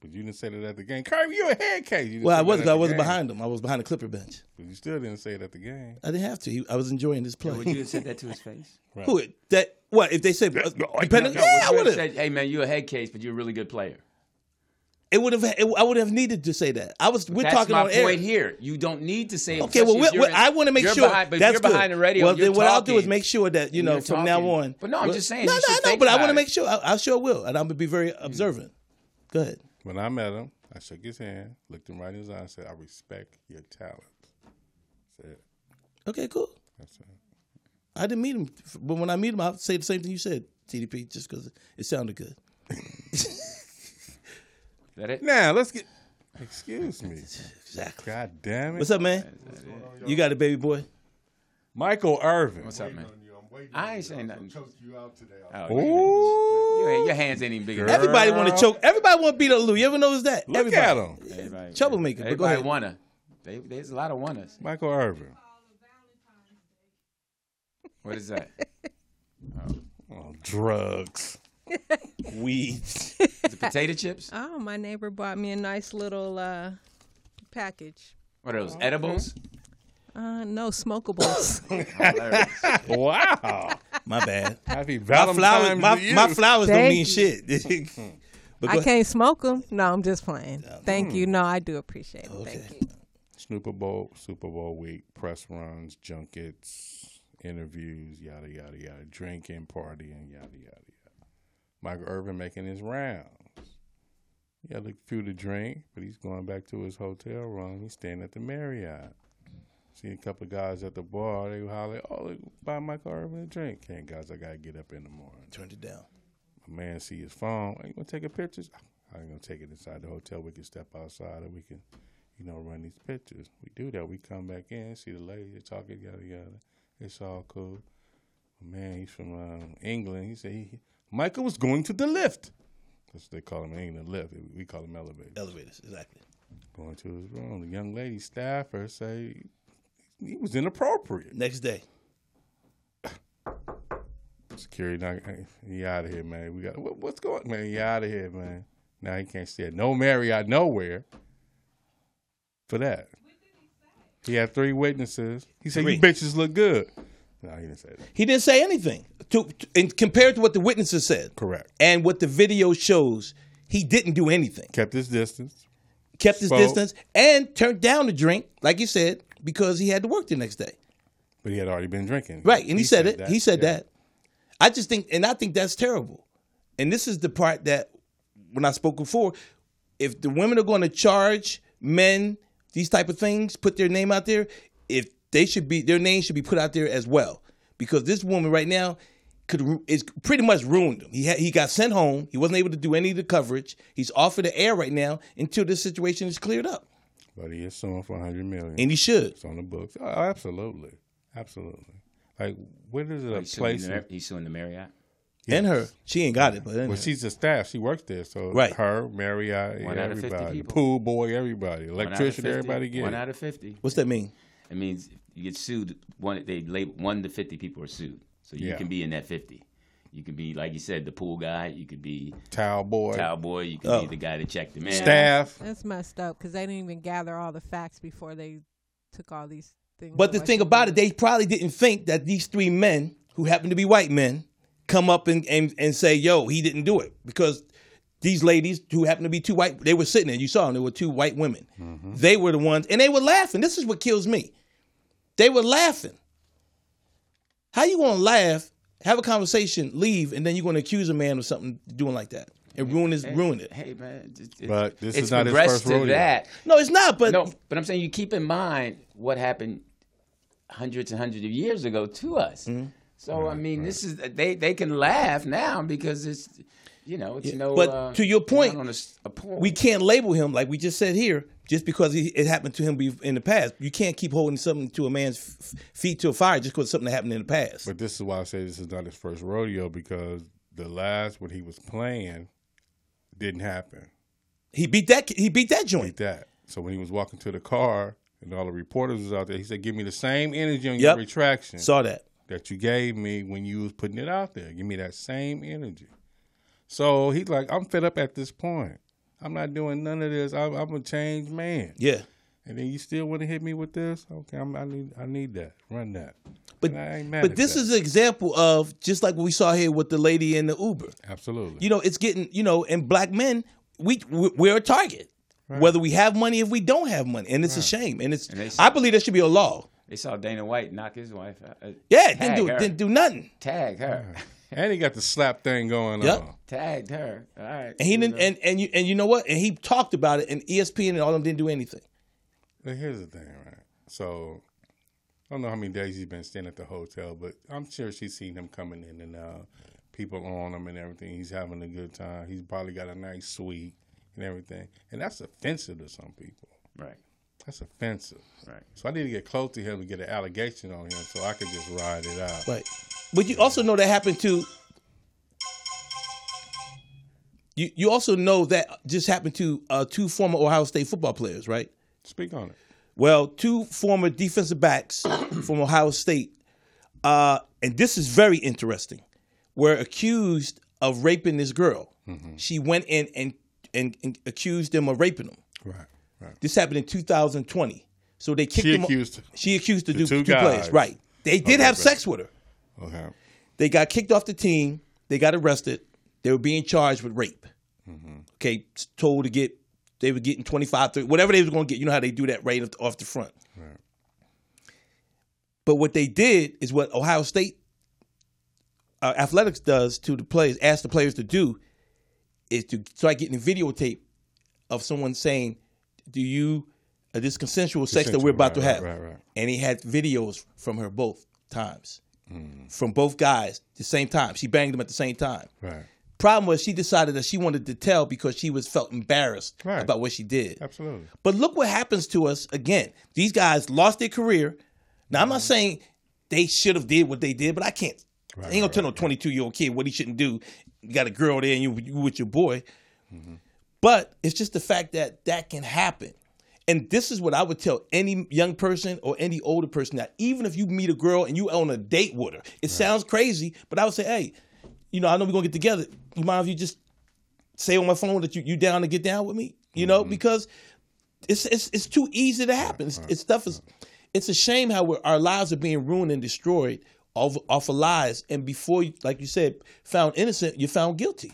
A: But you didn't say that at the game. Kyrie, you a head case. You didn't
C: Well,
A: say
C: I
A: that
C: was.
A: at
C: not I
A: the
C: wasn't
A: game.
C: behind him. I was behind the Clipper bench.
A: But you still didn't say it at the game.
C: I didn't have to. He- I was enjoying this play.
B: Would you have said that to his face?
C: Who that? What if they said? depending,
B: No,
C: yeah, I
B: you
C: would have.
B: said, Hey man, you're a head case, but you're a really good player.
C: It would have. I would have needed to say that. I was. we're
B: That's
C: talking
B: my
C: on
B: point
C: air.
B: here. You don't need to say. it,
C: Okay, well,
B: especially if
C: what,
B: you're
C: what,
B: in-
C: I want to make
B: you're
C: sure
B: behind, but
C: that's
B: you're
C: good.
B: behind the radio.
C: Well, then
B: you're
C: what I'll do is
B: talking.
C: make sure that you
B: and
C: know
B: you're
C: from now
B: talking.
C: on.
B: But no, I'm
C: Well,
B: just saying,
C: No,
B: you
C: no,
B: should
C: no.
B: think
C: But I
B: about
C: want to
B: it.
C: make sure. I, I sure will, and I'm gonna be very observant. Go ahead.
A: When I met him, I shook his hand, looked him right in his eye, and said, I respect your talent. That's it.
C: Okay, cool.
A: That's it.
C: I didn't meet him, but when I meet him, I'll say the same thing you said, TDP, just because it sounded good.
B: that it?
A: Now, let's get. Excuse me.
C: Exactly.
A: God damn it.
C: What's up, man? You got a baby boy?
A: Michael Irvin.
B: What's up, man? I ain't saying nothing. Oh,
A: Ooh.
B: your- your hands ain't even big enough.
C: Everybody want to choke. Everybody want to beat up Lou. You ever notice that?
A: Look
C: Everybody.
A: at him.
B: Everybody,
C: Troublemaker. But go
B: everybody
C: ahead.
B: wanna. They, there's a lot of wannas.
A: Michael Irvin.
B: What is that?
A: Oh, drugs.
C: Weeds.
B: potato chips?
D: Oh, my neighbor bought me a nice little uh, package.
B: What are those? Edibles?
D: Uh, no smokables.
A: wow.
C: My bad.
A: Happy
C: My flowers,
A: Valentine's
C: my,
A: to you.
C: my flowers don't
D: Thank
C: mean
D: you. Hmm.
C: shit. But
D: I
C: go-
D: can't smoke them. No, I'm just playing. Thank
A: hmm.
D: you. No, I do appreciate it. Thank you.
A: Snooper Bowl, Super Bowl week, press runs, junkets, interviews, yada yada yada, drinking, partying, yada yada yada. Michael Irvin making his rounds. He had a few to drink, but he's going back to his hotel room. He's staying at the Marriott. Seen a couple of guys at the bar. They holler, "Oh, they buy Michael Irvin a drink." Can't guys, I gotta get up in the morning.
C: Turned it down.
A: A man see his phone. Are you gonna take a pictures? I'm gonna take it inside the hotel. We can step outside and we can, you know, run these pictures. We do that. We come back in, see the lady, they're talking, yada yada. It's all cool. man, he's from um, England. He said he, he- Michael was going to the lift. That's what they call him in England, lift. We call him elevator.
C: Elevators, exactly.
A: Going to his room. The young lady staffer say he was inappropriate.
C: Next day.
A: Security, knock, hey, you out of here, man. We got what, what's going, man. You out of here, man. Now he can't stay at no Marriott nowhere for that. He had three witnesses. He said, "You
C: Three.
A: bitches look good." No, he didn't say that.
C: He didn't say anything to, to and compared to what the witnesses said.
A: Correct.
C: And what the video shows, he didn't do anything.
A: Kept his distance.
C: Kept his
A: Spoke.
C: distance and turned down the drink, like you said, because he had to work the next day.
A: But he had already been drinking.
C: Right, and he, said, it.
A: that,
C: He said
A: yeah.
C: that. I just think, and I think that's terrible. And this is the part that, when I spoke before, if the women are going to charge men these type of things, put their name out there, if they should be, their name should be put out there as well, because this woman right now could ru- is pretty much ruined him. He had, he got sent home. He wasn't able to do any of the coverage. He's off of the air right now until this situation is cleared up.
A: But he is suing for a hundred million,
C: And he should.
A: It's on the books. Oh, absolutely, absolutely. Like, where is it a
B: He's Oh, suing,
A: place?
B: the, Mar- he's suing the Marriott.
C: And her, she ain't got it, but and
A: Well,
C: her.
A: she's a staff. She works there, so
C: Right.
A: her, Marriott,
B: One out of 50
A: everybody,
B: people.
A: pool boy, everybody, electrician,
B: One out of 50
A: everybody get
B: One
A: it.
B: out of fifty.
C: What's that mean?
B: It means you get sued. One they label one to fifty people are sued, so you
A: Yeah.
B: can be in that fifty. You could be like you said, the pool guy. You could be
A: towel boy,
B: towel boy. You could
A: Oh.
B: be the guy that checked the man.
A: staff.
D: That's messed up because they didn't even gather all the facts before they took all these things.
C: But the thing about it, they probably didn't think that these three men, who happen to be white men, come up and, and, and say, yo, he didn't do it. Because these ladies, who happen to be two white, they were
B: Mm-hmm.
C: sitting there. You saw them. There were two white women. They were the ones, and they were laughing. This is what kills me. They were laughing. How you gonna laugh, have a conversation, leave, and then you're gonna accuse a man of something doing like that and ruin his ruin it?
B: Hey man, it- it-
A: But this
B: it's
A: is not his
B: progressed
A: first
B: to
A: rodeo.
B: that.
C: No, it's not. But
B: no, but I'm saying you keep in mind what happened hundreds and hundreds of years ago to us.
C: Mm-hmm.
B: So I mean, this is they they can laugh now because it's you know it's no.
C: but
B: uh,
C: to your point,
B: not on a s- a uh, point.
C: we can't label him like we just said here just because he, it happened to him be- in the past. You can't keep holding something to a man's f- feet to a fire just because something that happened in the past.
A: But this is why I say this is not his first rodeo because the last when he was playing didn't happen.
C: He beat that. He beat that joint.
A: that. So when he was walking to the car and all the reporters was out there, he said, "Give me the same energy on
C: Yep.
A: your retraction.
C: Saw that.
A: that you gave me when you was putting it out there. Give me that same energy." So he's like, "I'm fed up at this point. I'm not doing none of this. I'm, I'm a changed man."
C: Yeah.
A: And then you still want to hit me with this? Okay, I'm, I need I need that. Run that.
C: But
A: And I ain't mad
C: but
A: at
C: this
A: that.
C: is an example of just like what we saw here with the lady in the Uber.
A: absolutely
C: You know, it's getting you know, and black men, we we- we're a target. Whether we have money, if we don't have money, and it's a shame, and it's.
B: they-
C: I believe there should be a law.
B: They saw Dana White knock his wife out. Uh,
C: Yeah, didn't do
B: tag her.
C: didn't do nothing.
B: Tag her.
A: and he got the slap thing going
C: Yep.
A: on.
B: Tagged her. All right.
C: And he didn't, and, and you and you know what? And he talked about it, and E ESPN and all of them didn't do anything.
A: But here's the thing, right? So I don't know how many days he's been staying at the hotel, but I'm sure she's seen him coming in and uh, people on him and everything. He's having a good time. He's probably got a nice suite and everything. And that's offensive to some people.
B: Right.
A: That's offensive.
B: Right.
A: So I need to get close to him and get an allegation on him so I could just ride it out.
C: Right. But you also know that happened to you. You also know that just happened to uh, two former Ohio State football players, right?
A: Speak on it.
C: Well, two former defensive backs from Ohio State, uh, and this is very interesting, were accused of raping this girl.
A: Mm-hmm.
C: She went in and, and and accused them of raping them.
A: Right. Right.
C: This happened in 2020. So they kicked
A: She
C: them.
A: accused-
C: she accused the,
A: the
C: du-
A: two
C: two, players.
A: guys.
C: Right. They did
A: Okay,
C: have
A: right.
C: sex with her.
A: Okay.
C: They got kicked off the team. They got arrested. They were being charged with rape.
A: Mm-hmm.
C: Okay, told to get they were getting 25, 30, whatever they was going to get. You know how they do that right off the, off the front.
A: Right.
C: But what they did is what Ohio State uh, athletics does to the players, ask the players to do, is to try getting videotape of someone saying, "Do you uh, this consensual sex that we're about to have?"
A: Consensual, right, right, right.
C: And he had videos from her both times,
A: Mm.
C: from both guys the same time. She banged them at the same time.
A: Right.
C: Problem was, she decided that she wanted to tell because she was felt embarrassed
A: Right.
C: about what she did.
A: Absolutely.
C: But look what happens to us again. These guys lost their career. Now I'm not saying they should have did what they did, but I can't. I ain't gonna tell no 22 year old kid what he shouldn't do. You got a girl there and you, you with your boy. But it's just the fact that that can happen. And this is what I would tell any young person or any older person that even if you meet a girl and you on a date with her, it sounds crazy, but I would say, hey, you know, I know we're gonna get together. You mind if you just say on my phone that you you down to get down with me? You know, because it's it's it's too easy to happen. It's, it's stuff is it's a shame how we're, our lives are being ruined and destroyed off off of lies. And before, you, like you said, found innocent, you found guilty.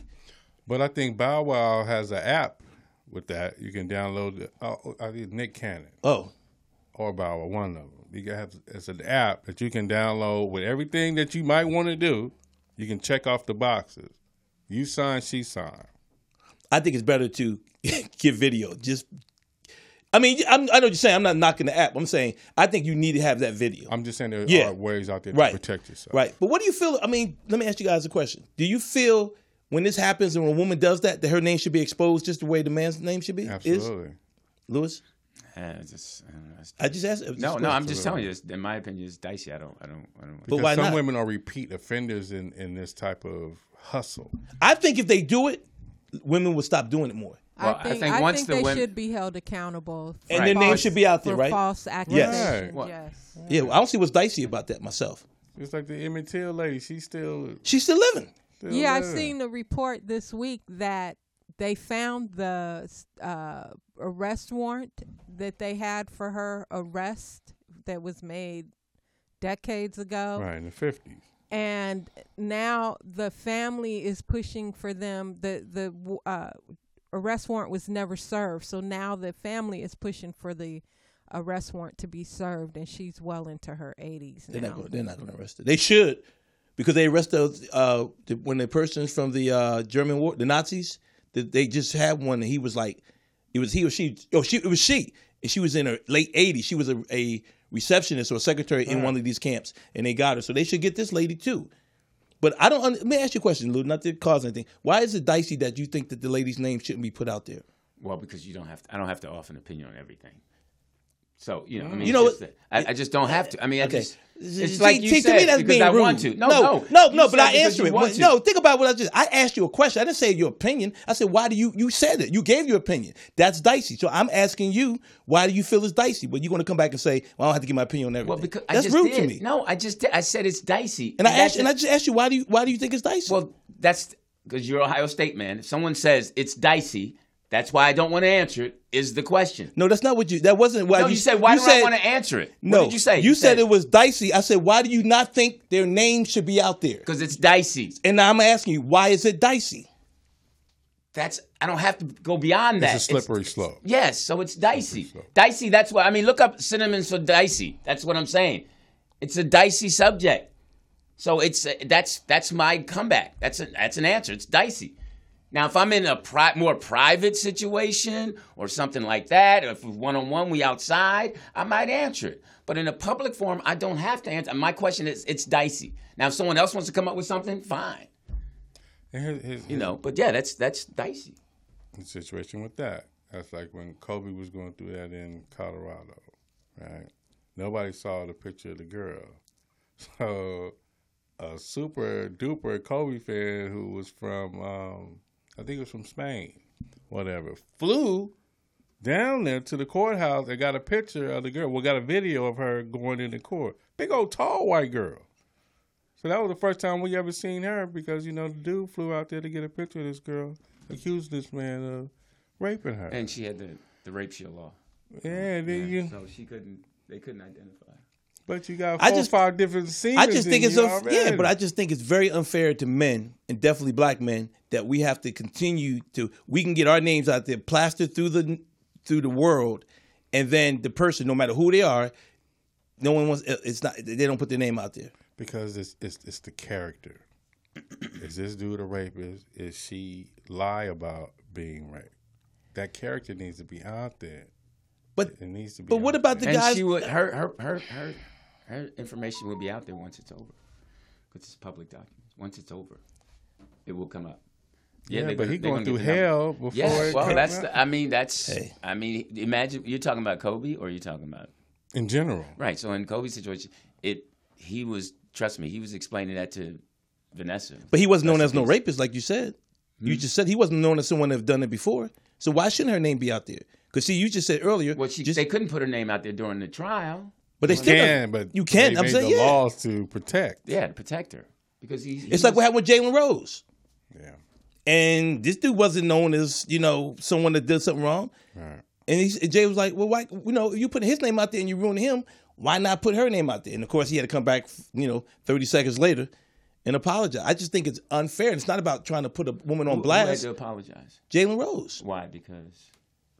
A: But I think Bow Wow has an app with that. You can download it. Oh, I think Nick Cannon.
C: Oh.
A: Or Bow Wow, one of them. You can have it's an app that you can download with everything that you might want to do. You can check off the boxes. You sign, she sign.
C: I think it's better to get video. Just, I mean, I'm, I know what you're saying. I'm not knocking the app. I'm saying I think you need to have that video.
A: I'm just saying there
C: Yeah.
A: are ways out there
C: Right.
A: to protect yourself.
C: Right. But what do you feel? I mean, let me ask you guys a question. Do you feel when this happens and when a woman does that, that her name should be exposed just the way the man's name should be? Is?
A: Absolutely.
C: Lewis?
B: Yeah, Eh, it's just, I, don't know, it's-
C: I just asked- it was
B: No,
C: just
B: no,
C: quick.
B: I'm just telling you. It's, in my opinion, it's dicey. I don't, I don't, I don't.
A: Because
C: why
A: some
C: not?
A: women are repeat offenders in, in this type of hustle.
C: I think if they do it, women will stop doing it more.
B: Well, I
D: I think,
B: think
D: I
B: once
D: think
B: the
D: they
B: women-
D: should be held accountable. for
C: And their name
D: false-
C: should be out there,
D: for
C: right?
D: False
C: Yes.
D: accusation.
A: Right.
D: Yes.
C: Yeah, well, I don't see what's dicey about that myself.
A: It's like the Emmett Till lady. She's still.
C: She's still living.
A: still
D: yeah, I've
A: living.
D: seen the report this week that they found the uh, arrest warrant that they had for her arrest that was made decades ago.
A: Right, in the 50s.
D: and now the family is pushing for them the the uh arrest warrant was never served so now the family is pushing for the arrest warrant to be served, and she's well into her 80s
C: They're not
D: now.
C: going. They're not going to arrest her. They should, because they arrest those uh, the, when the persons from the uh, German war, the Nazis. That they just had one. And he was like, it was he or she. Oh, she. It was she, and she was in her late 80s. She was a, a receptionist or a secretary in one of these camps, and they got her. So they should get this lady too. But I don't. un- Let me ask you a question, Lou. Not to cause anything. Why is it dicey that you think that the lady's name shouldn't be put out there?
B: Well, because you don't have to, I don't have to offer an opinion on everything. So you know, I mean,
C: You know
B: it's just that- I, I just don't have to. I mean, I just, it's
C: See,
B: like you
C: see,
B: said,
C: to me that's
B: because
C: being
B: I
C: rude.
B: want to. No,
C: no,
B: no,
C: no,
B: You
C: no,
B: said
C: but I
B: because
C: answer
B: you
C: it.
B: want
C: But
B: to.
C: No, think about what I just. I asked you a question. I didn't say your opinion. I said, why do you? You said it. You gave your opinion. That's dicey. So I'm asking you, why do you feel it's dicey? But you're going to come back and say, well, I don't have to give my opinion on everything. Well, because
B: I
C: that's
B: just
C: rude to
B: did.
C: me.
B: No, I just did. I said it's dicey,
C: And I
B: that's
C: asked, and I just asked you, why do you? Why do you think it's dicey?
B: Well, that's because you're Ohio State man. If someone says it's dicey, that's why I don't want to answer it. Is the question?
C: No, that's not what you. That wasn't why
B: No, you said, why do I wanna answer it? What
C: No,
B: did you say?
C: You,
B: You
C: said,
B: said-
C: it was dicey. I said, why do you not think their name should be out there?
B: Because it's dicey.
C: And now I'm asking you, why is it dicey?
B: That's I don't have to go beyond that.
A: It's a slippery slope.
B: yes, so it's dicey. Dicey. That's what I mean. Look up synonyms for dicey. That's what I'm saying. It's a dicey subject. So it's that's that's my comeback. That's a, that's an answer. It's dicey. Now, if I'm in a pri- more private situation or something like that, or if one on one we outside, I might answer it. But in a public forum, I don't have to answer. My question is, it's dicey. Now, if someone else wants to come up with something, fine. you know, but yeah, that's that's dicey.
A: the situation with that. That's like when Kobe was going through that in Colorado, right? Nobody saw the picture of the girl. So a super duper Kobe fan who was from, um, I think it was from Spain, whatever, flew down there to the courthouse and got a picture of the girl. Well, got a video of her going in the court. Big old tall white girl. So that was the first time we ever seen her because you know the dude flew out there to get a picture of this girl, accused this man of raping her.
B: And she had the the rape shield law.
A: Yeah, then you-
B: So she couldn't. They couldn't identify.
A: But you got four
C: I
A: or
C: just-
A: five different scenes.
C: I just
A: in
C: think it's
A: you
C: unf- yeah,
A: already.
C: but I just think it's very unfair to men and definitely black men that we have to continue to. We can get our names out there plastered through the through the world, and then the person, no matter who they are, no one wants. uh, It's not they don't put their name out there.
A: because it's it's it's the character. Is this dude a rapist? Is she lie about being raped? That character needs to be out there.
C: But
A: it needs to be.
C: but what about the
B: and
C: guys?
B: she would her her her her her information will be out there once it's over. Because it's public documents. Once it's over, it will come up.
A: Yeah,
B: they
A: but
B: gonna-
A: he
B: they
A: going
B: gonna
A: through
B: get the number.
A: hell before
B: Yeah,
A: it
B: well,
A: come
B: that's.
A: out.
B: The, I mean, that's.
A: Hey.
B: I mean, imagine you're talking about Kobe, or you're talking about
A: in general?
B: Right. So in Kobe's situation, it he was trust me, he was explaining that to Vanessa.
C: But he wasn't known
B: That's Hmm.
C: as no
B: his-
C: rapist, like you said. You just said he wasn't known as someone that have done it before. So why shouldn't her name be out there? Because see, you just said earlier,
B: Well, she, they couldn't put her name out there during the trial.
C: but they
A: You
C: still
A: can,
C: don't-
A: but
C: you can.
A: they
C: I'm
A: made
C: saying
A: the
C: yeah.
A: laws to protect.
B: Yeah, to protect her because he's.
C: It's like what happened with Jalen Rose.
A: Yeah.
C: And this dude wasn't known as, you know, someone that did something wrong.
A: Right.
C: And, he, and Jay was like, well, why, you know, if you put his name out there and you ruin him, why not put her name out there? And of course, he had to come back, you know, 30 seconds later and apologize. I just think it's unfair. It's not about trying to put a woman
B: Who-
C: on
B: who had
C: blast,
B: to apologize.
C: Jalen Rose,
B: Why? Because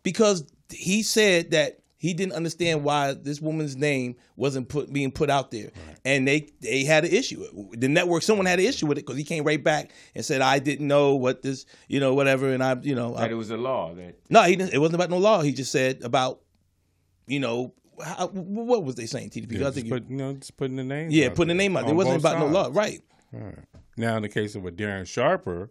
C: because he said that he didn't understand why this woman's name wasn't put being put out there. And they, they had an issue. The network, someone had an issue with it because he came right back and said, I didn't know what this, you know, whatever. And I, you know, I,
B: that it was a law that
C: no, he didn't. It wasn't about no law. He just said about, you know, how, what was they saying, TDP?
A: Yeah,
C: I
A: just
C: think you-
A: put, you know, just putting the name.
C: Yeah,
A: out
C: putting the name out there. It
A: on
C: wasn't
A: both
C: about no law,
A: sides.
C: right.
A: Right. Now, in the case of a Darren Sharper,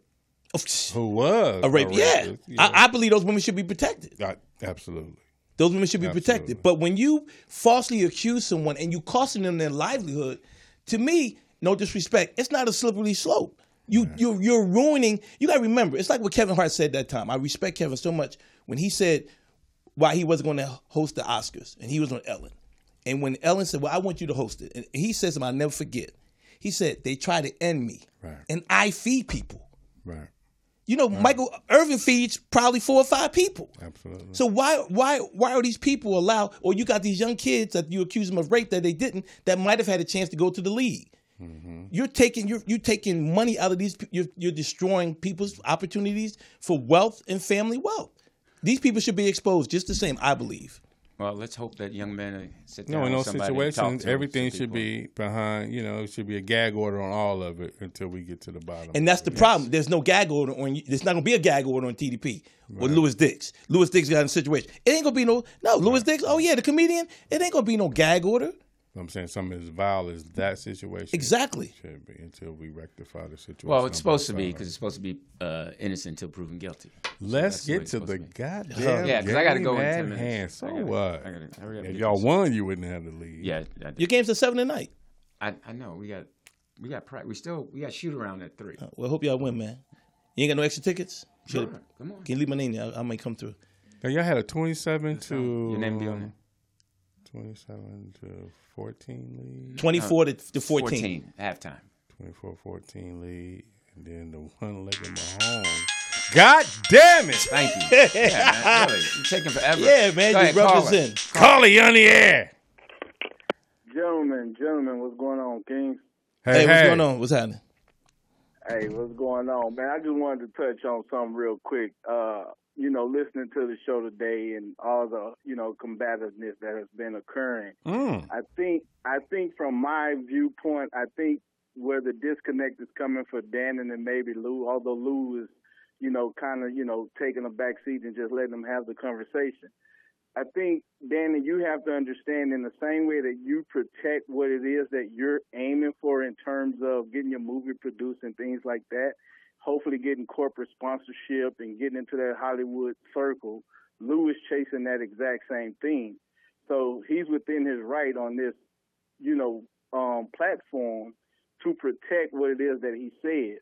A: who was
C: a rape. Yeah,
A: rapist, you know,
C: I, I believe those women should be protected.
A: I- absolutely.
C: Those women should be protected. But when you falsely accuse someone and you costing them their livelihood, to me, no disrespect, it's not a slippery slope. You you you're ruining. You got to remember, it's like what Kevin Hart said that time. I respect Kevin so much when he said why he wasn't going to host the Oscars and he was on Ellen. And when Ellen said, "Well, I want you to host it," and he says, "I'll never forget." He said, "They try to end me, and I feed people."
A: Right.
C: You know, Michael Irvin feeds probably four or five people.
A: Absolutely.
C: So why why why are these people allowed? Or you got these young kids that you accuse them of rape that they didn't that might have had a chance to go to the league.
A: Mm-hmm.
C: You're taking you're, you're taking money out of these. pe- You're, you're destroying people's opportunities for wealth and family wealth. These people should be exposed just the same, I believe.
B: Well, let's hope that young men uh, sit down.
A: No, in
B: with
A: those
B: somebody and talk
A: situations,
B: to
A: everything
B: some
A: should
B: people.
A: be behind. You know, it should be a gag order on all of it until we get to the bottom.
C: And that's the problem. There's no gag order on. you- There's not gonna be a gag order on TDP or Lewis Dix. Lewis Dix got in a situation. It ain't gonna be no no Lewis Dix. Oh yeah, the comedian. It ain't gonna be no gag order.
A: I'm saying something as vile as that situation.
C: Exactly.
A: Should be until we rectify the situation.
B: Well, it's
A: on both
B: supposed to be
A: sides.
B: because it's supposed to be uh, innocent until proven guilty. So
A: Let's
B: that's way
A: get
B: it's
A: to
B: supposed
A: the
B: be.
A: goddamn.
B: yeah, because I got to go in
A: game
B: ten
A: at
B: minutes.
A: hand. So
B: I gotta-
A: what?
B: I gotta- I gotta
A: if
B: get
A: y'all
B: this.
A: won, you wouldn't have to leave.
B: Yeah, I
C: Your game's at seven tonight.
B: I, I know we got we got practice. We still we got shoot around at three.
C: Well, I hope y'all win, man. You ain't got no extra tickets.
B: Sure,
C: Should've-
B: come on.
C: Can you leave my name? there? I, I might come through.
A: Now, y'all had a 27 to. Your
B: name be on
A: there. 27 to 14 lead.
C: 24 to- to 14.
B: 14, halftime.
A: 24 14 lead. And then the one leg in my home. God damn it.
B: Thank you. yeah, man, really. You're taking forever.
A: Yeah, man,
B: Go
A: you
B: ahead, call her.
A: represent. Call her, you on the air.
U: Gentlemen, gentlemen, what's going on, Kings?
C: Hey, what's
U: hey.
C: going on? What's happening?
U: Hey, what's going on, man? I just wanted to touch on something real quick. Uh, you know, listening to the show today and all the, you know, combativeness that has been occurring.
A: Mm.
U: I think I think from my viewpoint, I think where the disconnect is coming for Dan and then maybe Lou, although Lou is, you know, kind of, you know, taking a back seat and just letting them have the conversation. I think, Danny, you have to understand in the same way that you protect what it is that you're aiming for in terms of getting your movie produced and things like that, hopefully getting corporate sponsorship and getting into that Hollywood circle. Lou is chasing that exact same thing. So he's within his right on this, you know, um, platform to protect what it is that he says.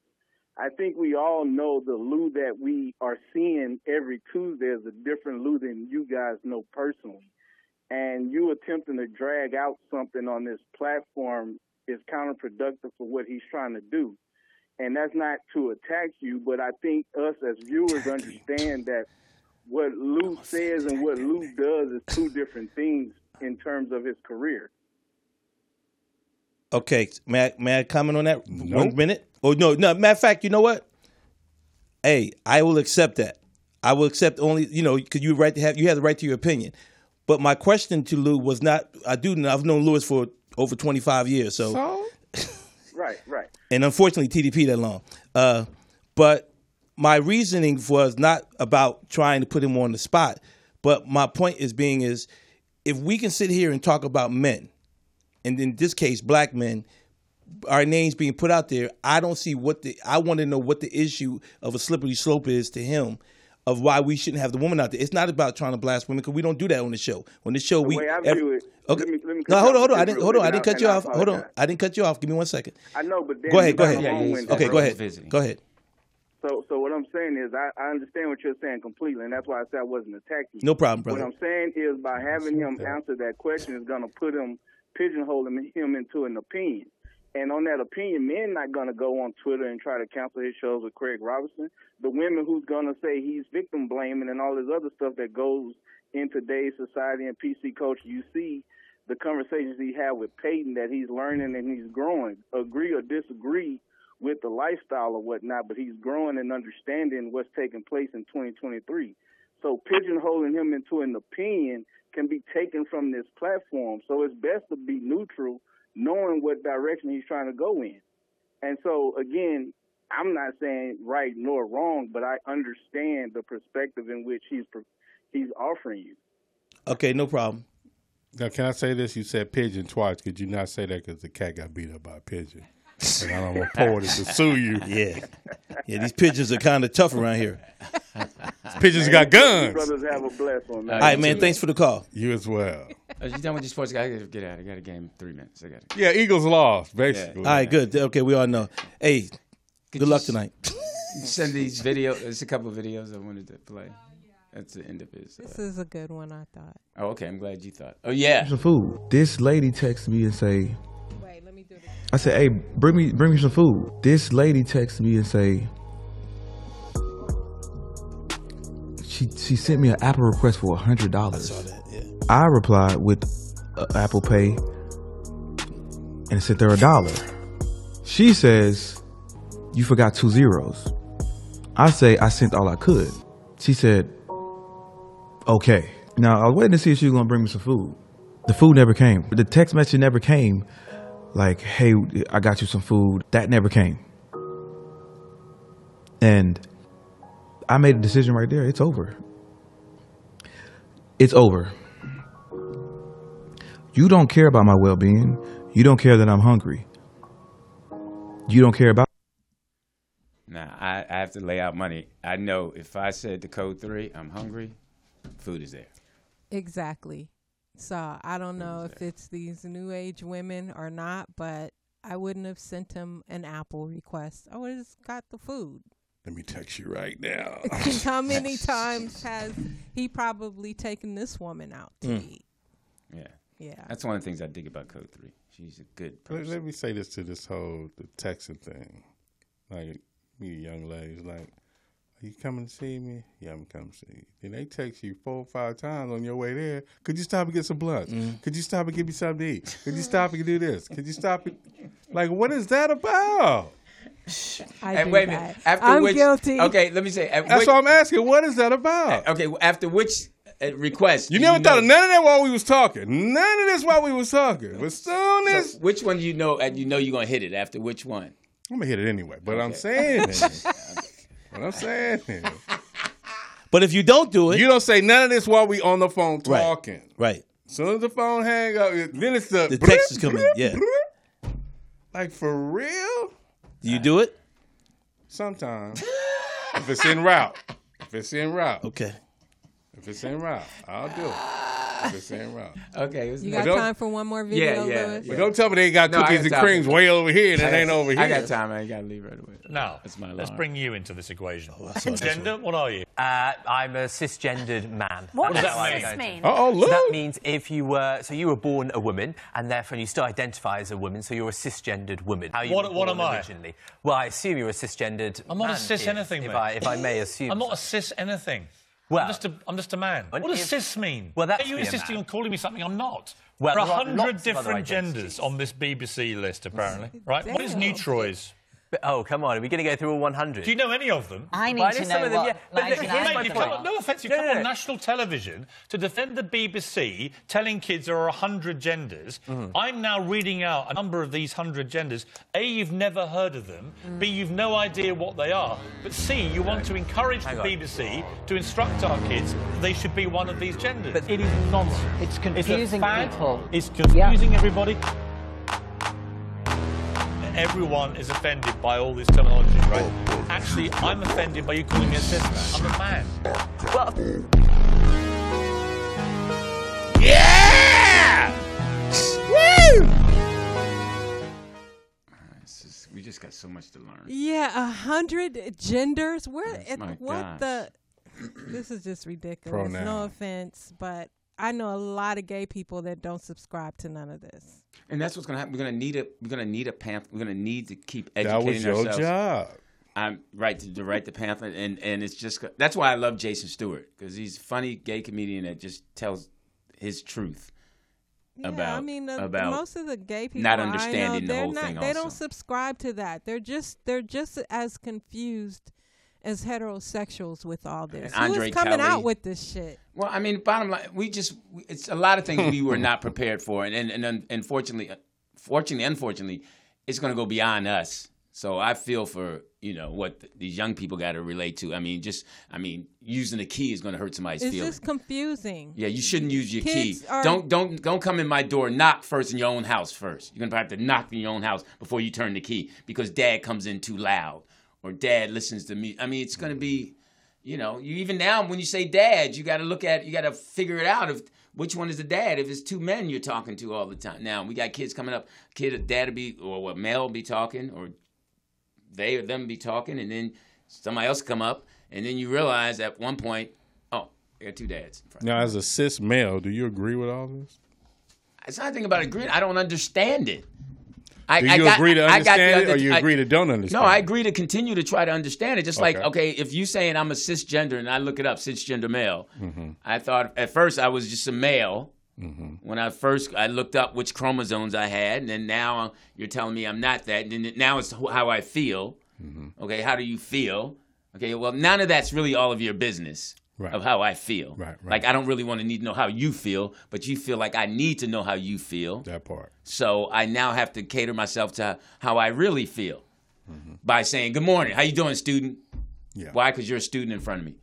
U: I think we all know the Lou that we are seeing every Tuesday is a different Lou than you guys know personally. And you attempting to drag out something on this platform is counterproductive for what he's trying to do. And that's not to attack you, but I think us as viewers understand that what
C: Oh,
U: Lou says and what Lou does is two different things in terms of his career.
C: Okay, may I, may I comment on that
U: Nope.
C: one minute? Oh no, no. Matter of fact, you know what? Hey, I will accept that. I will accept only you know because you right to have you have the right to your opinion. But my question to Lou was not. I do. know I've known Lewis for over twenty five years,
U: So? Right, right.
C: and unfortunately TDP that long. Uh, but my reasoning was not about trying to put him on the spot, but my point is being is if we can sit here and talk about men, and in this case black men, our names being put out there, I don't see what the I want to know what the issue of a slippery slope is to him. Of why we shouldn't have the woman out there. It's not about trying to blast women because we don't do that on the show. On the show,
U: The
C: we
U: way I
C: every-
U: view it-
C: Okay.
U: let me- let me cut
C: no,
U: you
C: hold on, hold
U: off
C: on.
U: just
C: I didn't,
U: real
C: hold on.
U: quick,
C: I
U: and
C: didn't
U: I-
C: cut you
U: and I
C: off. Hold on.
U: apologize.
C: I didn't cut you off. Give me one second.
U: I know, but then
C: Go ahead.
U: you
C: Go
U: got
C: ahead.
U: a long-winded
C: okay. Go
U: approach.
C: ahead. Go ahead.
U: So, so what I'm saying is, I, I understand what you're saying completely, and that's why I said I wasn't attacking you.
C: No problem, brother.
U: What I'm saying is, by having him answer that question is going to put him pigeonholing him into an opinion. And on that opinion, men not going to go on Twitter and try to cancel his shows with Craig Robinson. The women who's going to say he's victim blaming and all this other stuff that goes in today's society and PC culture, you see the conversations he had with Peyton that he's learning and he's growing. Agree or disagree with the lifestyle or whatnot, but he's growing and understanding what's taking place in 2023. So pigeonholing him into an opinion can be taken from this platform. So it's best to be neutral, knowing what direction he's trying to go in. And so again, I'm not saying right nor wrong, but I understand the perspective in which he's pro- he's offering you.
C: Okay. No problem.
A: Now, can I say this? You said pigeon twice. Could you not say that because the cat got beat up by a pigeon? and I don't want Porter to sue you.
C: Yeah. Yeah. These pigeons are kind of tough around here.
A: Pigeons got
U: You
A: guns.
U: brothers have a blessed one,
C: All
U: man.
C: right, man. Thanks for the call.
A: You as well.
B: Are you done with your sports? I gotta get out. I got a game. in Three minutes. I got it.
A: Yeah, Eagles lost,
C: All
A: basically.
C: right. Good. Okay. We all know. Hey. Good luck tonight.
B: Send these video. There's a couple of videos I wanted to play. That's the end of his.
D: This is a good one, I thought.
B: Oh, okay. I'm glad you thought. Oh yeah.
O: Some food. This lady texted me and say,
D: Wait, let me do this.
O: I said, hey, bring me, bring me some food. This lady texted me and say, she she sent me an Apple request for hundred dollars. I replied with uh, Apple Pay, and it said they're a dollar. She says, you forgot two zeros. I say I sent all I could. She said, okay. Now I was waiting to see if she was gonna bring me some food. The food never came. The text message never came. Like, hey, I got you some food. That never came. And I made a decision right there. It's over. It's over. You don't care about my well being. You don't care that I'm hungry. You don't care about.
B: Nah, I, I have to lay out money. I know if I said the code three, I'm hungry, food is there.
D: Exactly. So I don't know if it's these new age women or not, but I wouldn't have sent him an Apple request. Oh, I would have just got the food.
A: Let me text you right now.
D: How many times has he probably taken this woman out to
B: Mm.
D: eat?
B: Yeah.
D: Yeah.
B: That's one of the things I dig about Code 3. She's a good
A: Let,
B: person.
A: let me say this to this whole the texting thing. Like me young ladies, like, are you coming to see me? Yeah, I'm coming to see you. Then they text you four or five times on your way there. Could you stop and get some blunts?
B: Mm-hmm.
A: Could you stop and give me something to eat? Could you stop and do this? Could you stop and like what is that about?
D: I
B: and
D: do
B: wait a
D: that.
B: minute. After
D: I'm
B: which,
D: guilty.
B: Okay, let me say. at
A: That's
B: which-
A: what I'm asking. What is that about?
B: Okay, well, after which uh, request?
A: You
B: do
A: never thought of
B: know-
A: none of that while we was talking. None of this while we was talking. But soon as
B: So which one you know and you know you're gonna hit it after which one?
A: I'm gonna hit it anyway. But I'm
B: Okay.
A: saying is- what I'm saying is
C: But if you don't do it,
A: you don't say none of this while we on the phone
C: Right.
A: talking.
C: Right.
A: Soon as the phone hang up, it- then it's the,
C: The text is coming. Yeah.
A: Like for real?
C: Do you do it?
A: Sometimes. if it's en route. If it's en route.
C: Okay.
A: If it's en route, I'll do it. If it's en route.
B: Okay. it's
D: You
B: not-
D: got time for one more video,
B: yeah,
D: Lewis?
A: But don't tell me they got
B: No, I
A: cookies and
B: time.
A: creams way over here and
B: I
A: it
B: got-
A: ain't over here.
B: I got time. I gotta leave right away.
E: Now,
B: That's my
E: let's
B: alarm.
E: bring you into this equation.
B: saw this
E: Gender, Oh, what are you?
V: Uh, I'm a cisgendered man.
E: What does cis
V: identity?
E: mean? Uh-oh,
V: So that means if you were, so you were born a woman, and therefore you still identify as a woman, so you're a cisgendered woman. How you
E: What-
V: were
E: what
V: born
E: am I?
V: Originally. Well, I assume you're a cisgendered.
E: I'm not a
V: man,
E: cis
V: if-
E: anything,
V: if,
E: mate.
V: I, if I may assume.
E: I'm not a cis anything.
V: Well-
E: I'm just a, I'm just a man.
V: Well,
E: What does
V: if-
E: cis mean?
V: Well, that's
E: Are you
V: being a
E: insisting
V: man.
E: on calling me something I'm not?
V: Well,
E: there are
V: there are lots
E: hundred
V: of other
E: different
V: identities.
E: genders on this BBC list, apparently. Right? What is
V: Damn.
E: neutroids?
V: But- oh, come on. Are we going to go through all 100?
E: Do you know any of them?
V: I need Well, I to know know some of them, what yeah. But look, 99 here's my
E: Mate, you've come
V: point.
E: on- no offence, you've
V: No,
E: come
V: no,
E: on
V: no.
E: national television to defend the BBC telling kids there are 100 genders. I'm now reading out a number of these 100 genders. A, you've never heard of them. B, you've no idea what they are. But C, you want to encourage the BBC to instruct our kids that they should be one of these genders. But it is nonsense. It's
W: confusing people.
E: It's confusing everybody. Everyone is offended by all this terminology, right? Actually, I'm offended by you calling me a cis man. I'm a man.
V: Yeah!
C: Woo!
B: It's just- we just got so much to learn.
D: Yeah, a hundred genders. Where it,
B: my
D: what
B: gosh.
D: the? This is just ridiculous. No
B: Pronoun.
D: offense, but I know a lot of gay people that don't subscribe to none of this.
B: And that's what's gonna happen. We're gonna need a we're gonna need a pamphlet. We're gonna need to keep
A: That
B: educating
A: was your
B: ourselves.
A: job.
B: I'm right to, to write the pamphlet, and and it's just that's why I love Jason Stewart because he's a funny gay comedian that just tells his truth
D: Yeah,
B: about
D: I mean, the,
B: about
D: most of the gay people
B: not
D: I know,
B: understanding the
D: they're
B: whole
D: not-
B: thing.
D: They
B: also.
D: don't subscribe to that. They're just they're just as confused as heterosexuals with all this. Who
B: Andre
D: is coming out
B: Cowley.
D: with this shit?
B: Well, I mean, bottom line, we just it's a lot of things we were not prepared for, and and and un- unfortunately, fortunately, unfortunately, it's going to go beyond us. So I feel for you know what th- these young people got to relate to. I mean, just I mean, using a key is going to hurt somebody's
D: It's
B: feelings.
D: just confusing.
B: Yeah, you shouldn't use your
D: Kids
B: key.
D: are-
B: Don't don't don't come in my door. Knock first in your own house first. You're gonna have to knock in your own house before you turn the key because dad comes in too loud or dad listens to me. I mean, it's gonna be, you know, you even now when you say dad, you got to look at you got to figure it out if which one is the dad. If it's two men you're talking to all the time. Now we got kids coming up. Kid, a dad will be or what male will be talking or they or them be talking, and then somebody else come up, and then you realize at one point, oh, I got two dads.
A: Now as a cis male, do you agree with all this?
B: It's not a thing about agreeing. I don't understand it. I,
A: Do
B: I
A: you
B: got-
A: agree to
B: I got the
A: understand it
B: other-
A: or you
B: I-
A: agree to don't understand?
B: No, I agree to continue to try to understand it. Just like,
A: Okay.
B: okay, if you saying I'm a cisgender and I look it up, cisgender male,
A: Mm-hmm.
B: I thought at first I was just a male. When I first I looked up which chromosomes I had, and then now you're telling me I'm not that, and then now it's how I feel. Okay, how do you feel? Okay, well, none of that's really all of your business. of how I feel. Right, right. Like I don't really want to need to know how you feel, but you feel like I need to know how you feel.
A: That part.
B: So I now have to cater myself to how I really feel by saying, "Good morning. How you doing, student?
A: Yeah. Mm-hmm.
B: Why? Because you're a student in front of me.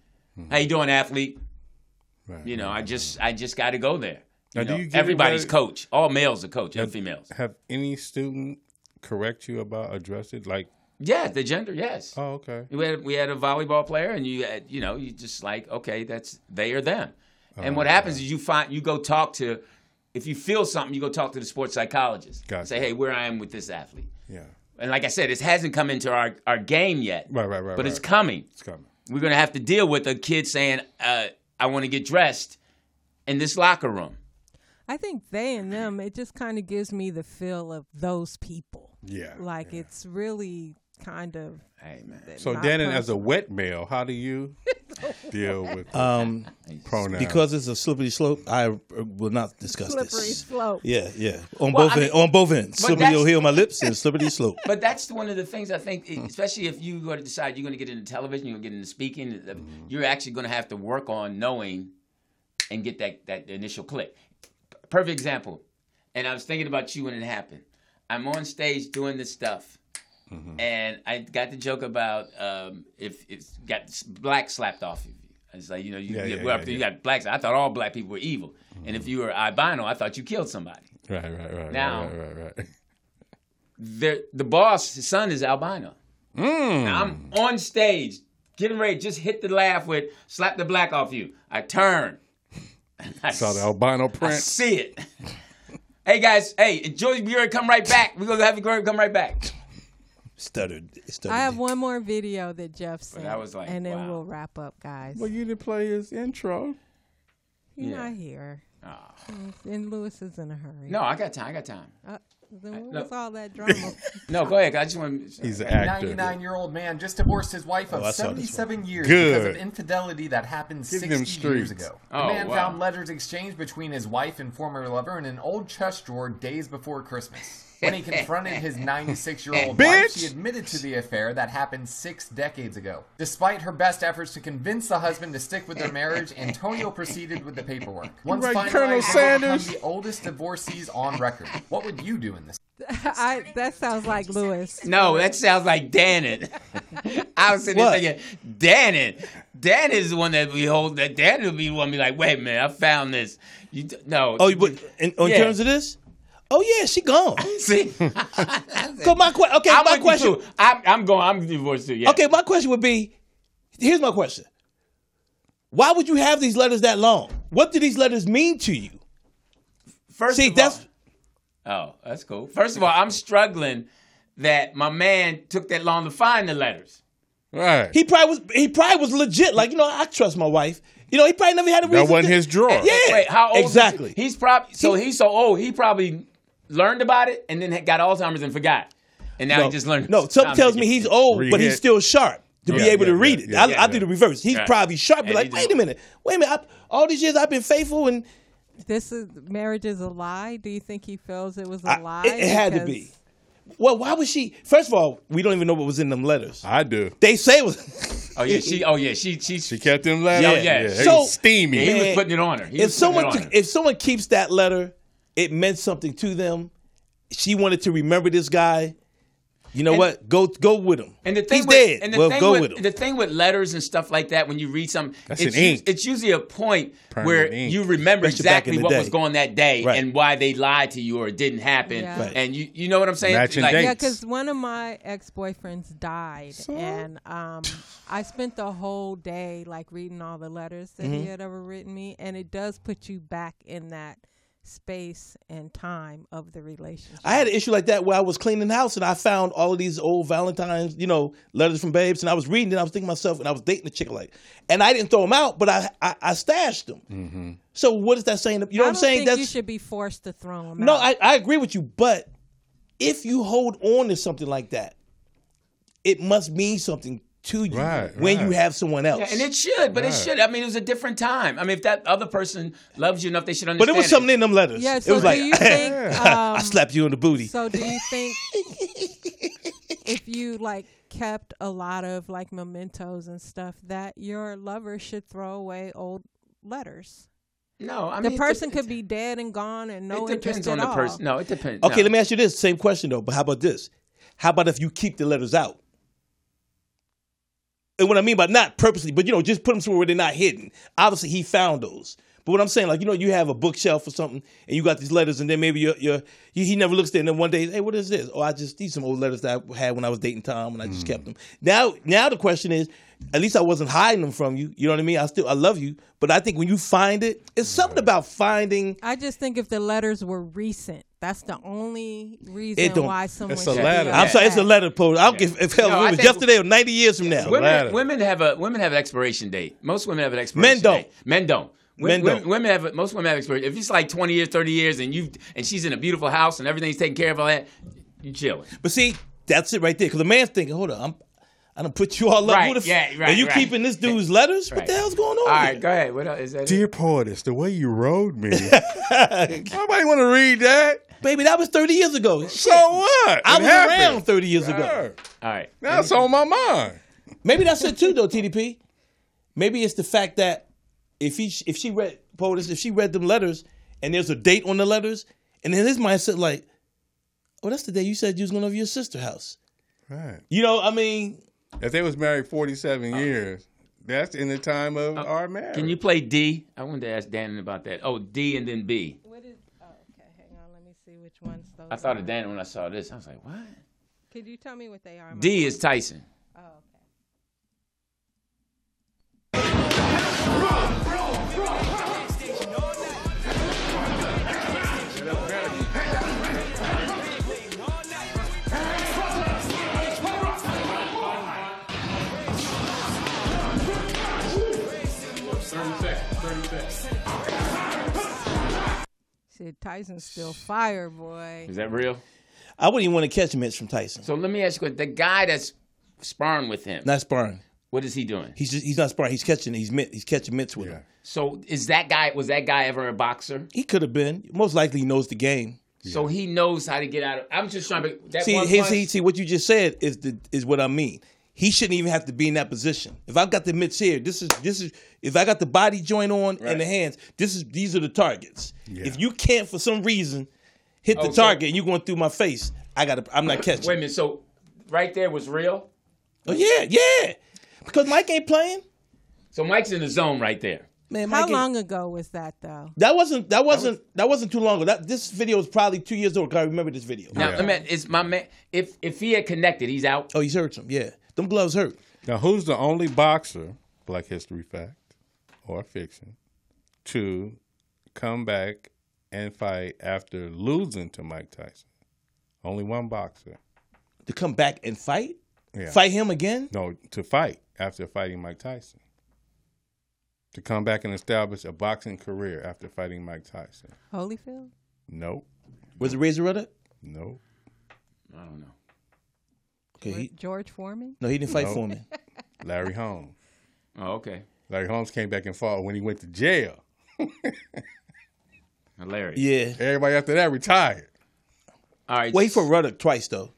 B: How you doing, athlete? you know, I just I just got to go there.
A: Now,
B: You
A: do
B: know,
A: you get it
B: everybody's
A: right-
B: coach. All males are coach. No females.
A: Have any student correct you about address it? Like,
B: Yeah, the gender. Yes.
A: Oh, okay.
B: We had we had a volleyball player, and you had, you know you just like okay, that's they or them. and
A: Oh,
B: what happens is you find you go talk to if you feel something, you go talk to the sports psychologist. Say hey, where I am with this athlete.
A: yeah.
B: And like I said, it hasn't come into our, our game yet.
A: Right, right, right.
B: but it's
A: right.
B: coming.
A: It's coming.
B: We're gonna have to deal with a kid saying, uh, "I want to get dressed," in this locker room.
D: I think they and them, it just kind of gives me the feel of those people.
A: Yeah,
D: Like it's really kind of.
B: Hey, man.
A: So, Dan, and as a wet male, how do you deal with
C: Um,
A: pronouns?
C: because it's a slippery slope, I uh, will not discuss
D: Slippery
C: this.
D: slope.
C: Yeah, yeah. On
B: Well,
C: both
B: I mean-
C: end, on both ends,
B: But
C: slippery
B: that's-
C: hill on my lips and slippery slope.
B: But that's one of the things I think, e, especially if you go to decide you're going to get into television, you're going to get into speaking,
A: Mm-hmm.
B: you're actually going to have to work on knowing and get that, that initial click. Perfect example. And I was thinking about you when it happened. I'm on stage doing this stuff,
A: Mm-hmm.
B: and I got the joke about um, if it's got s- black slapped off of you. It's like, you know, you,
A: Yeah,
B: you-
A: yeah,
B: well,
A: yeah, Mm-hmm.
B: after you got blacks. I thought all black people were evil. And if you were albino, I thought you killed somebody.
A: Right, right, right,
B: Now-
A: right, right, right, right.
B: the the boss, his son is albino.
A: Hmm.
B: Now I'm on stage, getting ready, just hit the laugh with slap the black off you. I turn. I
A: Saw the albino
B: I
A: print.
B: see it. hey guys, hey, enjoy we're gonna come right back. We're gonna have you come right back.
C: Stuttered. stuttered.
D: I have one more video that Jeff sent.
B: I was like,
D: and then
B: wow.
D: we'll wrap up, guys.
A: Well, you didn't play his intro.
D: He's
B: Yeah.
D: not here.
B: Ah.
D: And Lewis is in a hurry.
B: No, I got time, I got time.
D: Uh, then what
B: no.
D: was all that drama?
B: No, go ahead. I just want to
A: He's an
F: A
A: actor.
F: 99 year old man just divorced his wife of
A: Oh, I saw this
F: 77 years
A: Good.
F: because of infidelity that happened
A: Give them
F: 60 years
A: streets.
F: ago.
A: Oh,
F: the man
A: wow.
F: found letters exchanged between his wife and former lover in an old chest drawer days before Christmas. When he confronted his 96 year old wife, she admitted to the affair that happened six decades ago. Despite her best efforts to convince the husband to stick with their marriage, Antonio proceeded with the paperwork. Once
A: right,
F: finalized,
A: Colonel
F: they will become
A: Sanders.
F: the oldest divorcees on record. What would you do in this?
D: I, that sounds like Lewis.
B: No, that sounds like Dannon. I was sitting there thinking, Dannon. Dannon is the one that we hold. That Dannon will be the one be like, wait a minute, I found this. You d- no.
C: Oh, but in, in
B: Yeah.
C: terms of this, oh yeah, she gone.
B: See,
C: Cause my que- okay,
B: I'm
C: my
B: with you,
C: question.
B: too. I'm, I'm going. I'm divorced too. Yeah.
C: Okay, my question would be, here's my question: Why would you have these letters that long? What do these letters mean to you?
B: First
C: See, that's
B: Oh, that's cool. First of all, I'm struggling that my man took that long to find the letters.
A: Right.
C: he probably was he probably was legit. Like you know, I trust my wife. You know, he probably never had a reason.
A: That wasn't
C: to-
A: his drawer.
C: Yeah,
B: Wait, how old? is he?
C: exactly.
B: he's probably so he's so old. He probably learned about it and then had- got Alzheimer's and forgot, and now
C: no,
B: he just learned.
C: No, something tells me he's old, but he's
B: Read.
C: still sharp to be
B: Yeah,
C: able to
B: yeah,
C: read
B: yeah,
C: it.
B: yeah,
C: I,
B: yeah,
C: I do the
B: yeah.
C: reverse. He's
B: Right.
C: probably sharp. Be
B: And
C: like,
B: he
C: wait a minute, wait a minute. I, all these years I've been faithful, and
D: This is marriage is a lie. Do you think he feels it was a
C: I-
D: lie?
C: it, it had to
D: Because-
C: be. Well, why was she? First of all, we don't even know what was in them letters.
A: I do.
C: They say it was.
B: Oh yeah, she. Oh yeah, she. She. She
A: kept him letters?
B: Yeah,
A: Yeah,
B: yeah.
A: yeah. It So- was steamy.
B: He was
C: Man,
B: putting it on her. He
C: if
B: was putting it
C: someone
B: on
C: took-
B: her.
C: if someone keeps that letter, it meant something to them. She wanted to remember this guy. You know
B: And-
C: what? Go go with him.
B: And the thing
C: He's
B: with,
C: dead.
B: And the
C: well,
B: thing
C: go
B: with,
C: with him.
B: The thing with letters and stuff like that, when you read something,
C: That's
B: it's,
C: in
B: us-
C: ink.
B: it's usually a point
C: Permanent
B: where
C: ink.
B: you remember
C: Especially back in
B: exactly
C: the
B: what
C: day.
B: was going on that day
C: Right.
B: and why they lied to you or it didn't happen.
D: Yeah. Right.
B: And you, you know what I'm saying?
A: Matching
B: Like-
D: Yeah, because one of my ex boyfriends died, and um, I spent the whole day like reading all the letters that he
C: Mm-hmm.
G: Mhm.
D: had ever written me, and it does put you back in that space and time of the relationship.
C: I had an issue like that where I was cleaning the house and I found all of these old Valentine's, you know, letters from babes, and I was reading and I was thinking to myself, and I was dating the chick like, and I didn't throw them out, but I I, I stashed them.
A: Mm-hmm.
C: So what is that saying? You know what
D: I
C: I'm
D: don't
C: saying?
D: think
C: That's
D: you should be forced to throw
B: Oh,
D: them
C: No,
D: out.
C: I, I agree with you, but if you hold on to something like that, it must mean something to you when you have someone else.
B: Yeah, and it should, but
C: Right.
B: it should. I mean, it was a different time. I mean, if that other person loves you enough, they should
C: but
B: understand.
C: it was something in them letters.
B: Yeah,
C: it
B: so
C: was
B: do
C: like
B: you think,
C: I
D: um,
C: slapped you in the booty.
D: So do you think if you like kept a lot of like mementos and stuff that your lover should throw away old letters.
B: No, I
D: the
B: mean, it
D: person could be dead and gone and no interest at all.
B: No, it depends.
C: Okay,
B: no.
C: let me ask you this same question though. But how about this? How about if you keep the letters out? And what I mean by not purposely, but you know, just put them somewhere where they're not hidden. Obviously, he found those. But what I'm saying, like you know, you have a bookshelf or something, and you got these letters, and then maybe you're, you're you, he never looks there, and then one day, hey, what is this? Oh, I just these some old letters that I had when I was dating Tom, and I just kept them. Now, now the question is, at least I wasn't hiding them from you. You know what I mean? I still I love you, but I think when you find it, it's something about finding
D: I just think if the letters were recent, that's the only reason why someone should be
C: I'm sorry, it's a
D: upset.
C: letter post. I don't give if hell
B: No, I
C: it was
B: think-
C: yesterday or 90 years from now.
B: Women, women have a women have an expiration date. Most women have an expiration
C: Men don't.
B: date. Men don't. Wo-
C: Men
B: wo-
C: don't.
B: Women have a- most women have expiration. If it's like twenty years, thirty years, and you and she's in a beautiful house and everything's taken care of, all that you chilling.
C: But see, that's it right there. Because the man's thinking, hold on, I'm, I done put you all up.
B: Right,
C: Who the f-
B: yeah, right,
C: Are you
B: right.
C: keeping this dude's letters? What the
B: Right.
C: hell's going on?
B: All right, go ahead. What else is that?
A: Dear poetess, the way you rode me.
C: Nobody want to read that, baby. That was 30 years ago. So
A: what?
C: I
A: It
C: was
A: happened.
C: around 30 years ago.
A: Sure.
B: All right,
A: Now it's on my mind.
C: Maybe that's it too, though. TDP. Maybe it's the fact that if he if she read POTUS, if she read them letters and there's a date on the letters, and in his mindset like, oh, that's the day you said you was going over your sister's house.
A: Right.
C: You know, I mean,
A: if they was married forty seven
B: Uh,
A: years, that's in the time of our marriage.
B: Can you play D? I wanted to ask Dan about that. Oh, D and then B.
D: oh, Which ones those
B: I thought
D: are.
B: of Dan when I saw this. I was like, what?
D: Could you tell me what they are?
B: D is Tyson.
D: Shit, Tyson's still fire, boy.
B: Is that real?
C: I wouldn't even want to catch a from Tyson.
B: So let me ask you: the guy that's sparring with him,
C: Not sparring.
B: what is he doing?
C: He's just, he's not sparring. He's catching. He's mit, he's catching mitts with him.
B: So is that guy? Was that guy ever a boxer?
C: He could have been. Most likely, he knows the game.
B: So he knows how to get out of. I'm just trying to. That
C: see,
B: one
C: his,
B: punch-
C: see, see, what you just said is the is what I mean. He shouldn't even have to be in that position. If I've got the mitts here, this is this is. If I got the body joint on and the hands, this is these are the targets. If you can't for some reason hit the
B: Oh, so-
C: target and you're going through my face, I got. to I'm not catching.
B: Wait a minute. So right there was real.
C: Oh yeah, yeah. Because Mike ain't playing.
B: So Mike's in the zone right there.
C: Man,
D: How
C: Mike ain't-
D: long ago was that though?
C: That wasn't that wasn't that wasn't too long ago. That this video is probably two years old. 'cause I remember this video.
B: Now, I mean, it's my man. If if he had connected, he's out.
C: Oh, he's hurt him. Yeah, them gloves hurt.
A: Now, who's the only boxer, Black History fact or fiction, to come back and fight after losing to Mike Tyson? Only one boxer.
C: To come back and fight?
A: Yeah.
C: Fight him again?
A: No, to fight after fighting Mike Tyson. To come back and establish a boxing career after fighting Mike Tyson.
D: Holyfield?
A: Nope.
C: Was it Razor Ruddock?
A: Nope.
B: I don't know.
C: Okay, he,
D: George Foreman?
C: no, he didn't fight
A: Nope.
C: for me.
A: Larry Holmes.
B: Oh, okay.
A: Larry Holmes came back and fought when he went to jail.
B: Hilarious.
C: Yeah.
A: Everybody after that retired.
B: All right.
C: Well, he fought Ruddock twice though.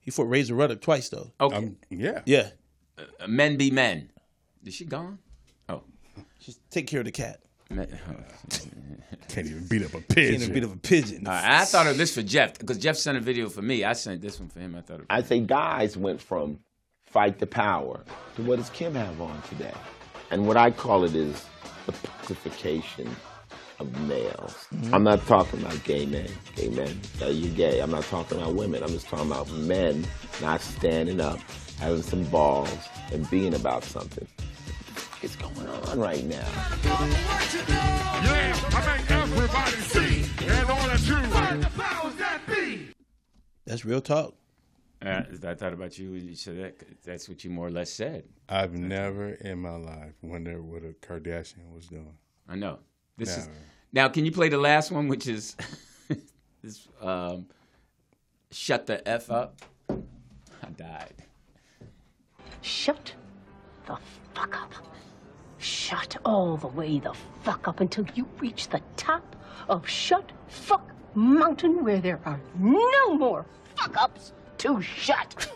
C: He fought Razor Ruddock twice though.
B: Okay.
H: Um,
A: yeah.
C: Yeah.
B: Uh, men be men. Is she gone? Oh.
C: Just take care of the cat.
B: Men-
A: Can't even beat up a pigeon.
C: Can't even beat up a pigeon.
B: All right, I thought of this for Jeff because Jeff sent a video for me. I sent this one for him. I thought of.
G: I'd say guys went from fight the power to what does Kim have on today? And what I call it is the pacification of males.
B: Mm-hmm.
I: Mhm.
G: I'm not talking about gay men. Gay men, are you gay? I'm not talking about women. I'm just talking about men not standing up, having some balls, and being about something. It's going on right now.
S: Yeah, I make everybody see and all that you the powers that be.
C: That's real talk.
B: Uh, I thought about you when you said that. That's what you more or less said.
A: I've never in my life wondered what a Kardashian was doing.
B: I know. This is
A: No.
B: now. Can you play the last one, which is this? Um, shut the f up. I died.
W: Shut the fuck up. Shut all the way the fuck up until you reach the top of Shut Fuck Mountain where there are no more fuck ups to shut.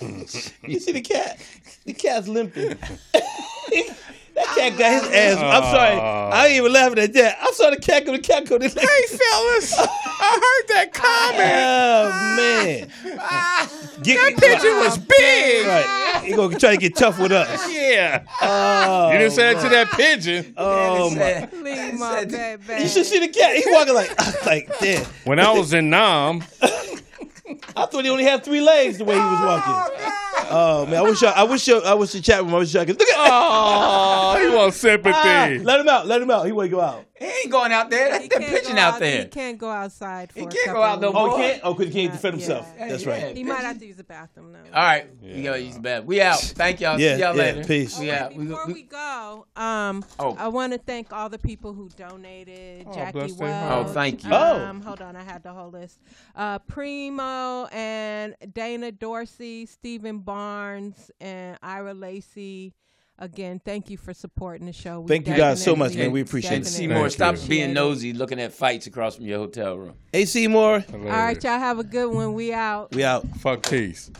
C: you see the cat? The cat's limping. that cat got his ass.
H: Ah.
C: I'm sorry. I ain't even laughing at that. I saw the cat go. The cat go. Hey, fellas.
H: I heard that
C: Oh man,
H: comment.
C: Get-
H: that picture was big.
C: Right. You gonna try to get tough with us?
H: Yeah.
C: Oh,
A: you didn't say it to
C: man.
A: that pigeon.
C: Oh my!
D: Leave my bed back.
C: You should see the cat. He walking like like this.
A: When I was in Nam,
C: I thought he only had three legs the way he was walking. Oh man, I wish I, I wish your, I wish the chat room. I wish y'all could look at. Ah,
A: Oh, he wants sympathy.
C: let him out. Let him out. He won't go out.
B: He ain't going out there. That's that pigeon
D: go
B: out there.
D: He can't go outside. For he
B: can't go out no
C: Oh,
B: more.
C: he can't. Oh, 'cause he can't defend himself. That's right.
D: He might have to use the bathroom now.
B: All right. You gotta use the bathroom. We out. Thank y'all.
C: Yeah,
B: See y'all
C: yeah,
B: later.
C: peace.
B: We out. We-
D: Before
B: we-
D: we go, um,
B: Oh.
D: I want to thank all the people who donated. Jackie
B: bless their
D: Wells.
B: heart. Oh, thank you.
D: Um, Hold on, I had the whole list. Uh, Primo and Dana Dorsey, Stephen Barnes, and Ira Lacey. Again, thank you for supporting the show. We
C: Thank you guys so much,
D: definitely-
C: man. We appreciate it.
B: And
D: definitely
B: Seymour, stop
D: appreciate
B: being
D: it.
B: nosy looking at fights across from your hotel room.
C: Hey Seymour,
D: All right, y'all have a good one. We out.
C: we out.
A: Fuck peace.